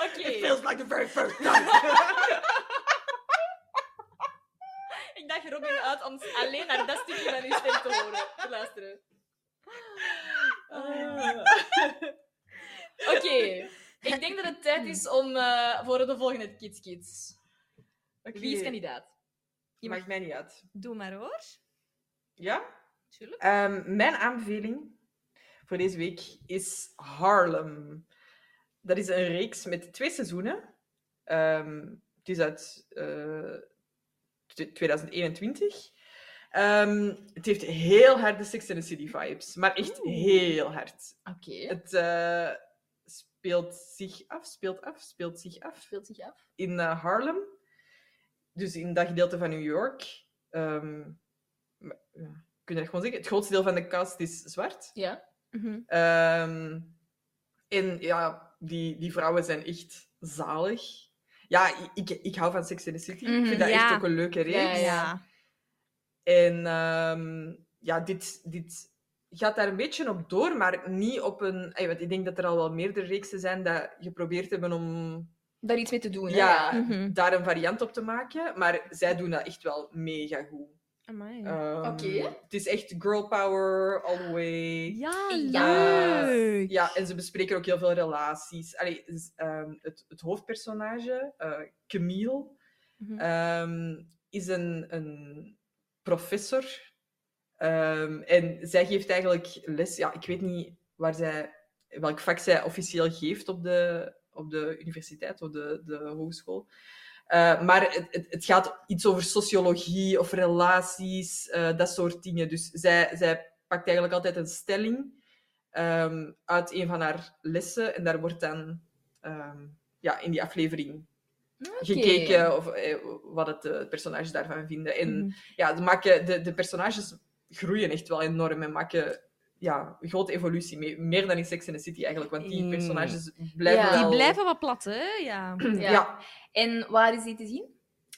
Speaker 4: (laughs) Oké.
Speaker 2: like the very first time.
Speaker 4: Ik daag Robin uit om alleen naar dat stukje van uw stem te horen. Te luisteren. Ah. Oké. (laughs) Ik denk dat het tijd is om eh, voor de volgende Kids Kids. Wie is kandidaat?
Speaker 2: Je maakt mij niet uit.
Speaker 3: Doe maar hoor.
Speaker 2: Ja?
Speaker 3: Tuurlijk.
Speaker 2: Ehm, mijn aanbeveling voor deze week is Harlem. Dat is een reeks met twee seizoenen. Ehm, het is uit eh, tw- 2021. Ehm, het heeft heel harde Sex and the City vibes, maar echt heel hard.
Speaker 4: Oké.
Speaker 2: Het eh, speelt zich af, speelt af, speelt zich af
Speaker 4: Speelt zich af.
Speaker 2: in eh, Harlem. Dus in dat gedeelte van New York. Ehm maar, ja, ik kan dat gewoon zeggen. Het grootste deel van de cast is zwart.
Speaker 4: Ja.
Speaker 3: Mhm.
Speaker 2: Ehm, en ja, die, die vrouwen zijn echt zalig. Ja, i- ik, ik hou van Sex in the City. ik
Speaker 3: Mhm,
Speaker 2: vind dat
Speaker 3: ja.
Speaker 2: echt ook een leuke reeks.
Speaker 4: Ja, ja.
Speaker 2: En ehm, ja, dit, dit gaat daar een beetje op door, maar niet op een... ey, want ik denk dat er al wel meerdere reeksen zijn dat geprobeerd hebben om
Speaker 4: Daar iets mee te doen. hè?
Speaker 2: ja, Ehm,
Speaker 3: Mhm.
Speaker 2: daar een variant op te maken. Maar zij doen dat echt wel mega goed.
Speaker 3: Amai.
Speaker 2: Ehm,
Speaker 4: Oké.
Speaker 2: Het is echt girl power all the way.
Speaker 3: ja,
Speaker 4: Ja.
Speaker 3: leuk.
Speaker 2: Ja, en ze bespreken ook heel veel relaties. Allee, z- ehm, het, het hoofdpersonage, eh, Camille,
Speaker 3: Mhm.
Speaker 2: ehm, is een, een professor. Ehm, en zij geeft eigenlijk les. Ja, ik weet niet waar zij, welk vak zij officieel geeft op de, op de universiteit of de, de hogeschool. Eh, maar het, het, het gaat iets over sociologie of relaties, eh, dat soort dingen. Dus zij, zij pakt eigenlijk altijd een stelling ehm, uit een van haar lessen. En daar wordt dan ehm, ja, in die aflevering
Speaker 4: Oké.
Speaker 2: gekeken of, eh, wat het eh, personages daarvan vinden. En
Speaker 3: Mhm.
Speaker 2: ja, de, maken, de, de personages groeien echt wel enorm en maken ja, een grote evolutie mee. Meer dan in Sex and the City eigenlijk, want die
Speaker 3: Mm.
Speaker 2: personages blijven
Speaker 4: Ja.
Speaker 2: wel...
Speaker 3: Die blijven wat plat, hè? Ja.
Speaker 4: Ja.
Speaker 2: Ja.
Speaker 4: En waar is die te zien?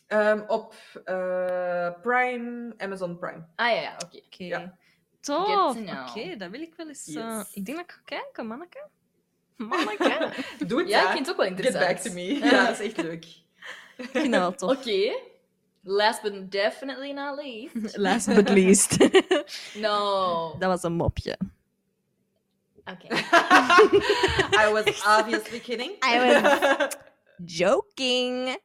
Speaker 2: Ehm, op eh, Prime, Amazon Prime.
Speaker 4: Ah ja, ja oké.
Speaker 3: Oké.
Speaker 2: Ja.
Speaker 3: Tof.
Speaker 4: Good to
Speaker 3: Oké,
Speaker 4: know.
Speaker 3: dat wil ik wel eens.
Speaker 2: Yes.
Speaker 3: eh, ik denk dat ik ga kijken, manneke. (laughs)
Speaker 4: (laughs)
Speaker 3: Manneke.
Speaker 2: Doe het,
Speaker 4: Ja,
Speaker 2: hè.
Speaker 4: ik vind het ook wel
Speaker 2: Get
Speaker 4: interessant.
Speaker 2: back to me. Ja, dat is echt leuk.
Speaker 3: ik vind dat wel tof.
Speaker 4: Oké. Last but definitely not (laughs) least.
Speaker 3: (laughs) Last but (laughs) least.
Speaker 4: No.
Speaker 3: dat was een mopje.
Speaker 4: Oké.
Speaker 2: I was obviously kidding.
Speaker 3: I was
Speaker 2: (laughs)
Speaker 3: joking.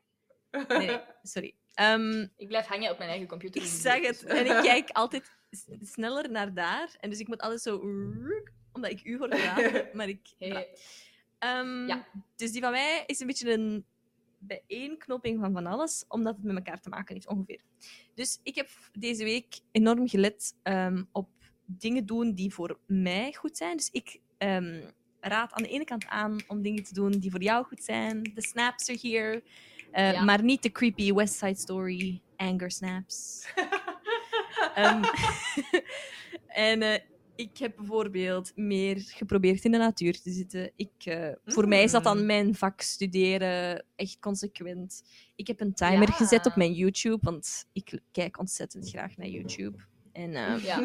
Speaker 3: Nee, nee, sorry. Ehm,
Speaker 4: Ik blijf hangen op mijn eigen computer.
Speaker 3: ik zag het en
Speaker 2: (laughs)
Speaker 3: ik kijk altijd s- sneller naar daar. En dus ik moet altijd zo... roek, Omdat ik u
Speaker 2: (laughs)
Speaker 3: hoor praten, maar ik...
Speaker 4: Hey.
Speaker 3: Ehm,
Speaker 4: Ja.
Speaker 3: Dus die van mij is een beetje een bijeenknopping van van alles, omdat het met elkaar te maken heeft, ongeveer. Dus ik heb deze week enorm gelet ehm, op dingen doen die voor mij goed zijn. Dus ik ehm, raad aan de ene kant aan om dingen te doen die voor jou goed zijn. De snaps are here. Eh,
Speaker 4: Ja.
Speaker 3: Maar niet de creepy West Side Story anger
Speaker 4: (laughs)
Speaker 3: snaps. Ehm, (laughs) en eh, ik heb bijvoorbeeld meer geprobeerd in de natuur te zitten. Ik, eh, Voor mij is dat dan
Speaker 2: Mm.
Speaker 3: mijn vak studeren, echt consequent. Ik heb een timer
Speaker 4: Ja.
Speaker 3: gezet op mijn YouTube, want ik kijk ontzettend graag naar YouTube. En
Speaker 2: (laughs)
Speaker 3: eh,
Speaker 4: Ja.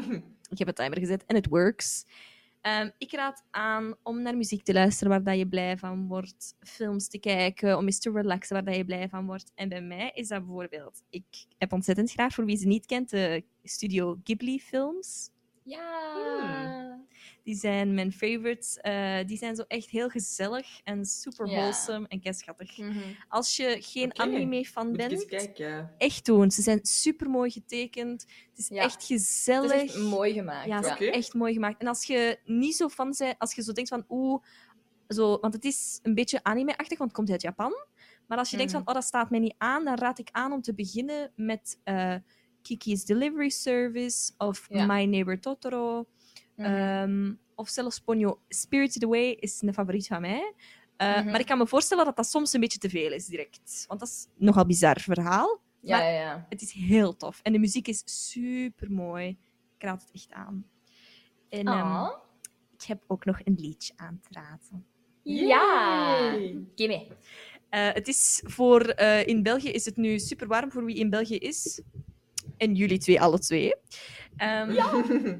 Speaker 3: ik heb een timer gezet en het works. Ehm, ik raad aan om naar muziek te luisteren waar dat je blij van wordt, films te kijken, om eens te relaxen waar dat je blij van wordt. En bij mij is dat bijvoorbeeld, ik heb ontzettend graag, voor wie ze niet kent, de Studio Ghibli-films.
Speaker 4: Ja.
Speaker 2: Hmm.
Speaker 3: Die zijn mijn favorites. Eh, die zijn zo echt heel gezellig en super
Speaker 4: Ja. Hm.
Speaker 3: wholesome en keischattig.
Speaker 4: Hmm.
Speaker 3: Als je geen
Speaker 2: Oké,
Speaker 3: anime-fan
Speaker 2: Moet ik eens
Speaker 3: bent,
Speaker 2: kijken.
Speaker 3: echt doen. Ze zijn super mooi getekend. Het is
Speaker 4: Ja.
Speaker 3: echt
Speaker 4: Dat
Speaker 3: gezellig.
Speaker 4: is echt mooi gemaakt.
Speaker 3: Ja,
Speaker 4: Ja.
Speaker 3: ze
Speaker 2: Oké.
Speaker 3: zijn echt mooi gemaakt. En als je niet zo fan bent, als je zo denkt van oeh, zo, want het is een beetje anime-achtig, want het komt uit Japan. Maar als je
Speaker 4: Mm.
Speaker 3: denkt van oh, dat staat mij niet aan, dan raad ik aan om te beginnen met eh, Kiki's Delivery Service of
Speaker 4: Ja.
Speaker 3: My Neighbor Totoro.
Speaker 4: Mhm.
Speaker 3: Ehm, of zelfs Ponyo Spirited Away is een favoriet van mij. Eh,
Speaker 4: Mhm.
Speaker 3: Maar ik kan me voorstellen dat dat soms een beetje te veel is direct. Want dat is een nogal bizar verhaal.
Speaker 11: Ja,
Speaker 3: Maar
Speaker 11: ja, ja.
Speaker 3: Het is heel tof. En de muziek is super mooi. Ik raad het echt aan. En ehm,
Speaker 11: Aw.
Speaker 3: ik heb ook nog een liedje aan te raden.
Speaker 11: Ja.
Speaker 3: (laughs) gimme. het is voor... eh, in België is het nu super warm voor wie in België is. En jullie twee, alle twee. Ehm,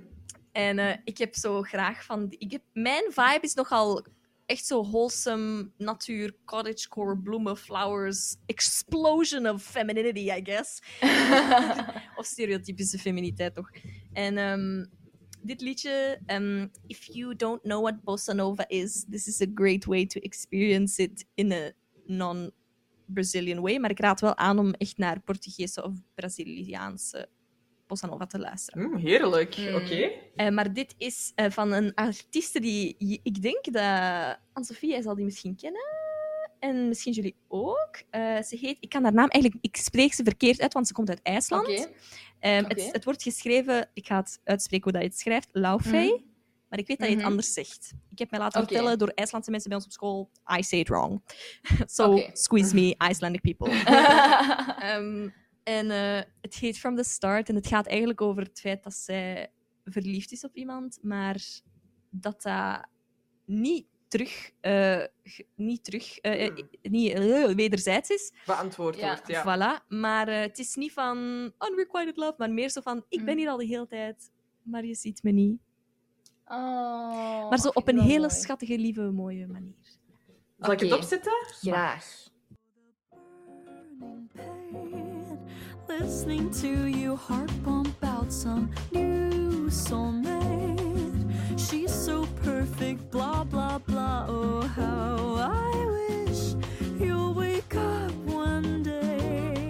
Speaker 3: En eh, ik heb zo graag van... die- Ik heb, mijn vibe is nogal echt zo wholesome, natuur, cottagecore, bloemen, flowers, explosion of femininity, I guess. of stereotypische feminiteit, toch? En ehm, dit liedje, ehm, If you don't know what bossa nova is, this is a great way to experience it in a non-Brazilian way. Maar ik raad wel aan om echt naar Portugese of Braziliaanse bossa nova te luisteren.
Speaker 2: Mm, heerlijk.
Speaker 11: Hmm.
Speaker 2: Oké.
Speaker 3: Eh, maar dit is eh, van een artieste die je- ik denk dat Anne-Sophie, jij zal die misschien kennen. En misschien jullie ook. Eh, ze heet, ik kan haar naam eigenlijk, ik spreek ze verkeerd uit, want ze komt uit IJsland.
Speaker 11: Oké.
Speaker 3: Ehm,
Speaker 11: Oké.
Speaker 3: het, het wordt geschreven, ik ga het uitspreken hoe dat je het schrijft, Laufey.
Speaker 11: Mhm.
Speaker 3: Maar ik weet dat je het
Speaker 11: Mhm.
Speaker 3: anders zegt. Ik heb mij laten
Speaker 11: Oké.
Speaker 3: vertellen door IJslandse mensen bij ons op school, I say it wrong. (laughs) so
Speaker 11: Oké.
Speaker 3: squeeze me, Icelandic people. (laughs) Ehm, en eh, het heet From the Start. En het gaat eigenlijk over het feit dat zij verliefd is op iemand, maar dat dat niet terug, eh, ge- niet terug, eh, eh, niet eh, wederzijds is.
Speaker 2: Beantwoord wordt, ja.
Speaker 3: Voilà. Maar eh, het is niet van unrequited love, maar meer zo van ik ben hier al de hele tijd, maar je ziet me niet.
Speaker 11: (laughs) Oh,
Speaker 3: maar zo
Speaker 11: vind
Speaker 3: op
Speaker 11: ik
Speaker 3: een
Speaker 11: wel
Speaker 3: hele
Speaker 11: mooi.
Speaker 3: schattige, lieve, mooie manier.
Speaker 2: Zal ik het
Speaker 11: Oké.
Speaker 2: opzetten?
Speaker 11: Graag.
Speaker 3: (laughs)
Speaker 12: Listening to you heart bump out some new soulmate. She's so perfect, blah blah blah. Oh, how I wish you'll wake up one day.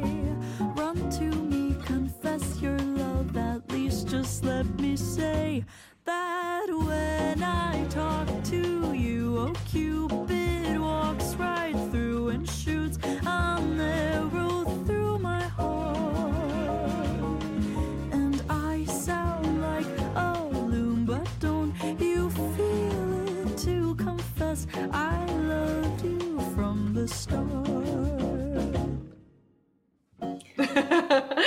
Speaker 12: Run to me, confess your love, at least just let me say that when I talk to you, oh Cupid walks right through and shoots an arrow through my heart. And I sound like a loon, but don't you feel it to confess I loved you from the start?
Speaker 11: (laughs)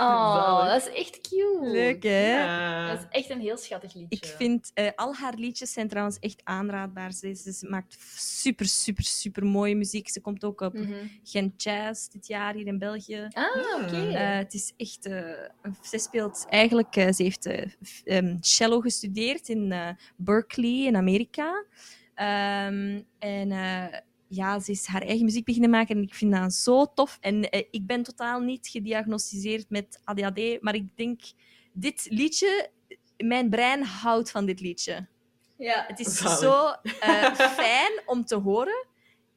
Speaker 11: Oh, dat is echt cute.
Speaker 3: Leuk, hè?
Speaker 2: Eh,
Speaker 11: Dat is echt een heel schattig liedje.
Speaker 3: Ik vind eh, al haar liedjes zijn trouwens echt aanraadbaar. Ze, ze- ze maakt f- super, super, super mooie muziek. Ze komt ook op
Speaker 11: Mhm.
Speaker 3: Gent Jazz dit jaar hier in België.
Speaker 11: Ah, oké.
Speaker 3: Eh, het is echt. eh, een- ze speelt eigenlijk. eh, ze heeft eh, f- ehm, cello gestudeerd in eh, Berkeley in Amerika. Ehm, en eh, ja, ze is haar eigen muziek beginnen maken en ik vind dat zo tof. En eh, ik ben totaal niet gediagnosticeerd met ADHD, maar ik denk dit liedje, mijn brein houdt van dit liedje.
Speaker 4: Ja.
Speaker 3: Het is
Speaker 4: Zalig.
Speaker 3: zo eh, fijn om te horen.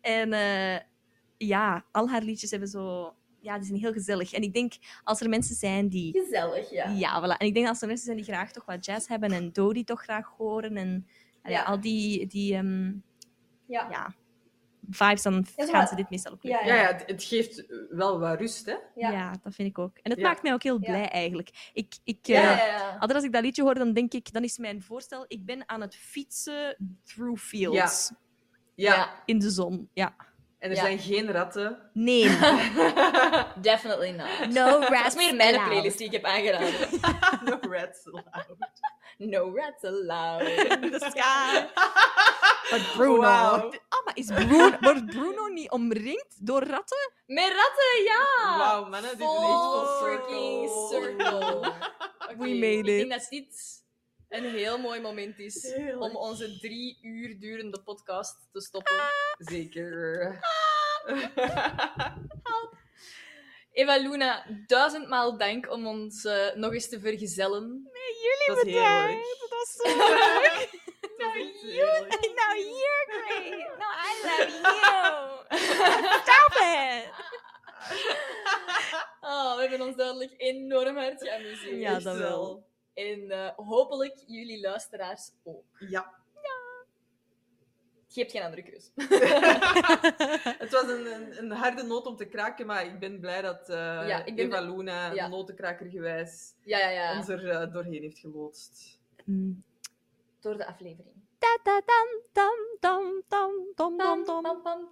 Speaker 3: En eh, ja, al haar liedjes hebben zo. Ja, die zijn heel gezellig. En ik denk als er mensen zijn die.
Speaker 4: Gezellig, ja.
Speaker 3: Ja, voilà. En ik denk als er mensen zijn die graag toch wat jazz hebben en Dodie toch graag horen en allee,
Speaker 4: Ja.
Speaker 3: al die, die ehm,
Speaker 4: Ja.
Speaker 3: ja, vibes, dan
Speaker 4: Ja, zo
Speaker 3: gaan
Speaker 4: wat-
Speaker 3: ze dit meestal ook
Speaker 4: Ja,
Speaker 3: leuk
Speaker 2: Ja,
Speaker 3: vinden.
Speaker 2: ja het, het geeft wel wat rust, hè?
Speaker 3: Ja. dat vind ik ook. En het
Speaker 2: Ja.
Speaker 3: maakt mij ook heel
Speaker 2: Ja.
Speaker 3: blij eigenlijk. Ik, ik,
Speaker 2: Ja,
Speaker 3: eh,
Speaker 2: ja, ja.
Speaker 3: Altijd als ik dat liedje hoor, dan denk ik, dan is mijn voorstel, ik ben aan het fietsen through fields.
Speaker 2: Ja.
Speaker 3: In de zon, ja.
Speaker 2: En er zijn geen ratten.
Speaker 11: (laughs)
Speaker 3: Nee.
Speaker 11: Definitely not.
Speaker 3: No
Speaker 11: Dat is
Speaker 3: rats
Speaker 11: meer mijn
Speaker 3: allowed.
Speaker 11: playlist die ik heb aangeraden.
Speaker 2: no Oh, rats allowed.
Speaker 11: No rats
Speaker 3: (laughs)
Speaker 11: allowed.
Speaker 3: In the sky. Maar Bruno...
Speaker 11: Wauw.
Speaker 3: Ah, maar is Bruno, wordt Bruno niet omringd door ratten?
Speaker 11: Met ratten, ja!
Speaker 2: Wauw, mannen, dit is echt
Speaker 11: Ah, Full
Speaker 2: full
Speaker 11: freaking circle.
Speaker 2: circle.
Speaker 11: Oké,
Speaker 3: made
Speaker 11: Ik denk
Speaker 3: it.
Speaker 11: dat dit een heel mooi moment is om onze drie uur durende podcast te stoppen. Ah,
Speaker 2: Zeker.
Speaker 11: Eva Luna, duizendmaal dank om ons eh, nog eens te vergezellen.
Speaker 3: (laughs)
Speaker 11: Nee,
Speaker 2: jullie Dat is
Speaker 11: (laughs)
Speaker 2: heel bedankt.
Speaker 11: Dat
Speaker 3: was
Speaker 11: zo
Speaker 3: (laughs)
Speaker 11: leuk. (laughs)
Speaker 3: Now
Speaker 11: Nou,
Speaker 3: you're great. No, Nou, I love you. Stop it.
Speaker 11: Oh, we hebben ons duidelijk enorm hard geamuseerd.
Speaker 3: Ja, dat wel.
Speaker 11: En eh, hopelijk jullie luisteraars ook.
Speaker 2: Ja.
Speaker 11: Je hebt geen andere keus.
Speaker 2: Het was een, een, een harde noot om te kraken, maar ik ben blij dat eh
Speaker 11: Ja, ik ben
Speaker 2: Eva
Speaker 11: blij-
Speaker 2: Luna,
Speaker 11: ja.
Speaker 2: notenkrakergewijs,
Speaker 11: Ja, ja, ja.
Speaker 2: ons er eh, doorheen heeft geloodst.
Speaker 11: Door de aflevering.
Speaker 3: Da, da, dam, dam, dam, dam, dam, dam, dam.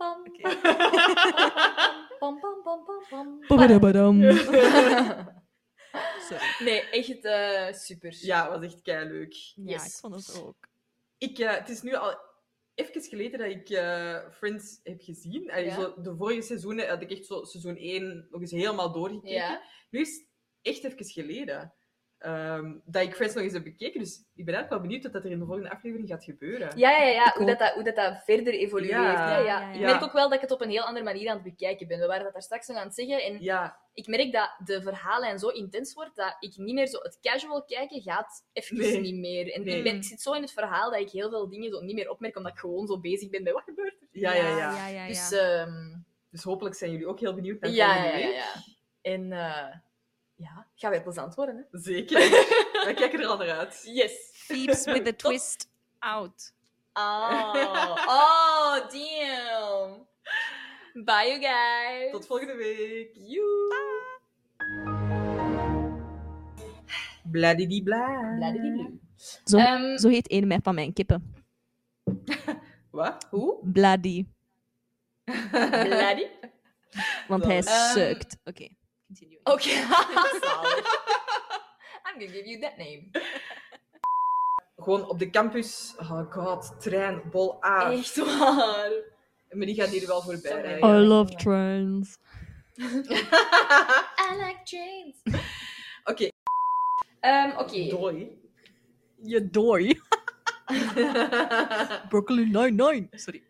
Speaker 3: (laughs)
Speaker 11: Pam, pam, pam. Pam, pam, pam, pam, pam.
Speaker 3: Badabadam.
Speaker 2: Mm.
Speaker 4: (laughs) Nee, echt eh, super.
Speaker 2: Ja, was echt kei leuk.
Speaker 3: Ja, ik vond het ook.
Speaker 2: Ik, eh, het is nu al even geleden dat ik eh, Friends heb gezien. Allee,
Speaker 4: Ja.
Speaker 2: zo, de vorige seizoenen had ik echt zo, seizoen 1 nog eens helemaal doorgekeken.
Speaker 4: Ja.
Speaker 2: Nu is het echt even geleden ehm, dat ik Friends nog eens heb bekeken. Dus ik ben eigenlijk wel benieuwd wat dat er in de volgende aflevering gaat gebeuren.
Speaker 4: Ja, ja, ja, ja.
Speaker 2: Ik
Speaker 4: Hoe,
Speaker 2: ook.
Speaker 4: dat, dat, hoe dat, dat verder evolueert.
Speaker 2: Ja,
Speaker 4: Ja, ja,
Speaker 2: ja,
Speaker 4: Ik
Speaker 2: ja.
Speaker 4: merk ook wel dat ik het op een heel andere manier aan het bekijken ben. We waren dat daar straks nog aan het zeggen. En ik merk dat de verhalen zo intens wordt dat ik niet meer zo... Het casual kijken gaat even
Speaker 2: Nee.
Speaker 4: niet meer. En
Speaker 2: Nee.
Speaker 4: ik, ben, ik zit zo in het verhaal dat ik heel veel dingen zo niet meer opmerk, omdat ik gewoon zo bezig ben met wat gebeurt er.
Speaker 2: Ja, ja, ja.
Speaker 3: eh,
Speaker 4: Dus,
Speaker 2: Dus hopelijk zijn jullie ook heel benieuwd naar
Speaker 4: eh, ja, ja,
Speaker 2: volgende
Speaker 4: ja,
Speaker 2: week.
Speaker 4: ja. En eh, ja, gaat weer plezant worden, hè.
Speaker 3: (laughs)
Speaker 2: Zeker. Wij kijken er al naar uit.
Speaker 4: Yes.
Speaker 3: Thieves with (laughs) a twist out.
Speaker 4: Oh, oh, damn. Bye, you guys.
Speaker 2: Tot volgende week.
Speaker 4: You. Um,
Speaker 2: Bladidibla.
Speaker 3: Zo, zo heet een mij van mijn kippen.
Speaker 2: Wat?
Speaker 4: Hoe?
Speaker 3: Bloody.
Speaker 4: (laughs) Bloody?
Speaker 3: Want hij
Speaker 4: Ehm,
Speaker 3: sukt. Oké.
Speaker 4: (laughs) Okay. Zalig. I'm gonna give you that name.
Speaker 2: Gewoon op de campus. Oh god, trein, bol A.
Speaker 4: Echt waar.
Speaker 2: Maar die gaat hier wel voorbij rijden.
Speaker 3: I love trains.
Speaker 4: I like (laughs) trains.
Speaker 2: Oké.
Speaker 4: Ehm, Oké.
Speaker 2: Doei. (laughs)
Speaker 3: Je dooi. Brooklyn Nine-Nine. Sorry.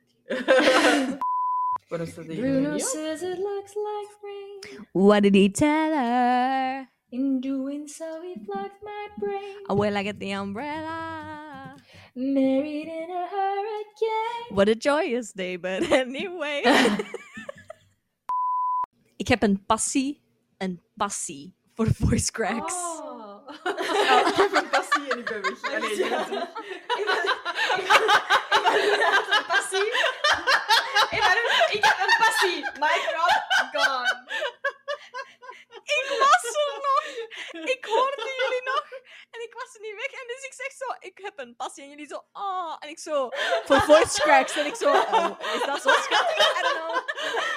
Speaker 2: Waarom staat die
Speaker 4: Bruno
Speaker 2: hier?
Speaker 4: says it looks like rain.
Speaker 3: What did he tell her?
Speaker 4: In doing so, he plucked my brain.
Speaker 3: I will I get the umbrella?
Speaker 4: Married in a hurricane.
Speaker 3: What a joyous day, but (laughs) anyway. ik heb een passie, een passie voor voice (gasps) cracks.
Speaker 2: Oh, ik heb een passie en ik ben weg. Allee, jij bent weg.
Speaker 4: een passie. Ik heb een, ik heb een passie. My crop gone.
Speaker 3: Ik was er nog! Ik hoorde jullie nog! En ik was er niet weg. En dus ik zeg zo, ik heb een passie. En jullie zo, "Ah," oh. En ik zo, voor voice cracks. En ik zo, oh, is dat zo schattig? I don't know.